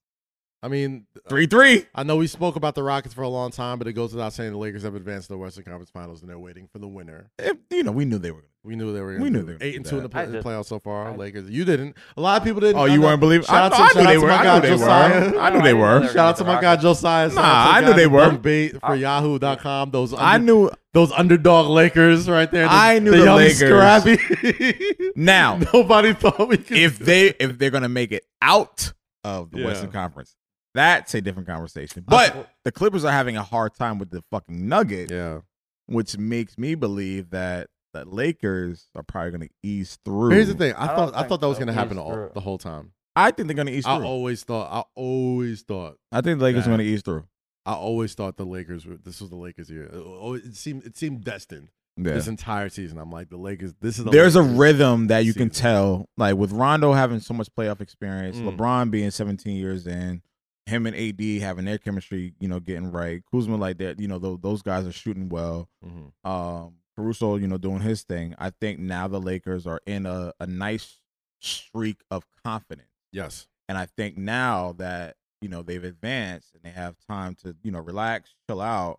Speaker 1: I mean,
Speaker 2: three three.
Speaker 1: I know we spoke about the Rockets for a long time, but it goes without saying the Lakers have advanced to the Western Conference Finals and they're waiting for the winner.
Speaker 2: You know, we knew they were.
Speaker 1: We knew they were.
Speaker 2: We
Speaker 1: gonna
Speaker 2: knew
Speaker 1: do
Speaker 2: they were
Speaker 1: eight and two in the play-
Speaker 3: I did.
Speaker 1: playoffs so far.
Speaker 3: I-
Speaker 1: Lakers, you didn't. A lot of people didn't.
Speaker 2: Oh,
Speaker 1: I
Speaker 2: you
Speaker 1: know.
Speaker 2: weren't believing? I,
Speaker 1: Shout out
Speaker 2: I
Speaker 1: to-
Speaker 2: knew
Speaker 1: shout
Speaker 2: they
Speaker 1: out to
Speaker 2: were.
Speaker 1: my
Speaker 2: I
Speaker 1: guy,
Speaker 2: knew they were.
Speaker 1: Josiah.
Speaker 2: I knew they were.
Speaker 1: Shout out to my guy Josiah. Nah,
Speaker 2: I knew they were.
Speaker 1: Bait for Yahoo dot com. Those under,
Speaker 2: I knew.
Speaker 1: those underdog Lakers right there.
Speaker 2: I knew the
Speaker 1: young
Speaker 2: Lakers.
Speaker 1: Scrappy.
Speaker 2: Now,
Speaker 1: Nobody thought we could.
Speaker 2: if they if they're gonna make it out of the
Speaker 1: Yeah.
Speaker 2: Western Conference, that's a different conversation. But the Clippers are having a hard time with the fucking Nuggets,
Speaker 1: yeah,
Speaker 2: which makes me believe that the Lakers are probably gonna ease through.
Speaker 1: here's the thing. I,
Speaker 3: I don't
Speaker 1: thought I
Speaker 3: think
Speaker 1: thought that was
Speaker 3: they'll
Speaker 1: gonna happen
Speaker 3: breeze
Speaker 1: all,
Speaker 3: through.
Speaker 1: the whole time.
Speaker 2: I think they're gonna ease
Speaker 1: I
Speaker 2: through.
Speaker 1: always thought. I always thought.
Speaker 2: I think the Lakers
Speaker 1: Yeah.
Speaker 2: are gonna ease through.
Speaker 1: I always thought the Lakers. Were, this was the Lakers year. It, always- it seemed it seemed destined.
Speaker 2: Yeah.
Speaker 1: this entire season. I'm like, the Lakers. This is the
Speaker 2: There's a
Speaker 1: Lakers.
Speaker 2: rhythm that you can
Speaker 1: season.
Speaker 2: tell, like with Rondo having so much playoff experience,
Speaker 1: Mm.
Speaker 2: LeBron being 17 years in, him and AD having their chemistry, you know, getting right. Kuzma like that, you know, those, those guys are shooting well.
Speaker 1: Mhm.
Speaker 2: um Caruso, you know, doing his thing. I think now the Lakers are in a, a nice streak of confidence.
Speaker 1: Yes,
Speaker 2: And I think now that, you know, they've advanced and they have time to, you know, relax, chill out,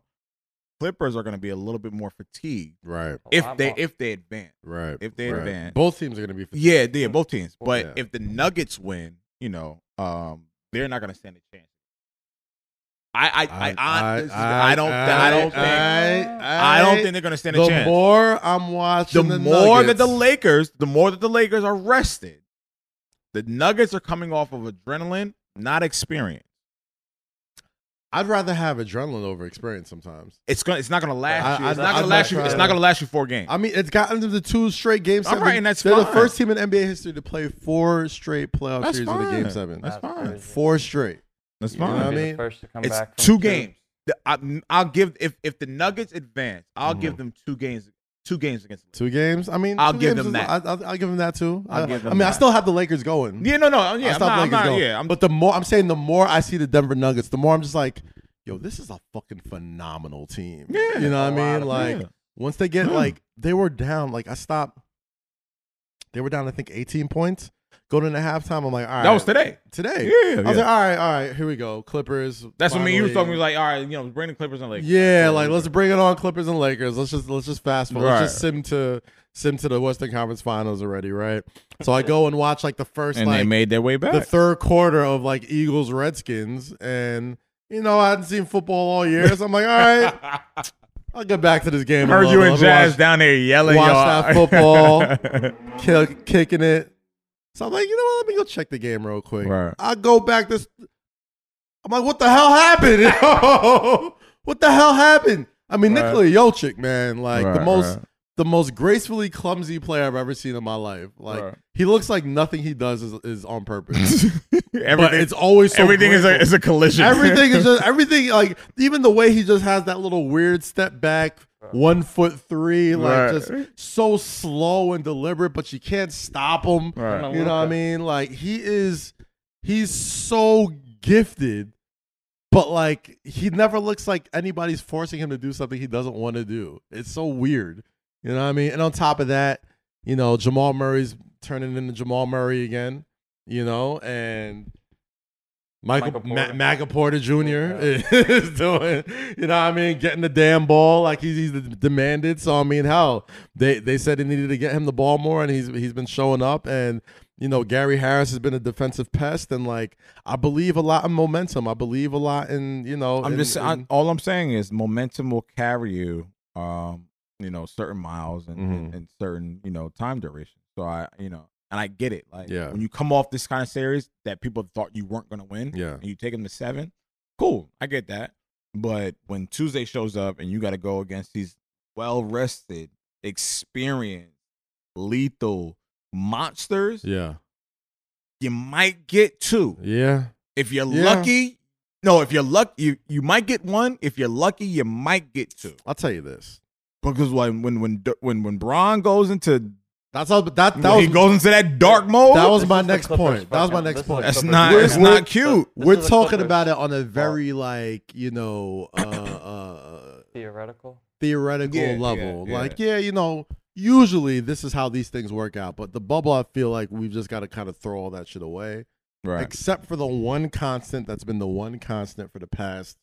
Speaker 2: Clippers are gonna be a little bit more fatigued
Speaker 1: right,
Speaker 3: A
Speaker 2: if
Speaker 3: lot
Speaker 2: they
Speaker 3: more.
Speaker 2: if they advance.
Speaker 1: right.
Speaker 2: If they
Speaker 1: right.
Speaker 2: advance.
Speaker 1: both teams are going to be. fatigued.
Speaker 2: Yeah, yeah, both teams. But
Speaker 1: Yeah.
Speaker 2: if the Nuggets win, you know, um, they're not gonna stand a chance. I I I, I, this is- I don't I, don't think I,
Speaker 1: I,
Speaker 2: don't think they're gonna stand a
Speaker 1: the
Speaker 2: chance
Speaker 1: more I'm watching,
Speaker 2: the,
Speaker 1: the,
Speaker 2: more that the
Speaker 1: Nuggets-
Speaker 2: Lakers, the more that the Lakers are rested, the Nuggets are coming off of adrenaline, not experience.
Speaker 1: I'd rather have adrenaline over experience sometimes.
Speaker 2: It's gonna, it's not gonna last
Speaker 1: I-
Speaker 2: you.
Speaker 1: I-
Speaker 2: It's not
Speaker 1: I'm
Speaker 2: gonna
Speaker 1: not
Speaker 2: last you.
Speaker 1: trying
Speaker 2: It's
Speaker 1: to-
Speaker 2: not gonna last you four games.
Speaker 1: I mean, it's gotten them to two straight game
Speaker 2: All
Speaker 1: seven.
Speaker 2: right, and that's
Speaker 1: They're the
Speaker 2: fine.
Speaker 1: first team in NBA history to play four straight playoff
Speaker 2: That's
Speaker 1: series in a game
Speaker 2: fine.
Speaker 1: seven.
Speaker 2: That's fine.
Speaker 3: crazy.
Speaker 1: Four straight.
Speaker 2: That's
Speaker 3: You know
Speaker 1: fine.
Speaker 3: what I
Speaker 1: I
Speaker 3: mean?
Speaker 1: mean,
Speaker 3: first to come
Speaker 2: It's
Speaker 3: back from
Speaker 2: two games. The- I, I'll give if if the Nuggets advance, I'll
Speaker 1: Mhm.
Speaker 2: give them two games. Two games against. The
Speaker 1: Two games. I mean,
Speaker 2: I'll
Speaker 1: two
Speaker 2: give
Speaker 1: games
Speaker 2: them
Speaker 1: is-
Speaker 2: that.
Speaker 1: I, I'll, I'll give them that too.
Speaker 2: I'll
Speaker 1: I,
Speaker 2: give
Speaker 1: I
Speaker 2: them
Speaker 1: mean, I
Speaker 2: that.
Speaker 1: still have the Lakers going.
Speaker 2: Lakers. yeah, no, no,
Speaker 1: I
Speaker 2: yeah, I'm
Speaker 1: stopped
Speaker 2: not, I'm
Speaker 1: Lakers
Speaker 2: not,
Speaker 1: going.
Speaker 2: yeah, I'm,
Speaker 1: but the more I'm saying, the more I see the Denver Nuggets, the more I'm just like, yo, this is a fucking phenomenal team.
Speaker 2: Yeah,
Speaker 1: you know
Speaker 2: a
Speaker 1: what I mean?
Speaker 2: lot of-
Speaker 1: Like
Speaker 2: yeah. Hmm.
Speaker 1: once they get
Speaker 2: Yeah.
Speaker 1: like they were down, like I stopped. They were down, I think, 18 points. Going into halftime, I'm like, all right,
Speaker 2: that was today.
Speaker 1: today.
Speaker 2: Yeah,
Speaker 1: I was like, all right, all right, here we go, Clippers.
Speaker 2: that's what me. and You were talking.
Speaker 1: finally-
Speaker 2: You was like, all right, you know, bring the Clippers and Lakers.
Speaker 1: yeah, like let's bring it on, Clippers and Lakers. Let's just let's just fast forward.
Speaker 2: Right.
Speaker 1: Let's just sim to sim to the Western Conference Finals already, right? So I go and watch like the first
Speaker 2: And they
Speaker 1: like
Speaker 2: made their way back.
Speaker 1: the third quarter of like Eagles Redskins, and you know I hadn't seen football all year, so I'm like, all right, I'll get back to this game. a
Speaker 2: Heard you
Speaker 1: little.
Speaker 2: and
Speaker 1: Let me
Speaker 2: Jazz down there
Speaker 1: Watch,
Speaker 2: yelling.
Speaker 1: watch
Speaker 2: y'all.
Speaker 1: that football, kick, kicking it. So I'm like, you know what? Let me go check the game real quick.
Speaker 2: Right.
Speaker 1: I go back this. I'm like, what the hell happened? Yo? what the hell happened? I mean,
Speaker 2: Right.
Speaker 1: Nikola Jokic, man, like the
Speaker 2: Right,
Speaker 1: most
Speaker 2: right.
Speaker 1: the most gracefully clumsy player I've ever seen in my life. Like
Speaker 2: Right.
Speaker 1: he looks like nothing he does is, is on purpose. but
Speaker 2: everything,
Speaker 1: it's always so
Speaker 2: everything is a
Speaker 1: graceful.
Speaker 2: is a collision.
Speaker 1: everything is just everything like even the way he just has that little weird step back one foot three, like
Speaker 2: Right.
Speaker 1: just so slow and deliberate, but you can't stop him.
Speaker 2: Right.
Speaker 1: You know what I mean? Like he is he's so gifted, but like he never looks like anybody's forcing him to do something he doesn't want to do. It's so weird. You know what I mean? And on top of that, you know, Jamal Murray's turning into Jamal Murray again, you know, and Michael,
Speaker 3: Michael
Speaker 1: Ma-
Speaker 3: Porter.
Speaker 1: Maga Porter Jr. is doing, you know what I mean, getting the damn ball like he's, he's demanded. So I mean, hell, they they said they needed to get him the ball more, and he's he's been showing up. And you know, Gary Harris has been a defensive pest, and like I believe a lot in momentum. I believe a lot in you know.
Speaker 2: I'm
Speaker 1: in-
Speaker 2: just I,
Speaker 1: in-
Speaker 2: all I'm saying is momentum will carry you, um, you know, certain miles and, and, and certain you know time duration. So I, you know, and I get it. Like
Speaker 1: Yeah.
Speaker 2: when you come off this kind of series that people thought you weren't gonna win,
Speaker 1: yeah,
Speaker 2: and you take them to seven, cool, I get that. But when Tuesday shows up and you got to go against these well rested, experienced, lethal monsters,
Speaker 1: yeah,
Speaker 2: you might get two.
Speaker 1: yeah,
Speaker 2: If you're
Speaker 1: Yeah.
Speaker 2: lucky, no, if you're lucky, you, you might get one. If you're lucky, you might get two.
Speaker 1: I'll tell you this.
Speaker 2: Because when when when D- when when Braun goes into
Speaker 1: That's all. That that
Speaker 2: when he
Speaker 1: was
Speaker 2: goes into that dark mode.
Speaker 1: that was
Speaker 3: This
Speaker 1: my
Speaker 3: is the
Speaker 1: next
Speaker 3: Clippers
Speaker 1: point. That was my
Speaker 3: fucking-
Speaker 1: next
Speaker 3: this is
Speaker 1: point.
Speaker 3: the
Speaker 2: That's
Speaker 3: Clippers
Speaker 2: not-
Speaker 3: fucking-
Speaker 2: it's not cute.
Speaker 3: This
Speaker 1: We're
Speaker 3: is the
Speaker 1: talking
Speaker 3: Clippers
Speaker 1: about it on a very like you know uh, uh,
Speaker 3: theoretical.
Speaker 1: theoretical
Speaker 2: Yeah, yeah,
Speaker 1: level.
Speaker 2: yeah.
Speaker 1: Like yeah, you know, usually this is how these things work out. But the bubble, I feel like we've just got to kind of throw all that shit away,
Speaker 2: right.
Speaker 1: except for the one constant that's been the one constant for the past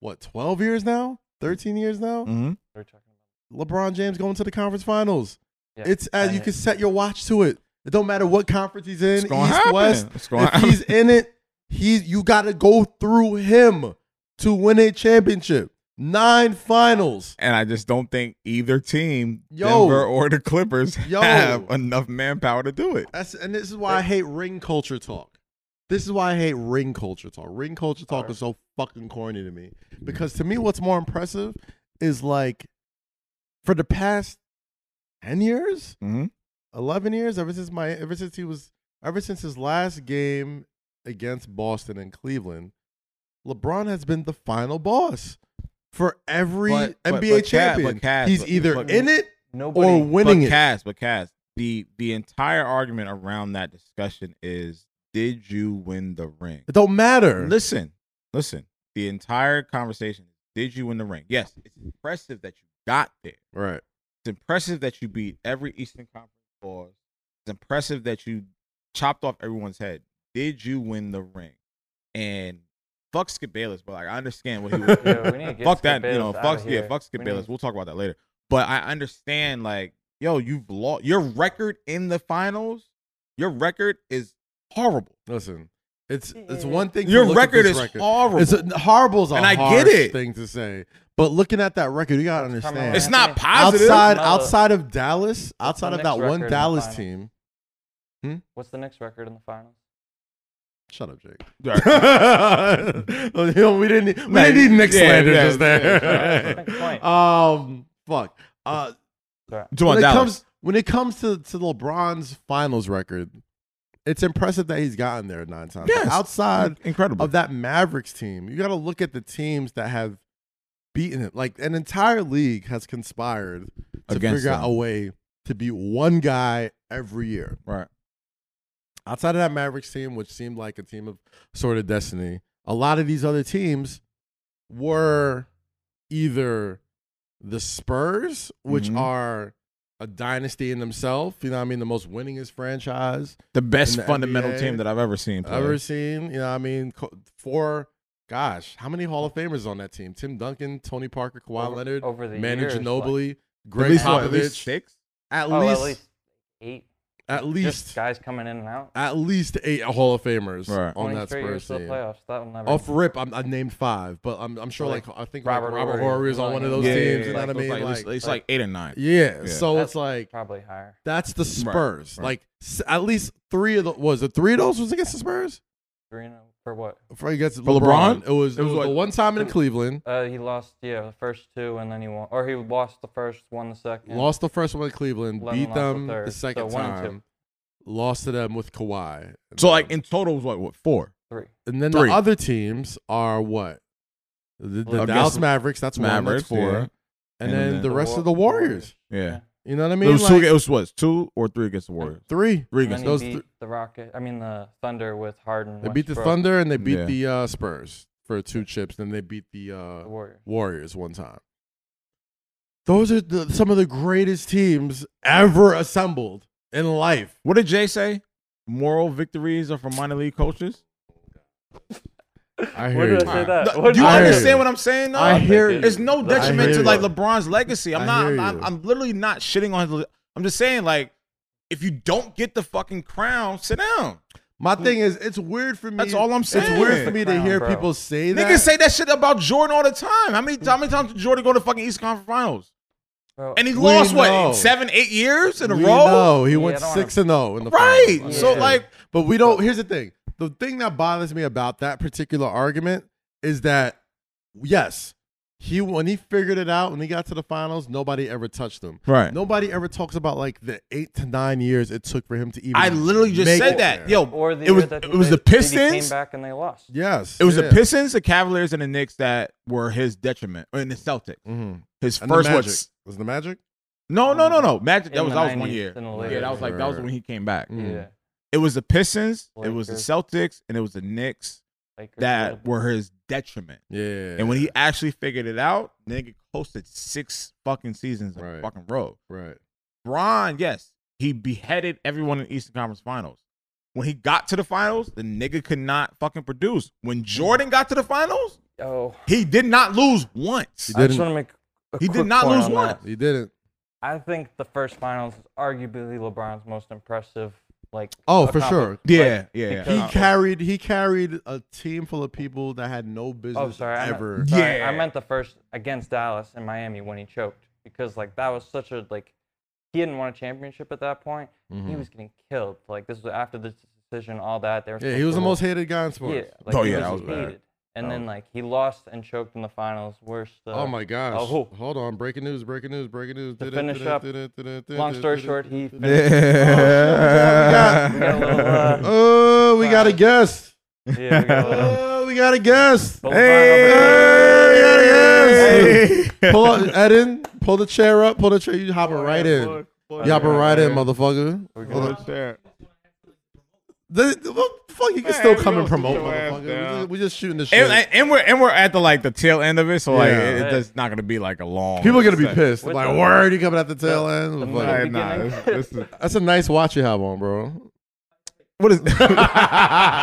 Speaker 1: what twelve years now, thirteen years now.
Speaker 2: Mhm.
Speaker 3: We're talking about.
Speaker 1: LeBron James going to the conference finals.
Speaker 3: Yeah.
Speaker 1: It's as
Speaker 3: And
Speaker 1: you
Speaker 3: it-
Speaker 1: can set your watch to it. It don't matter what conference he's in,
Speaker 2: It's gonna
Speaker 1: East
Speaker 2: happen.
Speaker 1: West.
Speaker 2: It's gonna
Speaker 1: If
Speaker 2: happen.
Speaker 1: he's in it, he's you got to go through him to win a championship. Nine finals.
Speaker 2: And I just don't think either team,
Speaker 1: Yo.
Speaker 2: Denver or the Clippers,
Speaker 1: Yo.
Speaker 2: have enough manpower to do it.
Speaker 1: That's and this is why I hate ring culture talk. This is why I hate ring culture talk. Ring culture talk is so fucking corny to me because to me, what's more impressive is like for the past ten years,
Speaker 2: Mhm.
Speaker 1: eleven years, ever since my ever since he was ever since his last game against Boston and Cleveland, LeBron has been the final boss for every
Speaker 2: But- but-
Speaker 1: NBA
Speaker 2: but Cat-
Speaker 1: champion.
Speaker 2: but Cat-
Speaker 1: He's
Speaker 2: but-
Speaker 1: either
Speaker 2: but-
Speaker 1: in it
Speaker 3: Nobody.
Speaker 1: or winning
Speaker 2: but
Speaker 1: it.
Speaker 2: Cass, but Cass, the the entire argument around that discussion is: Did you win the ring?
Speaker 1: It don't matter.
Speaker 2: Listen, listen. The entire conversation: Did you win the ring? Yes, it's impressive that you got there.
Speaker 1: Right.
Speaker 2: It's impressive that you beat every Eastern Conference boss. It's impressive that you chopped off everyone's head. Did you win the ring? And fuck Skip Bayless, but like I understand what he was.
Speaker 3: Yeah, we need to get
Speaker 2: fuck
Speaker 3: Skip
Speaker 2: that, you
Speaker 3: Bayless
Speaker 2: know,
Speaker 3: outta
Speaker 2: fuck yeah,
Speaker 3: here.
Speaker 2: fuck Skip
Speaker 3: We
Speaker 2: Bayless.
Speaker 3: need-
Speaker 2: We'll talk about that later. But I understand, like, yo, you've lost your record in the finals. Your record is horrible.
Speaker 1: Listen, it's it's
Speaker 3: Yeah.
Speaker 1: one thing. to
Speaker 2: Your
Speaker 1: look at
Speaker 2: record
Speaker 1: this
Speaker 2: is horrible.
Speaker 1: It's a, horrible's a
Speaker 2: And I get
Speaker 1: harsh
Speaker 2: it.
Speaker 1: thing to say, but looking at that record, you gotta
Speaker 3: That's
Speaker 1: understand.
Speaker 3: Carmelo
Speaker 2: It's not
Speaker 3: Anthony.
Speaker 2: positive.
Speaker 1: outside
Speaker 3: Carmelo.
Speaker 1: outside of Dallas, outside
Speaker 3: the
Speaker 1: of that
Speaker 3: Knicks
Speaker 1: one
Speaker 3: record in the
Speaker 1: Dallas
Speaker 3: finals?
Speaker 1: team.
Speaker 3: What's the next record in the finals?
Speaker 1: Shut up, Jake.
Speaker 2: Right.
Speaker 1: You know, we didn't we
Speaker 2: Nah,
Speaker 1: didn't need Nick
Speaker 2: yeah,
Speaker 1: slander
Speaker 2: yeah,
Speaker 1: just
Speaker 3: yeah,
Speaker 1: there.
Speaker 3: sure. Good point.
Speaker 1: um, fuck. Uh,
Speaker 3: Sorry.
Speaker 2: Come on,
Speaker 1: when it
Speaker 2: Dallas.
Speaker 1: comes when it comes to to LeBron's finals record, it's impressive that he's gotten there nine times. But
Speaker 2: Yes.
Speaker 1: Outside
Speaker 2: Incredible.
Speaker 1: of that Mavericks team, you got to look at the teams that have beaten it. Like an entire league has conspired to
Speaker 2: Against
Speaker 1: figure out
Speaker 2: them.
Speaker 1: a way to beat one guy every year.
Speaker 2: Right.
Speaker 1: Outside of that Mavericks team, which seemed like a team of sort of destiny, a lot of these other teams were either the Spurs, which
Speaker 2: Mhm.
Speaker 1: are a dynasty in themselves, you know what I mean, the most winningest franchise
Speaker 2: The best
Speaker 1: in the
Speaker 2: fundamental
Speaker 1: NBA,
Speaker 2: team that I've ever seen. Play.
Speaker 1: ever seen. You know, what I mean, Co- four. Gosh, how many Hall of Famers on that team? Tim Duncan, Tony Parker, Kawhi
Speaker 3: Over-
Speaker 1: Leonard,
Speaker 3: over the
Speaker 1: Manu
Speaker 3: years, like-
Speaker 1: Ginobili,
Speaker 2: at
Speaker 1: Greg
Speaker 2: least, what, at
Speaker 1: Popovich.
Speaker 2: least six.
Speaker 1: At
Speaker 3: oh,
Speaker 1: least,
Speaker 3: at least eight.
Speaker 1: at
Speaker 3: Just
Speaker 1: least,
Speaker 3: guys coming in and out.
Speaker 1: at least eight Hall of Famers
Speaker 2: Right.
Speaker 1: on that
Speaker 3: 23 years
Speaker 1: Spurs
Speaker 3: till
Speaker 1: team. Oh,
Speaker 3: playoffs. That'll never.
Speaker 1: Off rip, I'm, I named five, but I'm, I'm sure like
Speaker 3: Like
Speaker 1: I think
Speaker 3: Robert
Speaker 1: like Robert
Speaker 3: Horry.
Speaker 1: Horry is on one of those
Speaker 3: Yeah, yeah,
Speaker 1: teams.
Speaker 3: yeah,
Speaker 1: You know what I mean?
Speaker 2: Like,
Speaker 1: Like,
Speaker 2: it's, it's like eight or nine.
Speaker 1: yeah.
Speaker 2: Yeah.
Speaker 1: So
Speaker 3: That's
Speaker 1: it's like
Speaker 3: probably higher.
Speaker 1: that's the Spurs.
Speaker 2: Right.
Speaker 1: Like s- at least three of the was it three of those was against the Spurs.
Speaker 3: Three and oh- for what?
Speaker 1: For against
Speaker 2: For
Speaker 1: LeBron,
Speaker 2: LeBron?
Speaker 1: it was it
Speaker 2: It was
Speaker 1: was the
Speaker 2: what-
Speaker 1: one time in Cleveland.
Speaker 3: Uh, he lost yeah the first two and then he won or he lost the first, won the second.
Speaker 1: Lost the first one to Cleveland,
Speaker 3: Eleven
Speaker 1: beat
Speaker 3: lost the
Speaker 1: them the,
Speaker 3: third. So
Speaker 1: second
Speaker 3: one and two.
Speaker 1: time, lost to them with Kawhi.
Speaker 2: So like in total was what what four?
Speaker 3: three.
Speaker 1: and then
Speaker 2: three.
Speaker 1: the other teams are what the, the
Speaker 3: Well,
Speaker 1: Dallas
Speaker 2: against-
Speaker 1: Mavericks. That's one. That's
Speaker 2: Mavericks,
Speaker 1: four.
Speaker 2: yeah.
Speaker 1: and,
Speaker 4: And
Speaker 1: then,
Speaker 4: then-
Speaker 1: the
Speaker 3: The
Speaker 1: rest
Speaker 3: Wa-
Speaker 1: of the Warriors.
Speaker 4: Yeah.
Speaker 1: You know what I
Speaker 4: it
Speaker 1: mean?
Speaker 4: was two.
Speaker 1: Like,
Speaker 4: It was what two or three against the Warriors.
Speaker 1: three.
Speaker 4: Three
Speaker 3: And then
Speaker 4: against.
Speaker 3: he
Speaker 1: Those
Speaker 3: beat
Speaker 1: th-
Speaker 3: the Rocket. I mean the Thunder with Harden.
Speaker 1: They beat the
Speaker 3: Westbrook,
Speaker 1: Thunder and they beat
Speaker 4: Yeah.
Speaker 1: the uh, Spurs for two chips. Then they beat the uh,
Speaker 3: The Warriors.
Speaker 1: Warriors one time. Those are the, some of the greatest teams ever assembled in life.
Speaker 4: What did Jay say? Moral victories are for minor league coaches.
Speaker 1: I
Speaker 3: Where
Speaker 1: hear
Speaker 3: did
Speaker 1: you.
Speaker 3: I say that?
Speaker 4: No,
Speaker 3: What
Speaker 4: do you
Speaker 3: did I
Speaker 1: hear
Speaker 4: understand
Speaker 1: you.
Speaker 4: what I'm saying? though?
Speaker 1: I hear you.
Speaker 4: It's no
Speaker 3: I
Speaker 4: detriment to
Speaker 1: hear you.
Speaker 4: like LeBron's legacy. I'm
Speaker 1: I
Speaker 4: not.
Speaker 1: hear
Speaker 4: I'm, I'm,
Speaker 1: you.
Speaker 4: I'm literally not shitting on. His, I'm just saying like, if you don't get the fucking crown, sit down.
Speaker 1: My thing is, it's weird for me.
Speaker 4: That's all I'm saying.
Speaker 1: It's weird for me to
Speaker 3: Crown,
Speaker 1: hear
Speaker 3: bro.
Speaker 1: people say that.
Speaker 4: Niggas say that shit about Jordan all the time. How many how many times did Jordan go to fucking East Conference Finals?
Speaker 3: Bro,
Speaker 4: And he
Speaker 1: We
Speaker 4: lost
Speaker 1: know.
Speaker 4: what seven, eight years in a
Speaker 1: We
Speaker 4: row.
Speaker 1: know. he
Speaker 3: Yeah,
Speaker 1: went
Speaker 3: I don't
Speaker 1: six and zero in the
Speaker 4: Right.
Speaker 1: finals.
Speaker 3: So,
Speaker 1: Yeah.
Speaker 4: like-
Speaker 1: but we don't. Here's the thing. The thing that bothers me about that particular argument is that yes, he when he figured it out when he got to the finals, nobody ever touched him.
Speaker 4: Right.
Speaker 1: Nobody ever talks about like the eight to nine years it took for him to even.
Speaker 4: I literally just
Speaker 1: make
Speaker 4: said
Speaker 1: it
Speaker 4: that.
Speaker 1: there.
Speaker 4: Yo,
Speaker 3: or the
Speaker 4: it was
Speaker 3: year that
Speaker 4: it was
Speaker 3: they-
Speaker 4: the
Speaker 3: they
Speaker 4: Pistons.
Speaker 3: came back and they lost.
Speaker 1: Yes.
Speaker 4: It was
Speaker 1: yeah.
Speaker 4: the Pistons, the Cavaliers, and the Knicks that were his detriment, and the Celtics.
Speaker 1: Mhm.
Speaker 4: His
Speaker 1: And
Speaker 4: first
Speaker 1: the Magic.
Speaker 4: was
Speaker 1: was the Magic.
Speaker 4: no, no, no, no. Magic. That
Speaker 3: In
Speaker 4: was
Speaker 3: the
Speaker 4: that was one
Speaker 3: 90s,
Speaker 4: year.
Speaker 3: in the
Speaker 4: Yeah,
Speaker 3: later
Speaker 4: that was like that was
Speaker 1: years.
Speaker 4: when he came back.
Speaker 1: Mm.
Speaker 3: Yeah.
Speaker 4: It was the Pistons, it was the
Speaker 3: Lakers.
Speaker 4: Celtics, and it was the Knicks
Speaker 3: Lakers
Speaker 4: that
Speaker 3: were
Speaker 4: were his detriment.
Speaker 1: Yeah.
Speaker 4: And when he actually figured it out, nigga posted six fucking seasons in a
Speaker 1: Right.
Speaker 4: fucking row.
Speaker 1: right.
Speaker 4: Bron, yes, he beheaded everyone in Eastern Conference Finals. When he got to the finals, the nigga could not fucking produce. When Jordan got to the finals,
Speaker 3: Oh,
Speaker 4: he did not lose once.
Speaker 1: He
Speaker 3: I just
Speaker 1: didn't-
Speaker 3: want to make. A
Speaker 4: He did
Speaker 3: quick
Speaker 4: not
Speaker 3: point
Speaker 4: lose
Speaker 3: on
Speaker 4: one.
Speaker 3: that.
Speaker 1: He didn't.
Speaker 3: I think the first finals is arguably LeBron's most impressive. Like
Speaker 1: Oh, for sure.
Speaker 3: accomplishment.
Speaker 4: Yeah, yeah, yeah.
Speaker 1: He
Speaker 3: because-
Speaker 1: carried. He carried a team full of people that had no business
Speaker 3: Oh, sorry. I meant-
Speaker 1: ever.
Speaker 3: sorry,
Speaker 4: Yeah.
Speaker 3: I meant the first against Dallas in Miami when he choked because like that was such a like he didn't want a championship at that point.
Speaker 1: Mm-hmm.
Speaker 3: He was getting killed. Like this was after the decision, all that. They were
Speaker 1: Yeah,
Speaker 3: supposed
Speaker 1: he was
Speaker 3: to
Speaker 1: the most hated guy in sports.
Speaker 3: Oh. Yeah, like,
Speaker 4: Oh,
Speaker 3: he
Speaker 4: yeah, that was bad.
Speaker 3: hated. And then like he lost and choked in the finals. Worst. Uh,
Speaker 1: Oh my gosh!
Speaker 3: Oh, who?
Speaker 1: Hold on! Breaking news! Breaking news! Breaking news!
Speaker 3: To finish up, Long story short, he. Finished, we got a
Speaker 4: Yeah.
Speaker 3: little.
Speaker 1: oh,
Speaker 3: Uh,
Speaker 1: we got a guest.
Speaker 3: yeah, we got a little.
Speaker 1: Oh, we got a guest.
Speaker 3: Both
Speaker 1: Hey,
Speaker 4: Hey.
Speaker 1: Pull up, Eden. Pull the chair up. Pull the chair. You hopping right in. You hopping right in, motherfucker. Hold on. The, the- well, fuck, you can still come and promote, motherfucker. We just shooting the shit.
Speaker 2: And, and we're and we're at the like the tail end of it, so like
Speaker 1: Yeah.
Speaker 2: it, it's not gonna be like a long.
Speaker 1: People are gonna be
Speaker 2: set.
Speaker 1: pissed.
Speaker 3: What
Speaker 1: like,
Speaker 3: the-
Speaker 1: word, you coming at the tail end?
Speaker 3: the
Speaker 1: Fuck.
Speaker 2: Like, nah,
Speaker 3: Beginning.
Speaker 2: this, this is,
Speaker 1: That's a nice watch you have on, bro.
Speaker 2: what is?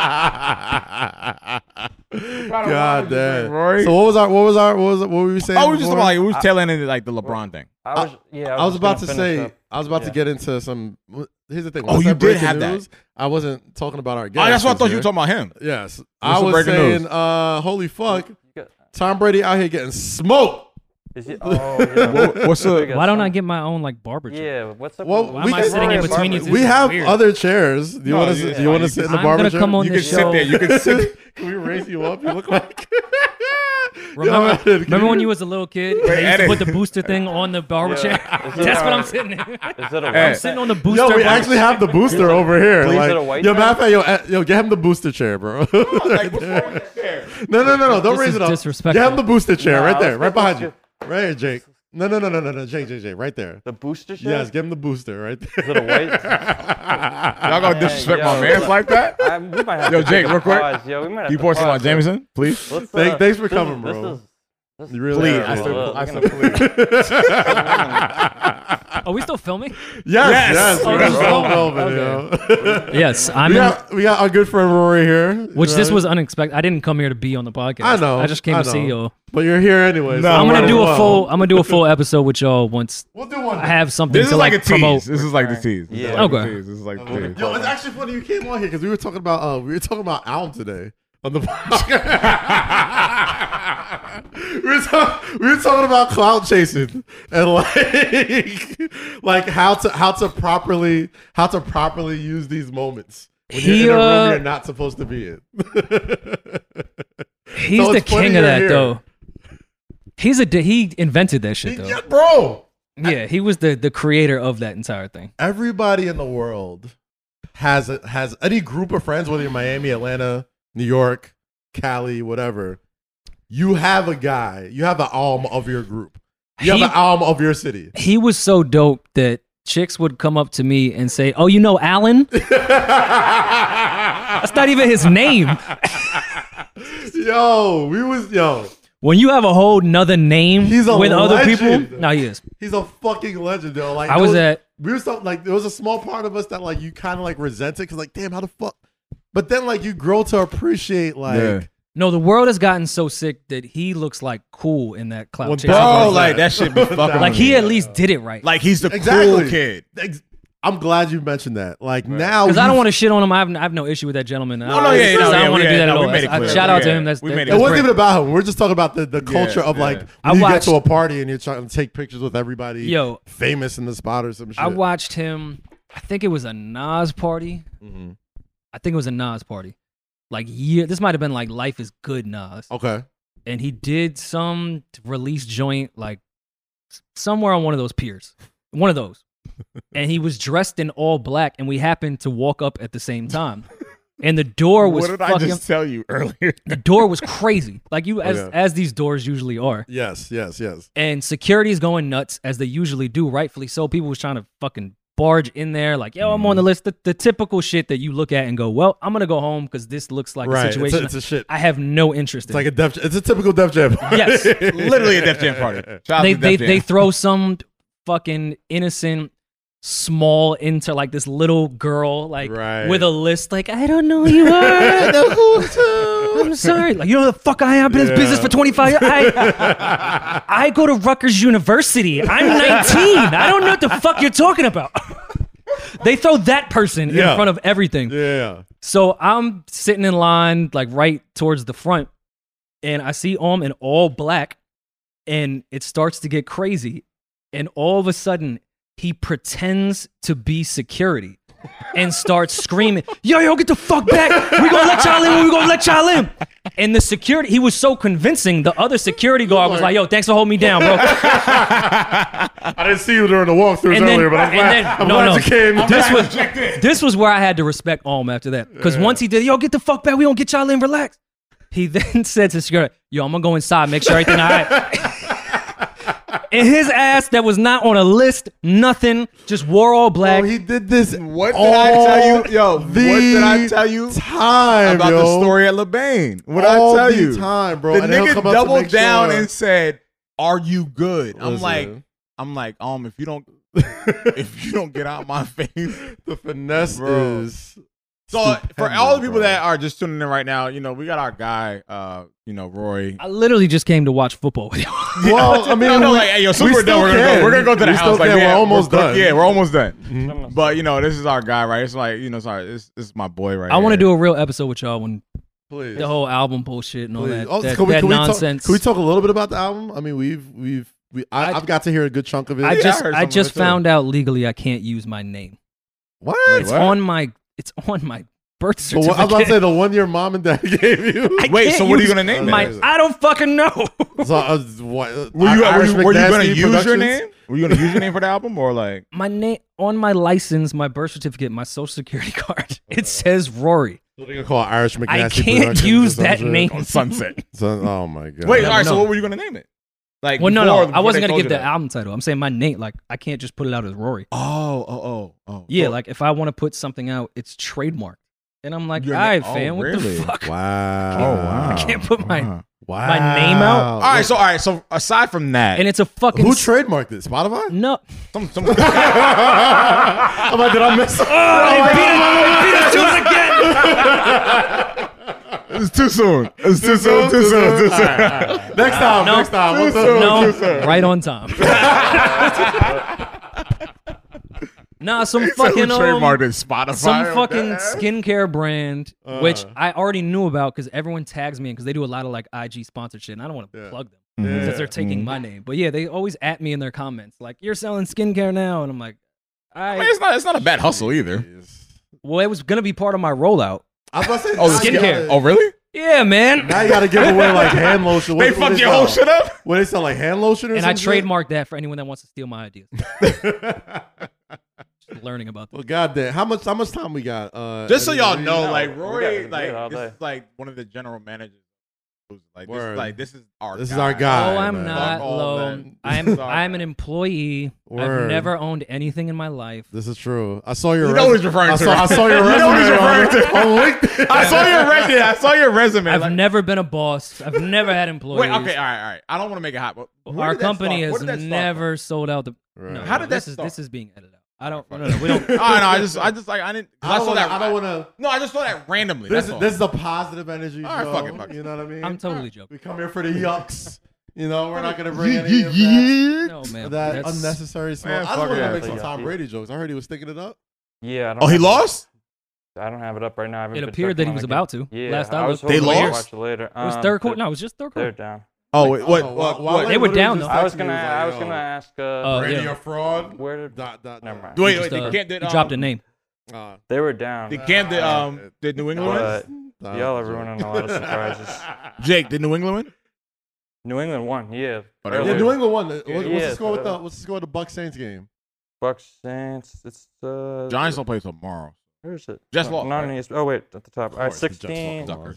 Speaker 1: God damn.
Speaker 2: Rory.
Speaker 1: So what was our what was our what was what were we saying?
Speaker 2: oh, we were just
Speaker 1: before?
Speaker 2: like we was tail ending like the LeBron thing.
Speaker 3: I was. Yeah.
Speaker 1: I was
Speaker 3: just
Speaker 1: about to
Speaker 3: gonna finish
Speaker 1: say
Speaker 3: up.
Speaker 1: I was about to
Speaker 3: Yeah.
Speaker 1: get into some. Here's the thing.
Speaker 2: Oh,
Speaker 1: Once
Speaker 2: you
Speaker 1: I
Speaker 2: did
Speaker 1: break the
Speaker 2: have that.
Speaker 1: news, I wasn't talking about our guest.
Speaker 2: Oh, that's what I thought
Speaker 1: this
Speaker 2: you were
Speaker 1: year.
Speaker 2: talking about him.
Speaker 1: Yes, I
Speaker 2: the
Speaker 1: was
Speaker 2: breaking
Speaker 1: saying,
Speaker 2: news?
Speaker 1: uh, holy fuck,
Speaker 3: You got-
Speaker 1: Tom Brady out here getting smoked.
Speaker 3: Is it? Oh, yeah.
Speaker 2: What- what's
Speaker 3: We
Speaker 2: up?
Speaker 3: got
Speaker 5: Why don't
Speaker 3: some-
Speaker 5: I get my own like barber chair?
Speaker 3: Yeah, what's up?
Speaker 1: Well,
Speaker 3: with-
Speaker 1: Why we am I can- sitting in
Speaker 5: between you
Speaker 3: Barber-
Speaker 5: two?
Speaker 1: We
Speaker 5: is
Speaker 1: have
Speaker 5: weird.
Speaker 1: other chairs. Do you
Speaker 2: No,
Speaker 1: want
Speaker 2: yeah.
Speaker 1: to do you want to sit in the
Speaker 5: I'm
Speaker 1: barber
Speaker 5: gonna
Speaker 1: chair?
Speaker 5: come on
Speaker 2: You
Speaker 5: the
Speaker 2: can sit
Speaker 5: show.
Speaker 2: there. You can sit.
Speaker 1: Can we raise you up? You look like.
Speaker 5: Remember, remember when you was a little kid? and they used to
Speaker 2: edit.
Speaker 5: put the booster thing on the barber
Speaker 3: Yeah.
Speaker 5: chair.
Speaker 3: Is it
Speaker 5: That's what I'm
Speaker 3: alright?
Speaker 5: sitting in.
Speaker 3: Is it a
Speaker 2: Hey.
Speaker 5: I'm sitting on the booster.
Speaker 1: Yo, we
Speaker 5: barber
Speaker 1: actually have the booster over here.
Speaker 3: Please, is
Speaker 1: Like,
Speaker 3: it a white
Speaker 1: yo,
Speaker 3: chair?
Speaker 1: matter of fact, yo, uh, yo, get him the booster chair, bro. Right there. no, no, no, no, don't
Speaker 5: This
Speaker 1: raise
Speaker 5: is
Speaker 1: it up.
Speaker 5: disrespectful.
Speaker 1: Get him the booster chair
Speaker 3: Nah,
Speaker 1: right
Speaker 3: I
Speaker 1: there,
Speaker 3: was
Speaker 1: right
Speaker 3: thinking
Speaker 1: behind you.
Speaker 3: it's
Speaker 1: Right here, Jake. No, no, no, no, no, no, Jake, Jake, Jake, right there.
Speaker 3: The booster shot?
Speaker 1: Yes, give him the booster right there.
Speaker 3: Is it a white?
Speaker 2: Y'all gonna disrespect
Speaker 3: yo,
Speaker 2: my man's
Speaker 3: look.
Speaker 2: like that?
Speaker 3: I, we might have
Speaker 2: Yo,
Speaker 3: to
Speaker 2: Jake,
Speaker 3: take a
Speaker 2: real quick.
Speaker 3: Pause. Yo, we might have
Speaker 2: You
Speaker 3: to
Speaker 2: pour some
Speaker 3: pause.
Speaker 2: on Jameson, please.
Speaker 3: Let's, uh,
Speaker 1: Thank- thanks for
Speaker 3: this is-
Speaker 1: coming,
Speaker 3: this
Speaker 1: bro.
Speaker 3: Is, this
Speaker 1: You really
Speaker 2: Please,
Speaker 1: are,
Speaker 2: I
Speaker 1: bro.
Speaker 2: said-
Speaker 3: Look,
Speaker 2: I
Speaker 3: look
Speaker 2: said
Speaker 3: at
Speaker 2: please.
Speaker 5: Are we still filming?
Speaker 1: Yes, yes,
Speaker 2: Yes.
Speaker 1: we're
Speaker 5: Okay.
Speaker 1: still filming, yo.
Speaker 5: yes, I'm.
Speaker 1: We
Speaker 5: in-
Speaker 1: got, we got our good friend Rory here. you
Speaker 5: which
Speaker 1: know
Speaker 5: this
Speaker 1: what I
Speaker 5: was
Speaker 1: mean?
Speaker 5: unexpected. I didn't come here to be on the podcast.
Speaker 1: I know.
Speaker 5: I just came
Speaker 1: I
Speaker 5: to see
Speaker 1: know.
Speaker 5: y'all.
Speaker 1: But you're here anyway.
Speaker 2: No,
Speaker 5: I'm gonna
Speaker 2: Might
Speaker 5: do
Speaker 1: well.
Speaker 5: a full. I'm gonna do a full episode with y'all once
Speaker 1: We'll do one.
Speaker 5: I have something
Speaker 2: This
Speaker 5: to
Speaker 2: is like a
Speaker 5: like promote.
Speaker 2: tease. This is like the tease. This is
Speaker 3: Yeah.
Speaker 2: like the
Speaker 5: Okay.
Speaker 2: tease. This is like the tease.
Speaker 1: Yo, it's actually funny you came on here because we were talking about uh, we were talking about Alm today on the podcast. we, were talk- we were talking about cloud chasing and like like how to how to properly how to properly use these moments when
Speaker 5: He,
Speaker 1: you're in a room
Speaker 5: uh,
Speaker 1: you're not supposed to be in.
Speaker 5: He's
Speaker 1: So
Speaker 5: the
Speaker 1: it's funny
Speaker 5: king
Speaker 1: you're
Speaker 5: of that
Speaker 1: here.
Speaker 5: though. He's a di- he invented that shit though.
Speaker 1: yeah, bro,
Speaker 5: Yeah, he was the the creator of that entire thing.
Speaker 1: everybody in the world has a, has any group of friends, whether you're Miami, Atlanta, New York, Cali, whatever. You have a guy, you have an alm of your group. You
Speaker 5: He-
Speaker 1: have an album of your city.
Speaker 5: He was so dope that chicks would come up to me and say, "Oh, you know Allen? That's not even his name.
Speaker 1: Yo, we was yo.
Speaker 5: When you have a whole nother name
Speaker 1: He's a
Speaker 5: with other
Speaker 1: legend.
Speaker 5: people, no, he is.
Speaker 1: He's a fucking legend, though. Like
Speaker 5: I was
Speaker 1: there
Speaker 5: at-
Speaker 1: we were so, like there was a small part of us that like you kind of like resented because like damn how the fuck, but then like you grow to appreciate like
Speaker 2: Yeah.
Speaker 5: No, the world has gotten so sick that he looks like cool in that cloud.
Speaker 1: Well,
Speaker 5: chasing
Speaker 1: bro,
Speaker 5: ball.
Speaker 2: Oh, like that shit be fucking.
Speaker 5: like
Speaker 2: with
Speaker 5: he
Speaker 2: me.
Speaker 5: at least did it right.
Speaker 2: like he's the
Speaker 1: Exactly.
Speaker 2: cool kid.
Speaker 1: Ex- I'm glad you mentioned that. Like now,
Speaker 5: Because I don't
Speaker 1: you-
Speaker 5: want to shit on him. I have, I have no issue with that gentleman.
Speaker 2: Oh, no, yeah, no,
Speaker 5: I
Speaker 2: yeah,
Speaker 5: don't want
Speaker 2: we-
Speaker 5: to do
Speaker 2: yeah,
Speaker 5: that
Speaker 2: no, we
Speaker 5: at
Speaker 2: made it
Speaker 5: all. I-
Speaker 2: clear.
Speaker 5: shout out to
Speaker 2: Yeah,
Speaker 5: him. That's,
Speaker 6: we
Speaker 5: that-
Speaker 6: made it
Speaker 5: that's
Speaker 1: It wasn't
Speaker 5: great.
Speaker 1: even about him. We're just talking about the, the culture of
Speaker 2: yeah.
Speaker 1: like
Speaker 5: I
Speaker 1: when you
Speaker 5: watched-
Speaker 1: get to a party and you're trying to take pictures with everybody
Speaker 5: Yo.
Speaker 1: famous in the spot or some shit.
Speaker 5: I watched him. I think it was a Nas party.
Speaker 1: Mhm.
Speaker 5: I think it was a Nas party. Like year, this might have been like Life is Good Nas,
Speaker 1: Okay.
Speaker 5: and he did some release joint like s- somewhere on one of those piers, one of those, and he was dressed in all black, and we happened to walk up at the same time, and the door was
Speaker 2: What did I
Speaker 5: fucking.
Speaker 2: just tell you earlier?
Speaker 5: the door was crazy, like you as
Speaker 1: Okay.
Speaker 5: as these doors usually are.
Speaker 1: Yes. Yes. Yes.
Speaker 5: and security is going nuts as they usually do, rightfully so. People was trying to fucking barge in there, like, yo, I'm on
Speaker 1: Mm.
Speaker 5: the list. The, the typical shit that you look at and go, well, I'm gonna go home because this looks like
Speaker 1: Right.
Speaker 5: a
Speaker 1: It's a-
Speaker 5: situation.
Speaker 1: it's a shit.
Speaker 5: I have no interest
Speaker 1: It's
Speaker 5: in.
Speaker 1: like a def. It's a typical Def Jam.
Speaker 5: yes,
Speaker 2: Literally a Def Jam party. Shout out
Speaker 5: they
Speaker 2: to
Speaker 5: they
Speaker 2: Def Jam.
Speaker 5: they throw some fucking innocent small into like this little girl like
Speaker 1: Right.
Speaker 5: with a list like I don't know who you are the who's who. I'm sorry like you know who the fuck I am I've been in this business for 25 years I I go to Rutgers University I'm 19 I don't know what the fuck you're talking about they throw that person
Speaker 1: Yeah.
Speaker 5: in front of everything
Speaker 1: yeah.
Speaker 5: so I'm sitting in line, like right towards the front, and I see Om in all black, and it starts to get crazy. And all of a sudden, he pretends to be security and starts screaming, Yo, yo, get the fuck back. we gonna let y'all in when we gonna let y'all in. And the security, he was so convincing. The other security guard was like, Yo, thanks for holding me down, bro.
Speaker 1: I didn't see you during the walkthroughs
Speaker 5: And then-
Speaker 1: earlier, but I'm
Speaker 5: and
Speaker 1: glad,
Speaker 5: then-
Speaker 1: I'm
Speaker 5: no,
Speaker 1: glad
Speaker 5: no.
Speaker 1: you came.
Speaker 5: this was this was where I had to respect Alm after that. Because once he did, yo, get the fuck back. We don't get y'all in. Relax. He then said to security, yo, I'm gonna go inside, make sure everything all right. and his ass that was not on a list, nothing, just wore all black.
Speaker 1: Yo, he did this.
Speaker 2: What did I tell you? Yo, what did I tell you
Speaker 1: Time
Speaker 2: about
Speaker 1: yo.
Speaker 2: the story at LeBaine? What
Speaker 1: All
Speaker 2: I tell
Speaker 1: the
Speaker 2: you?
Speaker 1: time, bro.
Speaker 2: The
Speaker 1: And they'll
Speaker 2: nigga
Speaker 1: come up to
Speaker 2: doubled
Speaker 1: make sure-
Speaker 2: down and said, "Are you good?" I'm
Speaker 1: Listen.
Speaker 2: like, I'm like, um, if you don't, if you don't get out my face.
Speaker 1: The finesse
Speaker 2: Bro.
Speaker 1: is.
Speaker 2: So for all the people
Speaker 1: bro.
Speaker 2: that are just tuning in right now, you know, we got our guy, uh, you know, Roy.
Speaker 5: I literally just came to watch football with you.
Speaker 1: Well, I mean,
Speaker 2: no, no,
Speaker 1: we-
Speaker 2: like, hey, yo, so
Speaker 1: we
Speaker 2: we're done.
Speaker 1: still
Speaker 2: We're gonna
Speaker 1: can.
Speaker 2: go. We're gonna go to the
Speaker 1: We
Speaker 2: house.
Speaker 1: still
Speaker 2: Like,
Speaker 1: can.
Speaker 2: yeah,
Speaker 1: we're almost done.
Speaker 2: Yeah, we're almost done.
Speaker 3: Some-
Speaker 2: But you know, this is our guy, right? It's like you know, sorry, this, this is my boy, right?
Speaker 5: I want to
Speaker 2: here.
Speaker 5: do a real episode with y'all when
Speaker 1: please.
Speaker 5: the whole album bullshit and all
Speaker 1: Please.
Speaker 5: that,
Speaker 1: Oh,
Speaker 5: that,
Speaker 1: can we,
Speaker 5: that
Speaker 1: can we talk-
Speaker 5: nonsense.
Speaker 1: can we talk a little bit about the album? I mean, we've we've we, I,
Speaker 5: I-
Speaker 1: I, have got to hear a good chunk of it.
Speaker 5: I
Speaker 2: Yeah, I
Speaker 5: just
Speaker 2: heard
Speaker 5: I,
Speaker 2: some of
Speaker 5: just
Speaker 2: it, too.
Speaker 5: found out legally I can't use my name.
Speaker 1: what?
Speaker 5: It's
Speaker 1: But
Speaker 2: What?
Speaker 5: on my it's on my birth certificate.
Speaker 1: what- I was about to say the one your mom and dad gave you.
Speaker 5: I
Speaker 2: Wait,
Speaker 5: can't
Speaker 2: so what are you
Speaker 5: use
Speaker 2: gonna name
Speaker 5: my-
Speaker 2: it?
Speaker 1: it?
Speaker 5: I don't fucking know.
Speaker 1: so, I was- what,
Speaker 2: Were you, were
Speaker 1: Irish
Speaker 2: you, were you gonna
Speaker 1: McNasty
Speaker 2: use your
Speaker 1: Productions?
Speaker 2: name? Were you gonna use your name for the album or like?
Speaker 5: my name on my license, my birth certificate, my social security card. It says Rory.
Speaker 1: What are you gonna call it? Irish McNasty?
Speaker 5: I can't
Speaker 1: Productions or
Speaker 5: use
Speaker 1: some
Speaker 5: that
Speaker 1: shit?
Speaker 5: name.
Speaker 2: Sunset.
Speaker 1: So- oh my god!
Speaker 2: Wait,
Speaker 5: No,
Speaker 2: all right. So
Speaker 5: no.
Speaker 2: what were you gonna name it? Like,
Speaker 5: Well, no,
Speaker 2: before-
Speaker 5: no, I
Speaker 2: before
Speaker 5: wasn't
Speaker 2: they
Speaker 5: gonna
Speaker 2: told
Speaker 5: give
Speaker 2: you
Speaker 5: the album title. I'm saying my name. Like I can't just put it out as Rory.
Speaker 2: Oh, oh, oh, oh.
Speaker 5: Yeah,
Speaker 2: So-
Speaker 5: like if I want to put something out, it's trademarked. And I'm like, all
Speaker 2: Your na-
Speaker 5: right,
Speaker 2: oh,
Speaker 5: fam, what
Speaker 2: really?
Speaker 5: the fuck?
Speaker 1: wow!
Speaker 2: Oh uh-huh. wow!
Speaker 5: I can't put my-
Speaker 2: Wow.
Speaker 1: wow.
Speaker 5: my name out?
Speaker 2: All right, so all right, so aside from that,
Speaker 5: And it's a fucking
Speaker 1: who
Speaker 5: s-
Speaker 1: trademarked it? Spotify?
Speaker 5: no.
Speaker 2: some, some, all
Speaker 1: I'm like, did I miss?
Speaker 2: Oh, It's too soon. It's too soon. Too soon. Too soon.
Speaker 1: next time,
Speaker 5: No.
Speaker 1: next time.
Speaker 2: Too
Speaker 1: We'll
Speaker 2: soon.
Speaker 5: No,
Speaker 2: Too soon.
Speaker 5: right on time. nah, some
Speaker 2: Fucking
Speaker 5: fucking um,
Speaker 2: trademarked in Spotify.
Speaker 5: some fucking
Speaker 2: Okay.
Speaker 5: skincare brand, which I already knew about because everyone tags me because they do a lot of like IG sponsored shit, and I don't want to plug them
Speaker 1: Yeah.
Speaker 5: since they're taking my name. But yeah, they always at me in their comments like, "You're selling skincare now," and I'm like,
Speaker 2: I
Speaker 5: "I."
Speaker 2: mean, it's not. It's not a bad hustle either.
Speaker 5: well, it was gonna be part of my rollout.
Speaker 1: I was about to say,
Speaker 2: Oh,
Speaker 1: now you
Speaker 5: skincare.
Speaker 1: gotta-
Speaker 2: Oh, really?
Speaker 5: Yeah, man.
Speaker 1: Now you gotta give away like hand lotion. What,
Speaker 2: They
Speaker 1: what
Speaker 2: fucked
Speaker 1: they
Speaker 2: your whole
Speaker 1: sell?
Speaker 2: shit up.
Speaker 1: What they sell like hand lotion or
Speaker 5: And I
Speaker 1: something?
Speaker 5: trademarked that for anyone that wants to steal my ideas. Just learning about that.
Speaker 1: Well, goddamn, how much how much time we got? Uh,
Speaker 2: Just so y'all
Speaker 1: Eddie?
Speaker 2: know,
Speaker 3: No,
Speaker 2: like
Speaker 3: we got- we
Speaker 2: Rory,
Speaker 3: got it all
Speaker 2: like this
Speaker 3: day.
Speaker 2: is like one of the general managers. Like this,
Speaker 1: Word.
Speaker 2: is, like this is our.
Speaker 1: This is
Speaker 2: guy.
Speaker 1: our guy.
Speaker 5: oh, I'm
Speaker 1: man.
Speaker 5: not
Speaker 2: Fuck all
Speaker 5: low.
Speaker 2: that.
Speaker 5: I'm
Speaker 2: Sorry.
Speaker 5: I'm an employee.
Speaker 1: Word.
Speaker 5: I've never owned anything in my life.
Speaker 1: This is true. I saw your.
Speaker 2: You know what he's referring
Speaker 1: I
Speaker 2: to,
Speaker 1: saw, I
Speaker 2: right?
Speaker 1: saw your
Speaker 2: You know what he's
Speaker 1: resume on,
Speaker 2: referring to.
Speaker 1: on LinkedIn.
Speaker 2: I saw your resume. I saw your resume.
Speaker 5: I've
Speaker 2: Like-
Speaker 5: never been a boss. I've never had employees.
Speaker 2: wait, okay, all right, all right. I don't want to make it hot, but where
Speaker 5: Our
Speaker 2: did that
Speaker 5: company
Speaker 2: start- where
Speaker 5: has
Speaker 2: did that start
Speaker 5: never sold out the.
Speaker 1: Right.
Speaker 5: No,
Speaker 2: How did that
Speaker 5: this is
Speaker 2: start?
Speaker 5: this is being edited out. I don't. No, no, no, we don't.
Speaker 2: from? Oh no, I just, I just like I didn't. 'cause I,
Speaker 1: I
Speaker 2: saw
Speaker 1: don't want to.
Speaker 2: that.
Speaker 1: I don't want to.
Speaker 2: no, I just saw that randomly.
Speaker 1: This,
Speaker 2: that's all.
Speaker 1: this is a positive energy.
Speaker 2: All right,
Speaker 1: show,
Speaker 2: fuck it, fuck it.
Speaker 1: You know what I mean?
Speaker 5: I'm totally joking.
Speaker 1: We come here for the yucks. You know, we're not gonna bring any of that,
Speaker 5: No man,
Speaker 1: that
Speaker 5: that's-
Speaker 1: unnecessary smoke.
Speaker 2: Man,
Speaker 1: I just
Speaker 2: fuck
Speaker 1: wanted
Speaker 2: yeah.
Speaker 1: to make some
Speaker 3: Yeah.
Speaker 1: Tom Brady jokes. I heard he was sticking it up.
Speaker 3: Yeah. I don't
Speaker 4: Oh, he
Speaker 3: have it-
Speaker 4: lost?
Speaker 3: I don't have it up right now. I haven't
Speaker 5: It
Speaker 3: been
Speaker 5: appeared that
Speaker 3: checking on
Speaker 5: he was
Speaker 3: it.
Speaker 5: about to.
Speaker 3: Yeah.
Speaker 5: Last
Speaker 3: I
Speaker 5: I
Speaker 3: was
Speaker 5: was,
Speaker 4: They
Speaker 3: hoping to
Speaker 4: lost?
Speaker 3: Watch it later.
Speaker 5: it was
Speaker 3: Um,
Speaker 5: third quarter.
Speaker 3: they're-
Speaker 5: No, it was just third
Speaker 3: They're
Speaker 5: quarter.
Speaker 3: down.
Speaker 4: Oh, wait, what?
Speaker 1: Oh,
Speaker 4: what, what?
Speaker 1: Wa- Wale
Speaker 5: They were
Speaker 1: literally
Speaker 5: down,
Speaker 1: just
Speaker 5: though.
Speaker 3: I was
Speaker 1: texted me. He
Speaker 3: gonna. I was
Speaker 1: like,
Speaker 3: gonna
Speaker 1: yo,
Speaker 3: ask. Uh,
Speaker 5: Oh,
Speaker 1: Brady
Speaker 5: yeah.
Speaker 1: a fraud.
Speaker 3: Where did?
Speaker 1: Dot, dot,
Speaker 3: Never
Speaker 1: dot.
Speaker 3: mind.
Speaker 2: Wait,
Speaker 5: He
Speaker 2: wait,
Speaker 5: just, uh,
Speaker 2: they can't. Did,
Speaker 5: he
Speaker 2: um,
Speaker 5: dropped a name.
Speaker 1: Uh,
Speaker 3: They were down.
Speaker 2: They can't. Did, um, did New England win?
Speaker 3: But y'all are ruining a lot of surprises.
Speaker 2: Jake, did New England win?
Speaker 3: New England won. Yeah.
Speaker 2: But I
Speaker 1: Yeah,
Speaker 3: earlier.
Speaker 1: New England won. What's, what's
Speaker 3: Yeah,
Speaker 1: the score with
Speaker 3: so-
Speaker 1: the What's the score with the Bucks Saints game?
Speaker 3: Bucks Saints. It's the
Speaker 2: Giants don't play tomorrow.
Speaker 3: Where is it?
Speaker 2: Just
Speaker 3: No,
Speaker 2: lost,
Speaker 3: Not
Speaker 2: right?
Speaker 3: in East- Oh wait, at the top. All right,
Speaker 2: course, the Jets lost.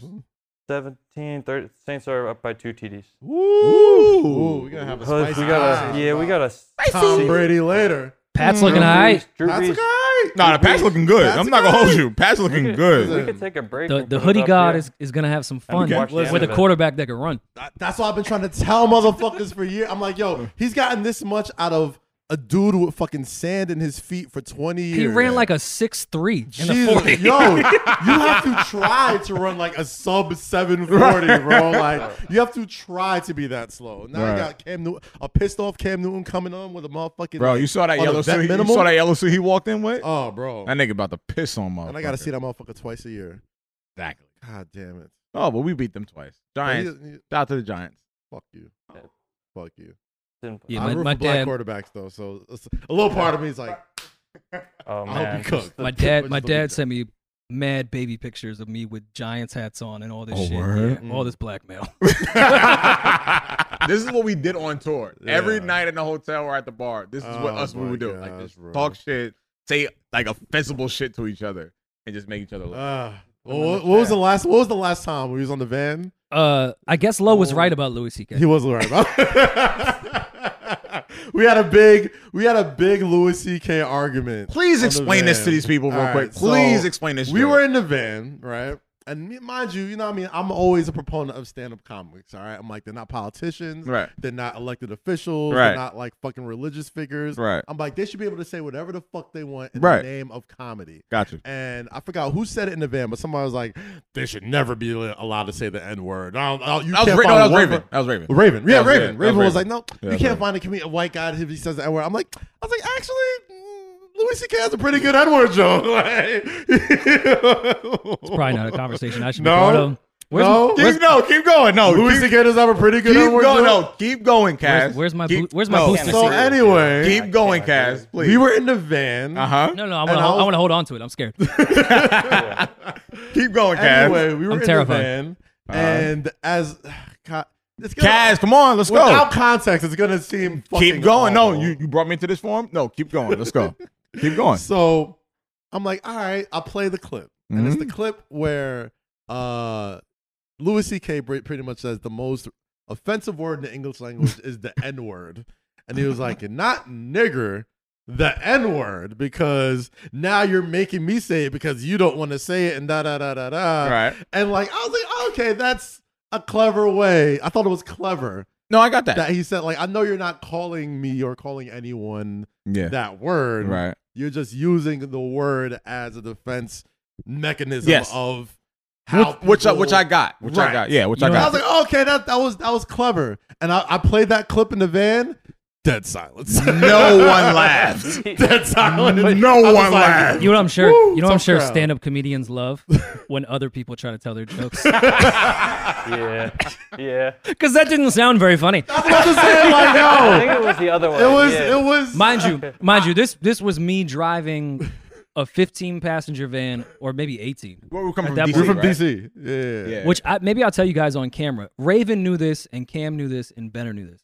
Speaker 2: Duck.
Speaker 3: 16, 17, 30. Saints are up by two TDs.
Speaker 1: Ooh, Ooh, we're gonna have a
Speaker 3: Because
Speaker 1: spicy.
Speaker 3: we got a
Speaker 1: time.
Speaker 3: yeah, we got a
Speaker 1: Tom Brady later.
Speaker 5: Pat's looking
Speaker 3: Drew
Speaker 5: high.
Speaker 3: Brees- Drew
Speaker 1: That's a
Speaker 3: Brees.
Speaker 1: guy.
Speaker 2: Nah, the Pat's looking good.
Speaker 1: Pat's
Speaker 2: I'm not gonna
Speaker 1: good.
Speaker 2: hold you. Pat's looking good.
Speaker 3: We could take a break.
Speaker 5: The,
Speaker 3: and
Speaker 5: the
Speaker 3: put it
Speaker 5: hoodie
Speaker 3: up
Speaker 5: god
Speaker 3: here.
Speaker 5: is, is gonna have some fun
Speaker 3: watch the end
Speaker 5: with
Speaker 3: of
Speaker 5: a
Speaker 3: it.
Speaker 5: quarterback that can run.
Speaker 1: That- That's why I've been trying to tell motherfuckers for years. I'm like, yo, he's gotten this much out of a dude with fucking sand in his feet for 20 years.
Speaker 5: He ran like a six three in the
Speaker 1: Jesus,
Speaker 5: forty.
Speaker 1: Yo, you have to try to run like a sub 740, bro. Like, you have to try to be that slow. Now
Speaker 2: Right.
Speaker 1: you got Cam Newton, a pissed off Cam Newton coming on with a motherfucking.
Speaker 2: Bro,
Speaker 1: like,
Speaker 2: you saw that
Speaker 1: on a
Speaker 2: yellow
Speaker 1: vet
Speaker 2: suit. he- You
Speaker 1: minimum?
Speaker 2: saw that yellow suit he walked in with.
Speaker 1: Oh, bro.
Speaker 2: That nigga about to piss on my.
Speaker 1: And I got to see that motherfucker twice a year.
Speaker 2: exactly.
Speaker 1: God damn it.
Speaker 2: Oh, but we beat them twice.
Speaker 1: But he-
Speaker 2: Giants.
Speaker 1: he-
Speaker 2: Shout out to the Giants.
Speaker 1: fuck you. Fuck you.
Speaker 3: Didn't play.
Speaker 5: Yeah,
Speaker 1: I
Speaker 5: my-
Speaker 1: root
Speaker 5: my
Speaker 1: for black
Speaker 5: dad-
Speaker 1: quarterbacks, though. So it's- a little part of me is like, I hope
Speaker 3: Oh man.
Speaker 1: you cook.
Speaker 5: My
Speaker 1: Just
Speaker 5: dad, my
Speaker 1: the
Speaker 5: dad
Speaker 1: picture.
Speaker 5: sent me mad baby pictures of me with Giants hats on and all this
Speaker 2: Oh,
Speaker 5: shit.
Speaker 2: word?
Speaker 5: Yeah, all this blackmail.
Speaker 2: this is what we did on tour. Every
Speaker 1: Yeah.
Speaker 2: night in the hotel or at the bar. This is what
Speaker 1: Oh
Speaker 2: us we
Speaker 1: my
Speaker 2: would do. Like
Speaker 1: gosh,
Speaker 2: just
Speaker 1: bro.
Speaker 2: talk shit, say like offensible shit to each other, and just make each other
Speaker 1: Ah.
Speaker 2: laugh.
Speaker 1: Well, what, what was the last? What was the last time we was on the van?
Speaker 5: Uh, I guess Lowe was right about Louis C.K.
Speaker 1: He wasn't right about. we had a big, we had a big Louis C.K. argument.
Speaker 2: Please
Speaker 1: Uh, on the
Speaker 2: explain this
Speaker 1: van.
Speaker 2: to these people real
Speaker 1: All
Speaker 2: quick.
Speaker 1: right, so
Speaker 2: Please explain this.
Speaker 1: We
Speaker 2: shit.
Speaker 1: were in the van, right? And me- mind you, you know what I mean. I'm always a proponent of stand-up comics. All right, I'm like they're not politicians,
Speaker 2: right,
Speaker 1: they're not elected officials,
Speaker 2: Right.
Speaker 1: they're not like fucking religious figures.
Speaker 2: right.
Speaker 1: I'm like they should be able to say whatever the fuck they want in
Speaker 2: Right.
Speaker 1: the name of comedy.
Speaker 2: Gotcha.
Speaker 1: and I forgot who said it in the van, but somebody was like, "They should never be li- allowed to say the N word." I don't- I don't- You
Speaker 2: That
Speaker 1: can't
Speaker 2: was,
Speaker 1: find
Speaker 2: Ra- no, that was
Speaker 1: one
Speaker 2: Raven.
Speaker 1: per-
Speaker 2: That was Raven.
Speaker 1: Raven,
Speaker 2: That
Speaker 1: yeah,
Speaker 2: was
Speaker 1: Raven.
Speaker 2: Raven.
Speaker 1: Raven,
Speaker 2: That was
Speaker 1: was like, "No,
Speaker 2: Raven. Yeah,
Speaker 1: you
Speaker 2: that
Speaker 1: can't
Speaker 2: was
Speaker 1: find a comedian, a white guy if he says the N word." I'm like, I was like, actually, mm, Louis C.K. has a pretty good N word joke. it's
Speaker 5: Probably not a conversation I should
Speaker 1: No.
Speaker 5: be part of. Where's,
Speaker 1: No,
Speaker 2: Keep, no, keep going. No,
Speaker 1: Louis
Speaker 2: keep,
Speaker 1: C.K. does have a pretty good
Speaker 2: keep
Speaker 1: N word
Speaker 2: going.
Speaker 1: joke.
Speaker 2: No, keep going, Cass.
Speaker 5: Where's- where's my
Speaker 2: Keep-
Speaker 5: boot- where's my booster
Speaker 1: So
Speaker 3: Yeah,
Speaker 1: anyway,
Speaker 2: Keep going, Cass. Please.
Speaker 1: we were in the van.
Speaker 2: Uh huh.
Speaker 5: no, no, I want
Speaker 1: And
Speaker 5: to
Speaker 1: I was-
Speaker 5: I want to hold on to it. I'm scared.
Speaker 2: Keep going, Cass.
Speaker 1: Anyway, we were in
Speaker 5: terrified.
Speaker 1: the van,
Speaker 2: Uh-huh.
Speaker 1: and as God, it's gonna-
Speaker 2: Cass, come on, let's go.
Speaker 1: Without context, it's gonna seem fucking
Speaker 2: keep going.
Speaker 1: Awful.
Speaker 2: No, you, you brought me into this form. No, keep going. Let's go. keep going.
Speaker 1: So I'm like, all right, I'll play the clip, and it's the
Speaker 2: Mm-hmm.
Speaker 1: clip where uh Louis C.K. pre- pretty much says the most offensive word in the English language is the N word, and he was like, not nigger. The N word because now you're making me say it because you don't want to say it and da da da da da.
Speaker 2: All right.
Speaker 1: And like I was like, oh, okay, that's a clever way. I thought it was clever
Speaker 2: No, I got that.
Speaker 1: that he said like, I know you're not calling me or calling anyone
Speaker 2: yeah.
Speaker 1: that word.
Speaker 2: right.
Speaker 1: You're just using the word as a defense mechanism
Speaker 2: Yes.
Speaker 1: of how
Speaker 2: Which, which I,
Speaker 1: people-
Speaker 2: which I got. Which I
Speaker 1: Right.
Speaker 2: got. Yeah. Which
Speaker 5: You
Speaker 2: I
Speaker 5: know,
Speaker 1: I
Speaker 2: got.
Speaker 1: was like, okay, that that was that was clever. And I, I played that clip in the van. Dead silence.
Speaker 2: No one laughed.
Speaker 1: Dead silence.
Speaker 2: No
Speaker 1: I was
Speaker 2: one
Speaker 1: like,
Speaker 2: laughed.
Speaker 5: You know what I'm sure?
Speaker 1: Woo,
Speaker 5: you know what I'm
Speaker 1: so
Speaker 5: sure
Speaker 1: proud.
Speaker 5: stand up comedians love when other people try to tell their jokes
Speaker 3: Yeah. Yeah.
Speaker 5: because that didn't sound very funny.
Speaker 1: I was about to say, like,
Speaker 3: I
Speaker 1: yo,
Speaker 3: think it was the other one.
Speaker 1: Oh. it was
Speaker 3: Yeah.
Speaker 1: it was
Speaker 5: Mind you, mind you, this this was me driving a 15 passenger van or maybe 18.
Speaker 2: Where we come from?
Speaker 5: that
Speaker 2: DC,
Speaker 1: We're from
Speaker 2: right?
Speaker 1: DC. Yeah.
Speaker 2: Yeah.
Speaker 5: Which I, maybe I'll tell you guys on camera. Raven knew this, and Cam knew this, and Benner knew this.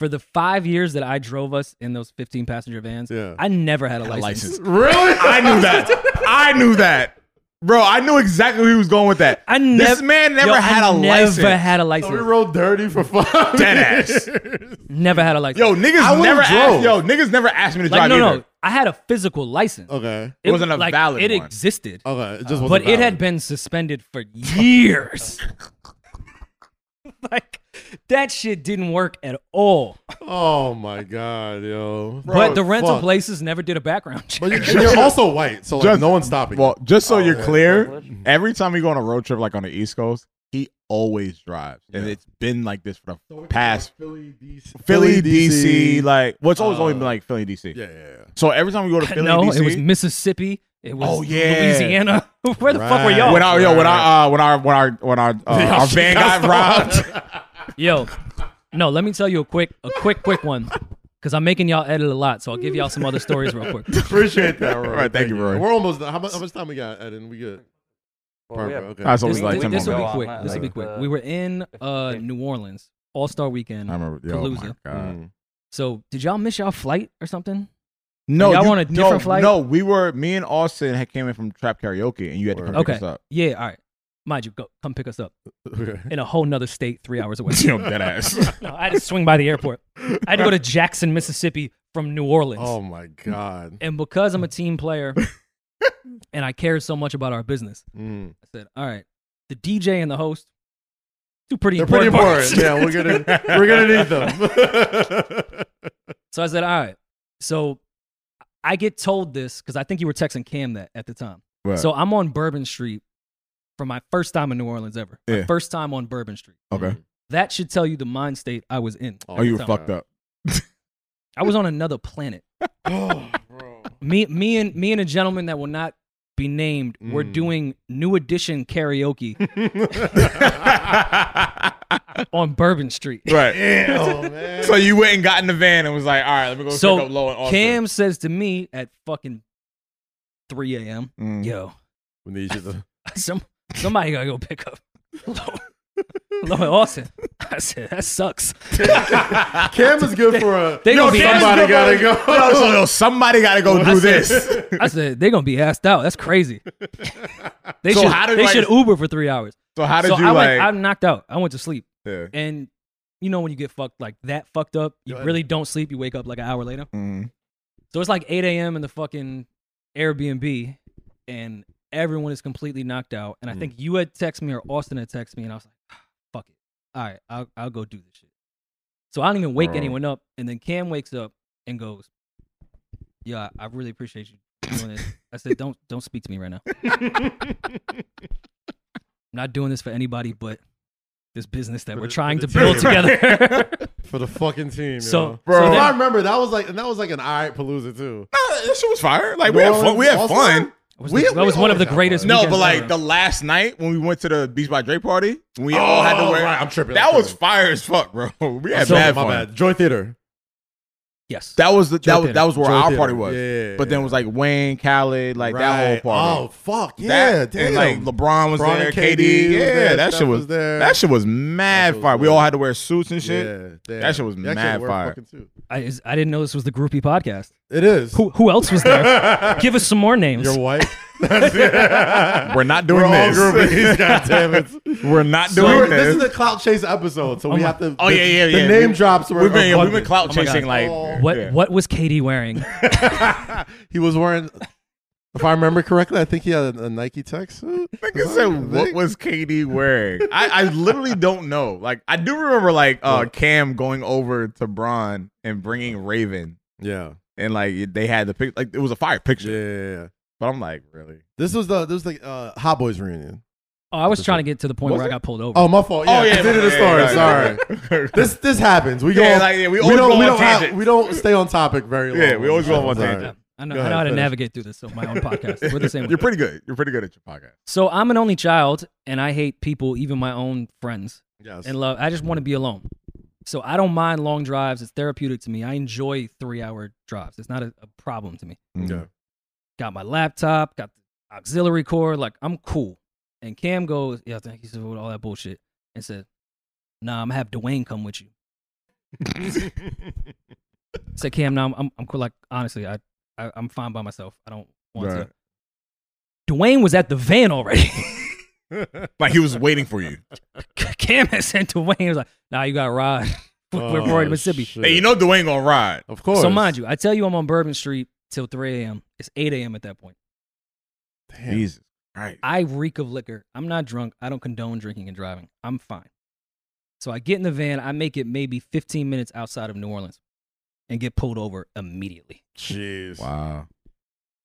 Speaker 5: For the five years that I drove us in those 15 passenger vans,
Speaker 1: Yeah.
Speaker 5: I never had a
Speaker 2: a
Speaker 5: license.
Speaker 2: license.
Speaker 1: Really?
Speaker 2: I knew that. I knew that. Bro, I knew exactly where he was going with that.
Speaker 5: I
Speaker 2: this
Speaker 5: never
Speaker 2: man never had a
Speaker 5: never
Speaker 2: license.
Speaker 5: had a
Speaker 1: So we
Speaker 5: license.
Speaker 1: rolled dirty for five
Speaker 2: Dead ass.
Speaker 1: years.
Speaker 5: Never had a license.
Speaker 2: yo, niggas
Speaker 1: I would've
Speaker 2: never
Speaker 1: drove.
Speaker 2: asked. Yo, niggas never asked me to
Speaker 5: like
Speaker 2: drive
Speaker 5: no,
Speaker 2: either.
Speaker 5: no, I had a physical license.
Speaker 1: Okay.
Speaker 2: It wasn't a
Speaker 5: like,
Speaker 2: valid
Speaker 5: It
Speaker 2: one. Uh,
Speaker 5: existed,
Speaker 1: Okay. It just wasn't
Speaker 5: but it had
Speaker 1: valid.
Speaker 5: been suspended for years. like that shit didn't work at all.
Speaker 1: Oh my god, yo.
Speaker 5: but the rental
Speaker 1: fuck.
Speaker 5: places never did a background check.
Speaker 1: But you- and you're also white, so like
Speaker 2: Just-
Speaker 1: no one's stopping. you.
Speaker 2: Well, just so
Speaker 3: Oh,
Speaker 2: you're
Speaker 3: yeah.
Speaker 2: clear,
Speaker 1: Mm-hmm.
Speaker 3: Privilege.
Speaker 2: every time we go on a road trip, like on the East Coast, he always drives, and
Speaker 1: Yeah.
Speaker 2: it's been like this for
Speaker 1: So
Speaker 2: the
Speaker 1: we
Speaker 2: past
Speaker 1: got Philly, DC,
Speaker 2: Philly, DC, like well, it's always
Speaker 1: uh,
Speaker 2: only been like Philly, DC.
Speaker 1: yeah, yeah, yeah.
Speaker 2: So every time we go to Philly,
Speaker 5: no,
Speaker 2: DC,
Speaker 5: it was Mississippi. It was
Speaker 2: Oh, yeah.
Speaker 5: Louisiana. Where the fuck were
Speaker 1: Right.
Speaker 5: y'all?
Speaker 2: when our yo, when
Speaker 1: Right.
Speaker 2: our uh, when our when our when our, uh,
Speaker 1: Yeah,
Speaker 2: our
Speaker 1: she
Speaker 2: van
Speaker 1: got
Speaker 2: got robbed.
Speaker 5: Yo, no, let me tell you a quick, a quick, quick one, because I'm making y'all edit a lot, so I'll give y'all some other stories real quick.
Speaker 1: Appreciate that, Roy.
Speaker 2: All right, thank you, Roy.
Speaker 1: We're almost done. How much, how much time we got, Eden? We good.
Speaker 3: Well, we
Speaker 1: Perfect,
Speaker 3: have-
Speaker 1: okay.
Speaker 2: That's
Speaker 5: This,
Speaker 2: always
Speaker 5: this,
Speaker 2: like
Speaker 5: this,
Speaker 2: ten
Speaker 3: this
Speaker 2: more
Speaker 5: will be
Speaker 3: minutes.
Speaker 5: quick.
Speaker 3: Like,
Speaker 5: This will be quick.
Speaker 3: uh,
Speaker 5: We were in uh,
Speaker 3: fifteen.
Speaker 5: New Orleans All Star Weekend.
Speaker 2: I remember. Yo, my
Speaker 5: Palooza.
Speaker 2: God.
Speaker 1: Mm.
Speaker 5: So did y'all miss y'all flight or something?
Speaker 2: No,
Speaker 5: Y'all
Speaker 2: you-
Speaker 5: want a different
Speaker 2: no,
Speaker 5: flight?
Speaker 2: No, we were me and Austin had came in from Trap Karaoke, and you had to
Speaker 1: Word.
Speaker 2: come
Speaker 5: Okay.
Speaker 2: pick us up.
Speaker 5: Yeah. All right. Mind you, go come pick us up
Speaker 1: Okay.
Speaker 5: in a whole nother state, three hours away.
Speaker 2: Yo, dead ass.
Speaker 5: no, I had to swing by the airport. I had to go to Jackson, Mississippi from New Orleans.
Speaker 1: Oh my god.
Speaker 5: And because I'm a team player and I cared so much about our business,
Speaker 1: Mm.
Speaker 5: I said, all right, the DJ and the host, two pretty
Speaker 1: They're pretty
Speaker 5: important
Speaker 1: important.
Speaker 5: parts.
Speaker 1: yeah, we're gonna we're gonna need them.
Speaker 5: So I said, all right. So I get told this because I think you were texting Cam that at the time.
Speaker 2: Right.
Speaker 5: So I'm on Bourbon Street for my first time in New Orleans ever.
Speaker 2: Yeah.
Speaker 5: My first time on Bourbon Street.
Speaker 2: Okay.
Speaker 5: That should tell you the mind state I was in.
Speaker 1: Oh,
Speaker 2: Oh, you were
Speaker 5: Sound
Speaker 2: fucked up.
Speaker 5: I was on another planet.
Speaker 1: oh, bro.
Speaker 5: Me, me, and me and a gentleman that will not be named were
Speaker 1: Mm.
Speaker 5: doing New Edition karaoke on Bourbon Street.
Speaker 2: right.
Speaker 1: Damn, Oh, man.
Speaker 2: So you went and got in the van and was like, all right, let me go
Speaker 5: So,
Speaker 2: pick up low and Austin.
Speaker 5: Cam says to me at fucking 3 a.m.
Speaker 2: Mm.
Speaker 5: Yo,
Speaker 1: we need you to.
Speaker 5: some somebody gotta go pick up Lo and Austin. I said that sucks.
Speaker 1: Cam is good for a.
Speaker 5: They gonna be
Speaker 2: Cam's
Speaker 5: asked,
Speaker 1: somebody gotta go.
Speaker 2: Yo, so, yo, somebody got to go do this.
Speaker 5: I said they gonna be asked out. That's crazy. They
Speaker 2: So
Speaker 5: should
Speaker 2: how did,
Speaker 5: they
Speaker 2: like-
Speaker 5: should Uber for three hours.
Speaker 2: So how did
Speaker 5: so
Speaker 2: you
Speaker 5: I
Speaker 2: like?
Speaker 5: went, I'm knocked out. I went to sleep,
Speaker 2: yeah.
Speaker 5: and you know when you get fucked like that, fucked up, you
Speaker 1: Yo, I-
Speaker 5: really don't sleep. You wake up like an hour later.
Speaker 2: Mm.
Speaker 5: So it's like 8 a.m. in the fucking Airbnb, and everyone is completely knocked out. And I think you had text me or Austin had text me, and I was like, "Ah, "Fuck it, all right, I'll I'll go do this shit." So I don't even wake
Speaker 2: Bro.
Speaker 5: anyone up, and then Cam wakes up and goes, "Yeah, I really appreciate you doing this." I said, "Don't don't speak to me right now. I'm not doing this for anybody, but." This business that
Speaker 1: For
Speaker 5: we're
Speaker 1: the-
Speaker 5: trying
Speaker 1: for
Speaker 5: to
Speaker 1: the
Speaker 5: build
Speaker 1: team.
Speaker 5: together.
Speaker 1: for the fucking team.
Speaker 5: So-
Speaker 1: yo.
Speaker 5: Bro.
Speaker 1: So
Speaker 5: then-
Speaker 1: I remember that was like, and that was like an alright palooza too.
Speaker 2: Nah, that shit was fire. Like we
Speaker 1: New
Speaker 2: had fun.
Speaker 1: Orleans,
Speaker 2: We had
Speaker 1: Austin?
Speaker 2: fun.
Speaker 5: was
Speaker 1: We-
Speaker 5: the- that
Speaker 1: we
Speaker 5: was one of the
Speaker 1: always have
Speaker 5: greatest.
Speaker 1: fun.
Speaker 2: No,
Speaker 5: weekends
Speaker 2: but like
Speaker 5: ever.
Speaker 2: the last night when we went to the Beach by Dre party, we all had to
Speaker 1: Oh,
Speaker 2: wear.
Speaker 1: right, I'm tripping,
Speaker 2: That
Speaker 1: I'm
Speaker 2: was
Speaker 1: tripping.
Speaker 2: fire as fuck, bro. We had
Speaker 5: So-
Speaker 2: bad
Speaker 1: my
Speaker 2: fun.
Speaker 1: bad. Joy Theater.
Speaker 5: yes,
Speaker 2: That was the,
Speaker 5: Joy
Speaker 2: that was
Speaker 5: Theater.
Speaker 2: that was where
Speaker 1: Joy
Speaker 2: our
Speaker 1: Theater.
Speaker 2: party was.
Speaker 1: Yeah, yeah,
Speaker 2: but then
Speaker 1: yeah.
Speaker 2: it was like Wayne, Khaled, like that
Speaker 1: Right.
Speaker 2: whole party.
Speaker 1: Oh fuck yeah!
Speaker 2: That-
Speaker 1: damn.
Speaker 2: And like LeBron was
Speaker 1: LeBron
Speaker 2: there,
Speaker 1: and
Speaker 2: KD.
Speaker 1: KD was
Speaker 2: yeah,
Speaker 1: there,
Speaker 2: that
Speaker 1: Steph
Speaker 2: shit was
Speaker 1: was there.
Speaker 2: that shit was mad
Speaker 1: That shit
Speaker 2: fire.
Speaker 1: was
Speaker 2: We
Speaker 1: lit.
Speaker 2: all had to wear suits and shit.
Speaker 1: Yeah, damn.
Speaker 2: That shit was
Speaker 1: You actually
Speaker 2: mad
Speaker 1: were
Speaker 2: fire.
Speaker 1: fucking too.
Speaker 5: I, just, I didn't know this was the groupie podcast.
Speaker 1: It is.
Speaker 5: Who, who else was there? Give us some more names.
Speaker 1: You're white. We're
Speaker 2: We're not doing
Speaker 1: all
Speaker 2: this.
Speaker 1: groupies. God damn it.
Speaker 2: We're not
Speaker 1: We were-
Speaker 2: doing
Speaker 1: this
Speaker 2: this.
Speaker 1: is a clout chase episode, so we
Speaker 5: my-
Speaker 1: have to.
Speaker 2: Oh,
Speaker 1: the,
Speaker 2: yeah, yeah,
Speaker 1: The
Speaker 2: yeah.
Speaker 1: name
Speaker 2: We-
Speaker 1: drops. Were
Speaker 2: we've been we've been
Speaker 1: abundant.
Speaker 2: clout
Speaker 5: Oh my
Speaker 2: chasing
Speaker 5: God.
Speaker 2: like
Speaker 1: Oh.
Speaker 5: What
Speaker 2: yeah.
Speaker 5: what was Katie wearing?
Speaker 1: he was wearing. If I remember correctly, I think he had a, a Nike tech suit.
Speaker 2: Nigga said, "What was KD wearing?" I, I literally don't know. Like, I do remember like uh
Speaker 1: What?
Speaker 2: Cam going over to Braun and bringing Raven,
Speaker 1: Yeah.
Speaker 2: and like they had the pic. Like, it was a fire picture.
Speaker 1: Yeah, yeah, yeah.
Speaker 2: But I'm like, really?
Speaker 1: This was the this was the uh, Hot Boys reunion.
Speaker 5: Oh, I was trying to get to the point
Speaker 2: Was
Speaker 5: where
Speaker 2: it?
Speaker 5: I got pulled over.
Speaker 1: Oh, my fault. Yeah, continue the story. Sorry.
Speaker 2: sorry.
Speaker 1: This this happens. We go.
Speaker 2: Yeah, like, yeah, we
Speaker 1: we,
Speaker 2: always go
Speaker 1: don't. We
Speaker 2: on
Speaker 1: don't, have,
Speaker 2: tangents.
Speaker 1: we don't stay on topic very long.
Speaker 2: Yeah, we always go
Speaker 1: I'm
Speaker 2: on
Speaker 1: sorry.
Speaker 2: tangent.
Speaker 5: I know,
Speaker 1: Go
Speaker 5: I know
Speaker 1: ahead,
Speaker 5: how to
Speaker 1: finish.
Speaker 5: navigate through this on my own podcast. We're the same.
Speaker 2: You're
Speaker 5: way.
Speaker 2: pretty good. You're pretty good at your podcast.
Speaker 5: So I'm an only child, and I hate people, even my own friends
Speaker 1: Yes.
Speaker 5: and love. I just want to be alone. So I don't mind long drives. It's therapeutic to me. I enjoy three hour drives. It's not a, a problem to me.
Speaker 1: Yeah.
Speaker 5: Got my laptop. Got the auxiliary cord. Like I'm cool. And Cam goes, yeah, thank you for all that bullshit, and said, Nah, I'm gonna have Dwayne come with you. Say, Cam, no, I'm, I'm, I'm cool. Like, honestly, I, I, I'm fine by myself. I don't want
Speaker 2: Right.
Speaker 5: to. Dwayne was at the van already.
Speaker 4: Like he was waiting for you.
Speaker 5: Cam had sent Dwayne. He was like, nah, you got to ride. We're
Speaker 1: Oh,
Speaker 5: Roy to Mississippi.
Speaker 1: shit.
Speaker 4: Hey, you know Dwayne gonna ride.
Speaker 1: of course.
Speaker 5: So mind you, I tell you I'm on Bourbon Street till 3 a.m. It's 8 a.m. at that point.
Speaker 1: Damn.
Speaker 4: Jesus. Right.
Speaker 5: I reek of liquor. I'm not drunk. I don't condone drinking and driving. I'm fine. So I get in the van. I make it maybe 15 minutes outside of New Orleans and get pulled over immediately.
Speaker 1: Jeez.
Speaker 2: Wow.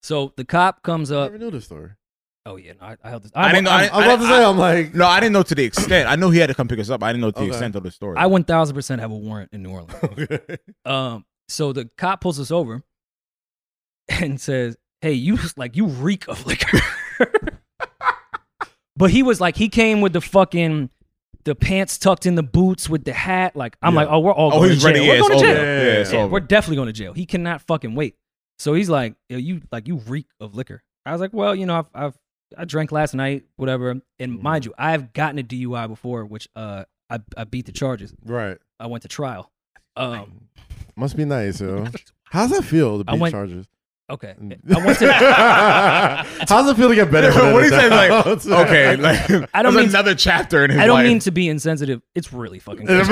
Speaker 5: So the cop comes
Speaker 1: I
Speaker 5: up.
Speaker 1: never knew this story.
Speaker 5: Oh, yeah. no, I, I held this.
Speaker 4: I
Speaker 5: I,
Speaker 4: didn't know. I,
Speaker 1: I was about to say, I'm like,
Speaker 4: no, I didn't know to the extent. I knew he had to come pick us up. I didn't know the
Speaker 1: Okay.
Speaker 4: extent of the story.
Speaker 5: I 1000% have a warrant in New Orleans.
Speaker 1: okay.
Speaker 5: Um, so the cop pulls us over and says, "Hey, you like you reek of liquor." but he was like, he came with the fucking the pants tucked in the boots with the hat. Like I'm like, oh, we're all
Speaker 4: oh,
Speaker 5: going to
Speaker 4: he's
Speaker 5: jail.
Speaker 4: ready. Yeah,
Speaker 5: we're
Speaker 4: it's
Speaker 5: going to
Speaker 4: over.
Speaker 5: jail.
Speaker 4: Yeah, it's
Speaker 5: Yeah,
Speaker 4: over.
Speaker 5: we're definitely going to jail. He cannot fucking wait. So he's like, Yo, you like you reek of liquor. I was like, well, you know, I've, I've I drank last night, whatever.
Speaker 4: Mm-hmm.
Speaker 5: And mind you, I've gotten a DUI before, which uh I, I beat the charges.
Speaker 1: Right.
Speaker 5: I went to trial. Um,
Speaker 1: Must be nice, yo. How's that feel to
Speaker 5: I
Speaker 1: beat
Speaker 5: went-
Speaker 1: charges?
Speaker 5: okay,
Speaker 1: Mm.
Speaker 5: I went to
Speaker 1: How's it feel to get better? for
Speaker 4: what he
Speaker 1: that
Speaker 4: said, like,
Speaker 1: doubt?
Speaker 4: okay, like
Speaker 5: I don't
Speaker 4: there's
Speaker 5: mean-
Speaker 4: another chapter in his
Speaker 5: I don't
Speaker 4: life.
Speaker 5: mean to be insensitive. It's really fucking good.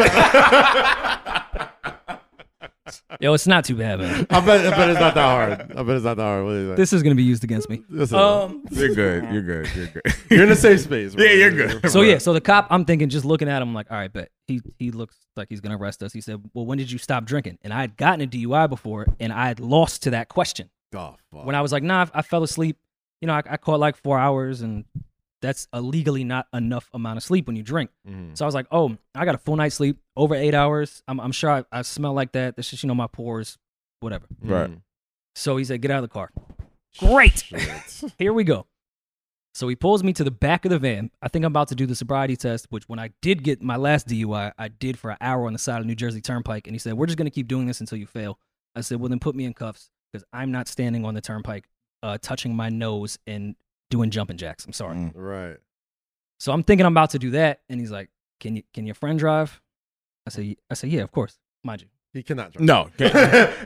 Speaker 5: Yo, it's not too bad, man.
Speaker 1: I bet, I bet it's not that hard. I bet it's not that hard. What is that?
Speaker 5: This is gonna be used against me.
Speaker 1: Listen,
Speaker 5: Um,
Speaker 4: you're good. You're good. You're good.
Speaker 1: you're in a safe space. bro.
Speaker 4: yeah, you're good.
Speaker 5: so yeah, so the cop, I'm thinking, just looking at him, I'm like, all right, bet he he looks like he's gonna arrest us. He said, well, when did you stop drinking? And I had gotten a DUI before, and I had lost to that question.
Speaker 1: Oh, fuck.
Speaker 5: When I was like, nah, I fell asleep. You know, I, I caught like four hours, and that's a legally not enough amount of sleep when you drink.
Speaker 1: Mhm.
Speaker 5: So I was like, oh, I got a full night's sleep, over eight hours. I'm I'm sure I, I smell like that. That's just you know my pores, whatever.
Speaker 4: Right.
Speaker 1: Mhm.
Speaker 5: So he said, get out of the car. Great.
Speaker 1: Shit.
Speaker 5: Here we go. So he pulls me to the back of the van. I think I'm about to do the sobriety test, which when I did get my last DUI, I did for an hour on the side of New Jersey Turnpike. And he said, We're just going to keep doing this until you fail. I said, Well, then put me in cuffs because I'm not standing on the turnpike, uh, touching my nose and doing jumping jacks. I'm sorry.
Speaker 2: Mm.
Speaker 1: Right.
Speaker 5: So I'm thinking I'm about to do that. And he's like, Can, you, can your friend drive? I said, "Ye- I said, Yeah, of course. Mind you.
Speaker 1: He cannot drive.
Speaker 4: No.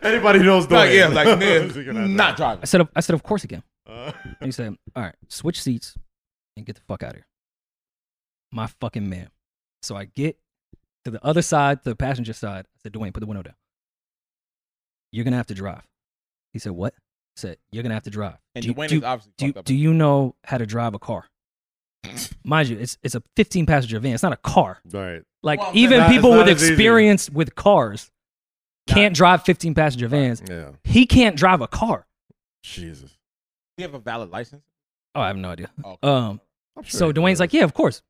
Speaker 1: Anybody who knows the
Speaker 4: Like, yeah, like
Speaker 1: He
Speaker 4: man,
Speaker 1: cannot
Speaker 4: not
Speaker 1: drive.
Speaker 5: I
Speaker 4: driving.
Speaker 5: said, I said, Of course he can.
Speaker 1: Uh,
Speaker 5: And he said, All right, switch seats and get the fuck out of here. My fucking man. So I get to the other side, to the passenger side. I said, Dwayne, put the window down. You're going to have to drive. He said, What? I said, You're going to have to drive.
Speaker 4: And
Speaker 5: do, you-
Speaker 4: Dwayne
Speaker 5: do,
Speaker 4: is obviously
Speaker 5: do,
Speaker 4: fucked up.
Speaker 5: do you know how to drive a car? Mind you, it's, it's a 15 passenger van. It's not a car.
Speaker 1: Uh, right.
Speaker 5: Like,
Speaker 4: Well,
Speaker 5: even
Speaker 1: not- it's
Speaker 5: people
Speaker 1: not
Speaker 5: with
Speaker 1: as easy.
Speaker 5: experience with cars can't drive 15 passenger vans.
Speaker 1: Yeah.
Speaker 5: He can't drive a car.
Speaker 1: Jesus.
Speaker 4: Do you have a valid license?
Speaker 5: Oh, I have no idea.
Speaker 4: Okay.
Speaker 5: Um,
Speaker 1: I'm sure
Speaker 5: So
Speaker 1: he
Speaker 5: Dwayne's
Speaker 1: does.
Speaker 5: like, yeah, of course.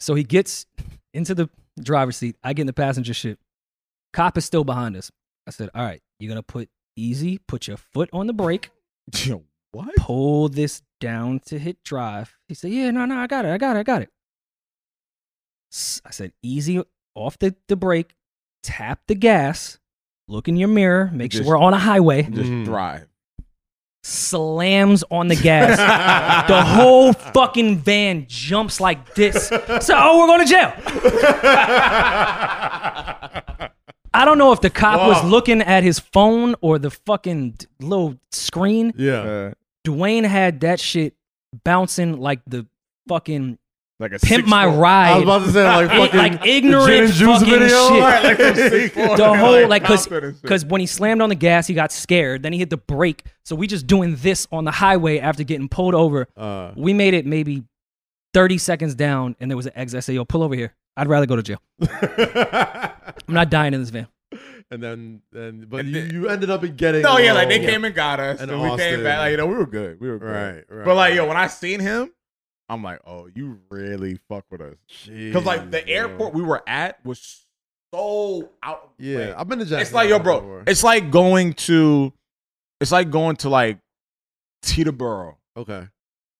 Speaker 5: So he gets into the driver's seat. I get in the passenger shit. Cop is still behind us. I said, all right, you're going to put easy, put your foot on the brake,
Speaker 4: Yo, what?
Speaker 5: pull this down to hit drive. He said, yeah, no, no, I got it. I got it. I got it. S- I said, easy off the, the brake, tap the gas, look in your mirror, make
Speaker 4: Just-
Speaker 5: sure we're on a highway,
Speaker 4: Just
Speaker 1: Mhm.
Speaker 4: drive.
Speaker 5: slams on the gas. the whole fucking van jumps like this. So, oh, we're going to jail. I don't know if the cop was looking at his phone or the fucking d- little screen.
Speaker 1: Yeah.
Speaker 4: Uh,
Speaker 5: Dwayne had that shit bouncing like the fucking
Speaker 4: like a
Speaker 5: pimp
Speaker 4: six
Speaker 5: my
Speaker 4: foot-
Speaker 1: I was
Speaker 5: ride.
Speaker 1: about to say like
Speaker 5: It-
Speaker 1: fucking
Speaker 5: like ignorant
Speaker 1: gin and juice
Speaker 5: fucking
Speaker 1: video.
Speaker 5: shit.
Speaker 1: Right, like,
Speaker 4: some six foot,
Speaker 5: The whole like cause
Speaker 4: confidence.
Speaker 5: because when he slammed on the gas, he got scared. Then he hit the brake. So we just doing this on the highway after getting pulled over.
Speaker 1: uh,
Speaker 5: We made it maybe 30 seconds down, and there was an exit. I said, "Yo, pull over here. I'd rather go to jail. I'm not dying in this van."
Speaker 1: and then and but
Speaker 4: And
Speaker 1: you,
Speaker 4: then-
Speaker 1: you ended up in getting
Speaker 4: No, yeah, like they
Speaker 1: all-
Speaker 4: came and got us,
Speaker 1: Oh, And
Speaker 4: and, we
Speaker 1: Austin.
Speaker 4: came back. Like you know, we were good. We were good.
Speaker 1: right right
Speaker 4: But like, yo, when I seen him, I'm like, oh, you really fuck with us. Because like the
Speaker 1: Jeez, bro.
Speaker 4: airport we were at was so out. of
Speaker 1: yeah
Speaker 4: whack.
Speaker 1: I've been to Jackson
Speaker 4: it's like yo,
Speaker 1: Hole
Speaker 4: bro.
Speaker 1: before.
Speaker 4: It's like going to, it's like going to like Teterboro
Speaker 1: okay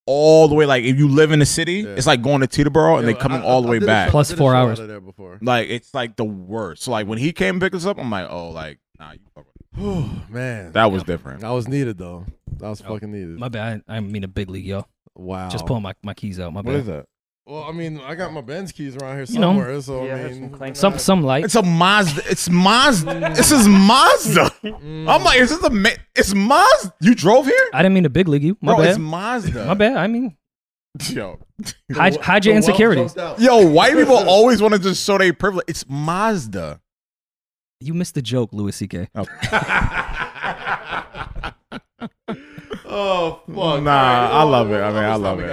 Speaker 4: all the way. Like if you live in the city,
Speaker 1: Yeah.
Speaker 4: it's like going to Teterboro and
Speaker 1: Yo,
Speaker 4: then coming
Speaker 1: I- I-
Speaker 4: all the
Speaker 1: I
Speaker 4: way
Speaker 1: did a
Speaker 4: back.
Speaker 1: show-
Speaker 5: Plus
Speaker 1: I did a
Speaker 5: four
Speaker 1: show
Speaker 5: hours.
Speaker 1: out of there before
Speaker 4: Like it's like the worst. So like when he came and picked us up, I'm like, oh, like nah, you fuck with us.
Speaker 1: oh man
Speaker 4: that was different.
Speaker 1: I was needed though that was fucking needed
Speaker 5: My bad. I I mean a big league, yo.
Speaker 1: wow Oh.
Speaker 5: Just pulling my, my keys out. My
Speaker 4: What is
Speaker 5: bad.
Speaker 4: that?
Speaker 1: Well, I mean, I got my Benz keys around here
Speaker 5: You know.
Speaker 1: somewhere, so
Speaker 3: Yeah,
Speaker 1: I
Speaker 3: there's
Speaker 1: mean,
Speaker 3: some claim-
Speaker 5: Some some light.
Speaker 2: It's a Mazda. It's Mazda. this is Mazda.
Speaker 1: Mm.
Speaker 2: I'm like, is this a? Ma- it's Mazda. You drove here?
Speaker 5: I didn't mean to big league you. My
Speaker 2: Bro, it's
Speaker 5: bad.
Speaker 2: Mazda.
Speaker 5: My bad. I mean
Speaker 1: yo,
Speaker 5: Hyd- hide your
Speaker 1: The wealth
Speaker 5: insecurities.
Speaker 1: jumped out.
Speaker 2: Yo, white people always want to just show their privilege. It's Mazda.
Speaker 5: you missed the joke, Louis C.K.
Speaker 1: Oh fuck! Nah,
Speaker 2: I love it. I mean, I love it.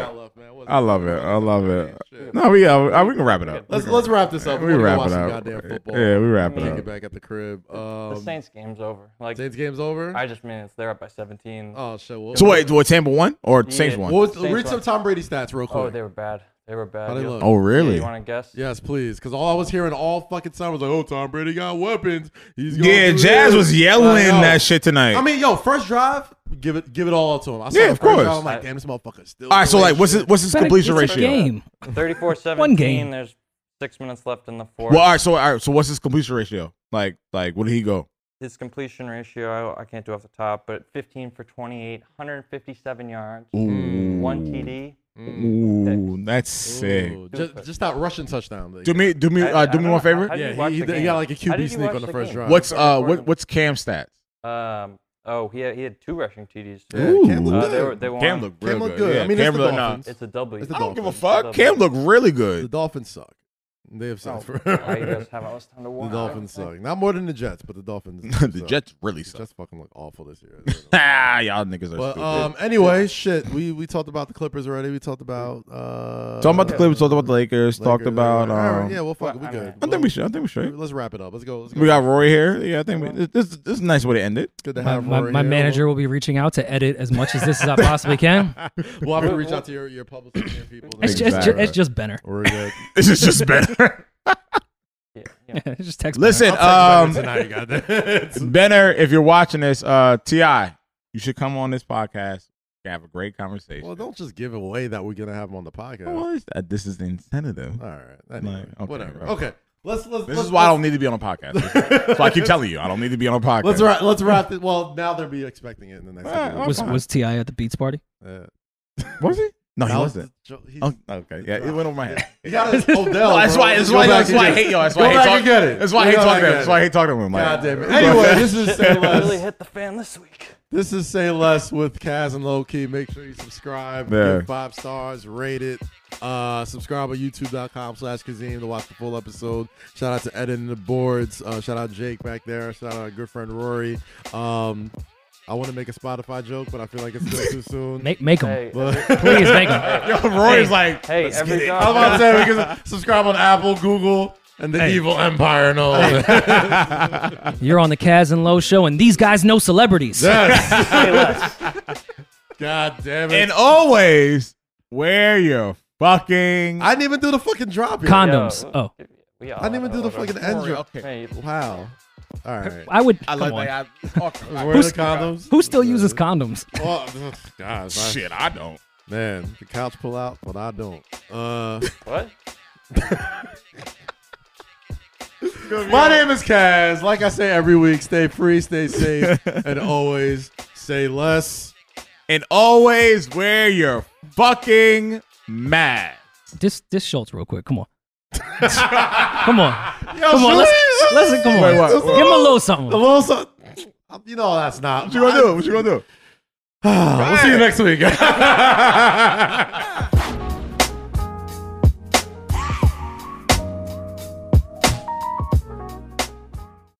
Speaker 2: I love it. I love it. No, we uh, we can wrap it up.
Speaker 1: Let's let's wrap this up.
Speaker 2: We
Speaker 1: We're gonna
Speaker 2: wrap
Speaker 1: watch
Speaker 2: it
Speaker 1: some
Speaker 2: up.
Speaker 1: Goddamn football.
Speaker 2: Yeah, we wrap it
Speaker 1: Kick it
Speaker 2: up.
Speaker 1: back at the crib.
Speaker 3: The
Speaker 1: Um, Saints,
Speaker 3: Saints game's over. Like
Speaker 1: game's over.
Speaker 3: I just mean it's they're up by 17.
Speaker 1: oh shit! Well,
Speaker 2: So wait, what? Tampa won or
Speaker 3: Yeah.
Speaker 2: Saints won?
Speaker 1: What was,
Speaker 3: Saints
Speaker 1: read some
Speaker 3: won.
Speaker 1: Tom Brady stats real quick.
Speaker 3: oh, they were bad. They were bad.
Speaker 1: How they
Speaker 3: You-
Speaker 1: look?
Speaker 2: Oh,
Speaker 3: Yeah,
Speaker 2: really?
Speaker 3: you want to guess?
Speaker 1: Yes, please. Because all I was hearing all fucking time was like, "Oh, Tom Brady got weapons." He's going
Speaker 2: Yeah,
Speaker 1: through
Speaker 2: Jazz
Speaker 1: this."
Speaker 2: was yelling
Speaker 1: I know.
Speaker 2: that shit tonight.
Speaker 1: I mean, yo, first drive, give it, give it all to him. I saw
Speaker 2: Yeah,
Speaker 1: the
Speaker 2: of
Speaker 1: first
Speaker 2: course.
Speaker 1: Drive, I'm like, damn, this motherfucker still.
Speaker 2: All right, so
Speaker 1: doing
Speaker 2: like, what's
Speaker 1: shit.
Speaker 2: his, what's his
Speaker 5: Better-
Speaker 2: completion
Speaker 5: it's a
Speaker 2: ratio?
Speaker 5: Game.
Speaker 3: 34
Speaker 5: One
Speaker 3: 17.
Speaker 5: game.
Speaker 3: There's six minutes left in the fourth.
Speaker 2: Well, all right, so all right, so what's his completion ratio? Like, like, what did he go?
Speaker 3: His completion ratio, I, I can't do off the top, but 15 for 28, 157 yards, one TD.
Speaker 1: Mm.
Speaker 2: Ooh, that's
Speaker 1: Sick.
Speaker 2: sick.
Speaker 1: Just, just that Russian touchdown. that he
Speaker 2: Do me, do me,
Speaker 3: I-
Speaker 2: uh,
Speaker 3: I
Speaker 2: do me
Speaker 3: don't
Speaker 7: know.
Speaker 2: one favor.
Speaker 3: How did
Speaker 1: Yeah,
Speaker 3: you
Speaker 1: he-
Speaker 3: watch
Speaker 1: he
Speaker 3: the
Speaker 1: did- he
Speaker 3: game?
Speaker 1: got like a
Speaker 3: How did
Speaker 1: QB
Speaker 3: you
Speaker 1: sneak
Speaker 3: watch
Speaker 1: on the
Speaker 3: the
Speaker 1: first
Speaker 3: game?
Speaker 1: drive.
Speaker 2: What's uh,
Speaker 3: Recording.
Speaker 2: what, what's Cam stats?
Speaker 3: Um, oh, he had, he had two rushing TDs.
Speaker 1: Yeah,
Speaker 3: Too.
Speaker 1: Cam
Speaker 2: Ooh.
Speaker 1: looked
Speaker 3: Uh, they
Speaker 1: good.
Speaker 3: were, they won.
Speaker 2: Cam looked
Speaker 1: Cam
Speaker 2: real
Speaker 1: looked
Speaker 2: good.
Speaker 1: good.
Speaker 2: Yeah,
Speaker 1: I mean,
Speaker 2: Cam
Speaker 1: it's the
Speaker 2: looked- nah,
Speaker 1: Dolphins.
Speaker 3: It's a W.
Speaker 1: It's a
Speaker 2: I don't give a
Speaker 1: Dolphins.
Speaker 2: fuck. Cam looked really good.
Speaker 1: the Dolphins suck. They have
Speaker 3: Oh,
Speaker 1: sucked for
Speaker 3: wow, you
Speaker 1: the
Speaker 3: guys have all this time to watch.
Speaker 1: Dolphins suck. Not more than the Jets, but the Dolphins.
Speaker 2: the
Speaker 1: suck.
Speaker 2: Jets really
Speaker 1: The
Speaker 2: suck.
Speaker 1: Jets fucking look awful this year.
Speaker 2: Ah, y'all niggas are
Speaker 1: but
Speaker 2: stupid.
Speaker 1: um, anyway, shit. We we talked about the Clippers already. We talked about uh,
Speaker 2: talking about the Clippers, talked about the Lakers, talked
Speaker 1: Lakers,
Speaker 2: about.
Speaker 1: all right,
Speaker 2: Um,
Speaker 1: yeah, well, fuck, it,
Speaker 3: Well,
Speaker 1: we
Speaker 3: I
Speaker 1: good.
Speaker 3: mean-
Speaker 2: I think we should. I think we should.
Speaker 1: Let's wrap it up. Let's go. Let's go. Uh-huh.
Speaker 2: We got Roy here. Yeah, I think we, this this is a nice way to end it.
Speaker 1: good to
Speaker 5: My,
Speaker 1: have
Speaker 5: my,
Speaker 1: Rory
Speaker 5: my
Speaker 1: here.
Speaker 5: manager will be reaching out to edit as much as this as I possibly can.
Speaker 1: We'll have to reach out to your your publicist and your people.
Speaker 5: It's just, it's just,
Speaker 2: Exactly.
Speaker 5: it's just Benner.
Speaker 1: We're good.
Speaker 2: This is just better.
Speaker 3: Yeah, yeah.
Speaker 5: It's just text.
Speaker 2: Listen,
Speaker 1: I'll
Speaker 2: um,
Speaker 1: text Benner tonight, goddamn.
Speaker 2: Benner, if you're watching this, uh, Ti, you should come on this podcast. We can have a great conversation.
Speaker 1: Well, don't just give away that we're gonna have him on the podcast.
Speaker 2: Well, it's- uh, this is the incentive.
Speaker 1: All right. Anyway,
Speaker 2: Like, okay,
Speaker 1: whatever.
Speaker 2: right.
Speaker 1: Okay. Let's let's.
Speaker 2: This
Speaker 1: let's,
Speaker 2: is why I don't need to be on a podcast. That's why I keep telling you I don't need to be on a podcast.
Speaker 1: Let's wrap. Let's wrap. It. Well, now they'll be expecting it in the next.
Speaker 2: All right,
Speaker 1: couple
Speaker 2: I'll
Speaker 1: weeks.
Speaker 5: was was Ti at the Beats party?
Speaker 1: Yeah.
Speaker 2: Was he? No, Oh, he
Speaker 1: That was
Speaker 2: wasn't.
Speaker 1: the jo- he's-
Speaker 2: Oh, okay, yeah, it went over my head.
Speaker 1: He got his Odell.
Speaker 2: No, that's
Speaker 1: bro.
Speaker 2: why. That's
Speaker 1: Go
Speaker 2: why.
Speaker 1: back
Speaker 2: That's
Speaker 1: and
Speaker 2: why I
Speaker 1: get it.
Speaker 2: hate y'all. That's
Speaker 1: Go
Speaker 2: why I hate
Speaker 1: back and
Speaker 2: talking.
Speaker 1: get it.
Speaker 2: That's why I
Speaker 1: Go
Speaker 2: hate
Speaker 1: back
Speaker 2: talking.
Speaker 1: and
Speaker 2: to him.
Speaker 1: get
Speaker 2: That's
Speaker 1: it.
Speaker 2: why I hate talking to him. Like,
Speaker 1: God damn it. Anyway, this is say
Speaker 3: Shit really
Speaker 1: less.
Speaker 3: hit the fan this week.
Speaker 1: This is say less with Kaz and Low Key. Make sure you subscribe.
Speaker 2: Yeah.
Speaker 1: Give five stars. Rate it. Uh, subscribe on youtube.com slash Kazim to watch the full episode. Shout out to Ed and the boards. Uh, shout out Jake back there. Shout out our good friend Rory. Um, I want to make a Spotify joke, but I feel like it's still too soon.
Speaker 5: Make make him.
Speaker 3: Hey,
Speaker 5: Please make him.
Speaker 2: Roy's like,
Speaker 3: hey,
Speaker 2: let's
Speaker 3: every
Speaker 2: get it.
Speaker 3: job.
Speaker 1: I'm about to say we can subscribe on Apple, Google, and the evil empire and all that.
Speaker 5: You're on the Kaz and Low show, and these guys know celebrities.
Speaker 1: Yes.
Speaker 3: say less.
Speaker 1: God damn it.
Speaker 2: And always wear your fucking.
Speaker 1: I didn't even do the fucking drop here.
Speaker 5: Condoms.
Speaker 3: Yo,
Speaker 5: oh,
Speaker 3: we all
Speaker 1: I didn't even
Speaker 3: have
Speaker 1: do the
Speaker 3: a little-
Speaker 1: fucking end drop.
Speaker 3: Hey,
Speaker 1: Wow. All right.
Speaker 5: I would.
Speaker 2: I
Speaker 5: come
Speaker 2: like
Speaker 5: on.
Speaker 2: that. I- I-
Speaker 1: Where are the condoms?
Speaker 5: Who still uses condoms?
Speaker 1: Oh, ugh, gosh, I-
Speaker 2: Shit, I don't.
Speaker 1: man, the couch pull out, but I don't. Uh,
Speaker 3: What?
Speaker 1: my name is Kaz. Like I say every week, stay free, stay safe, and always say less.
Speaker 2: And always wear your fucking mask.
Speaker 5: This this Schultz real quick. Come on. come on.
Speaker 1: Yo,
Speaker 5: Come on. Let's,
Speaker 1: Shalice,
Speaker 5: let's come on.
Speaker 2: Wait, what?
Speaker 5: Give him a little
Speaker 1: a
Speaker 5: something.
Speaker 1: little so- You know that's not.
Speaker 2: What you gonna do? What you gonna do?
Speaker 1: we'll see you next week.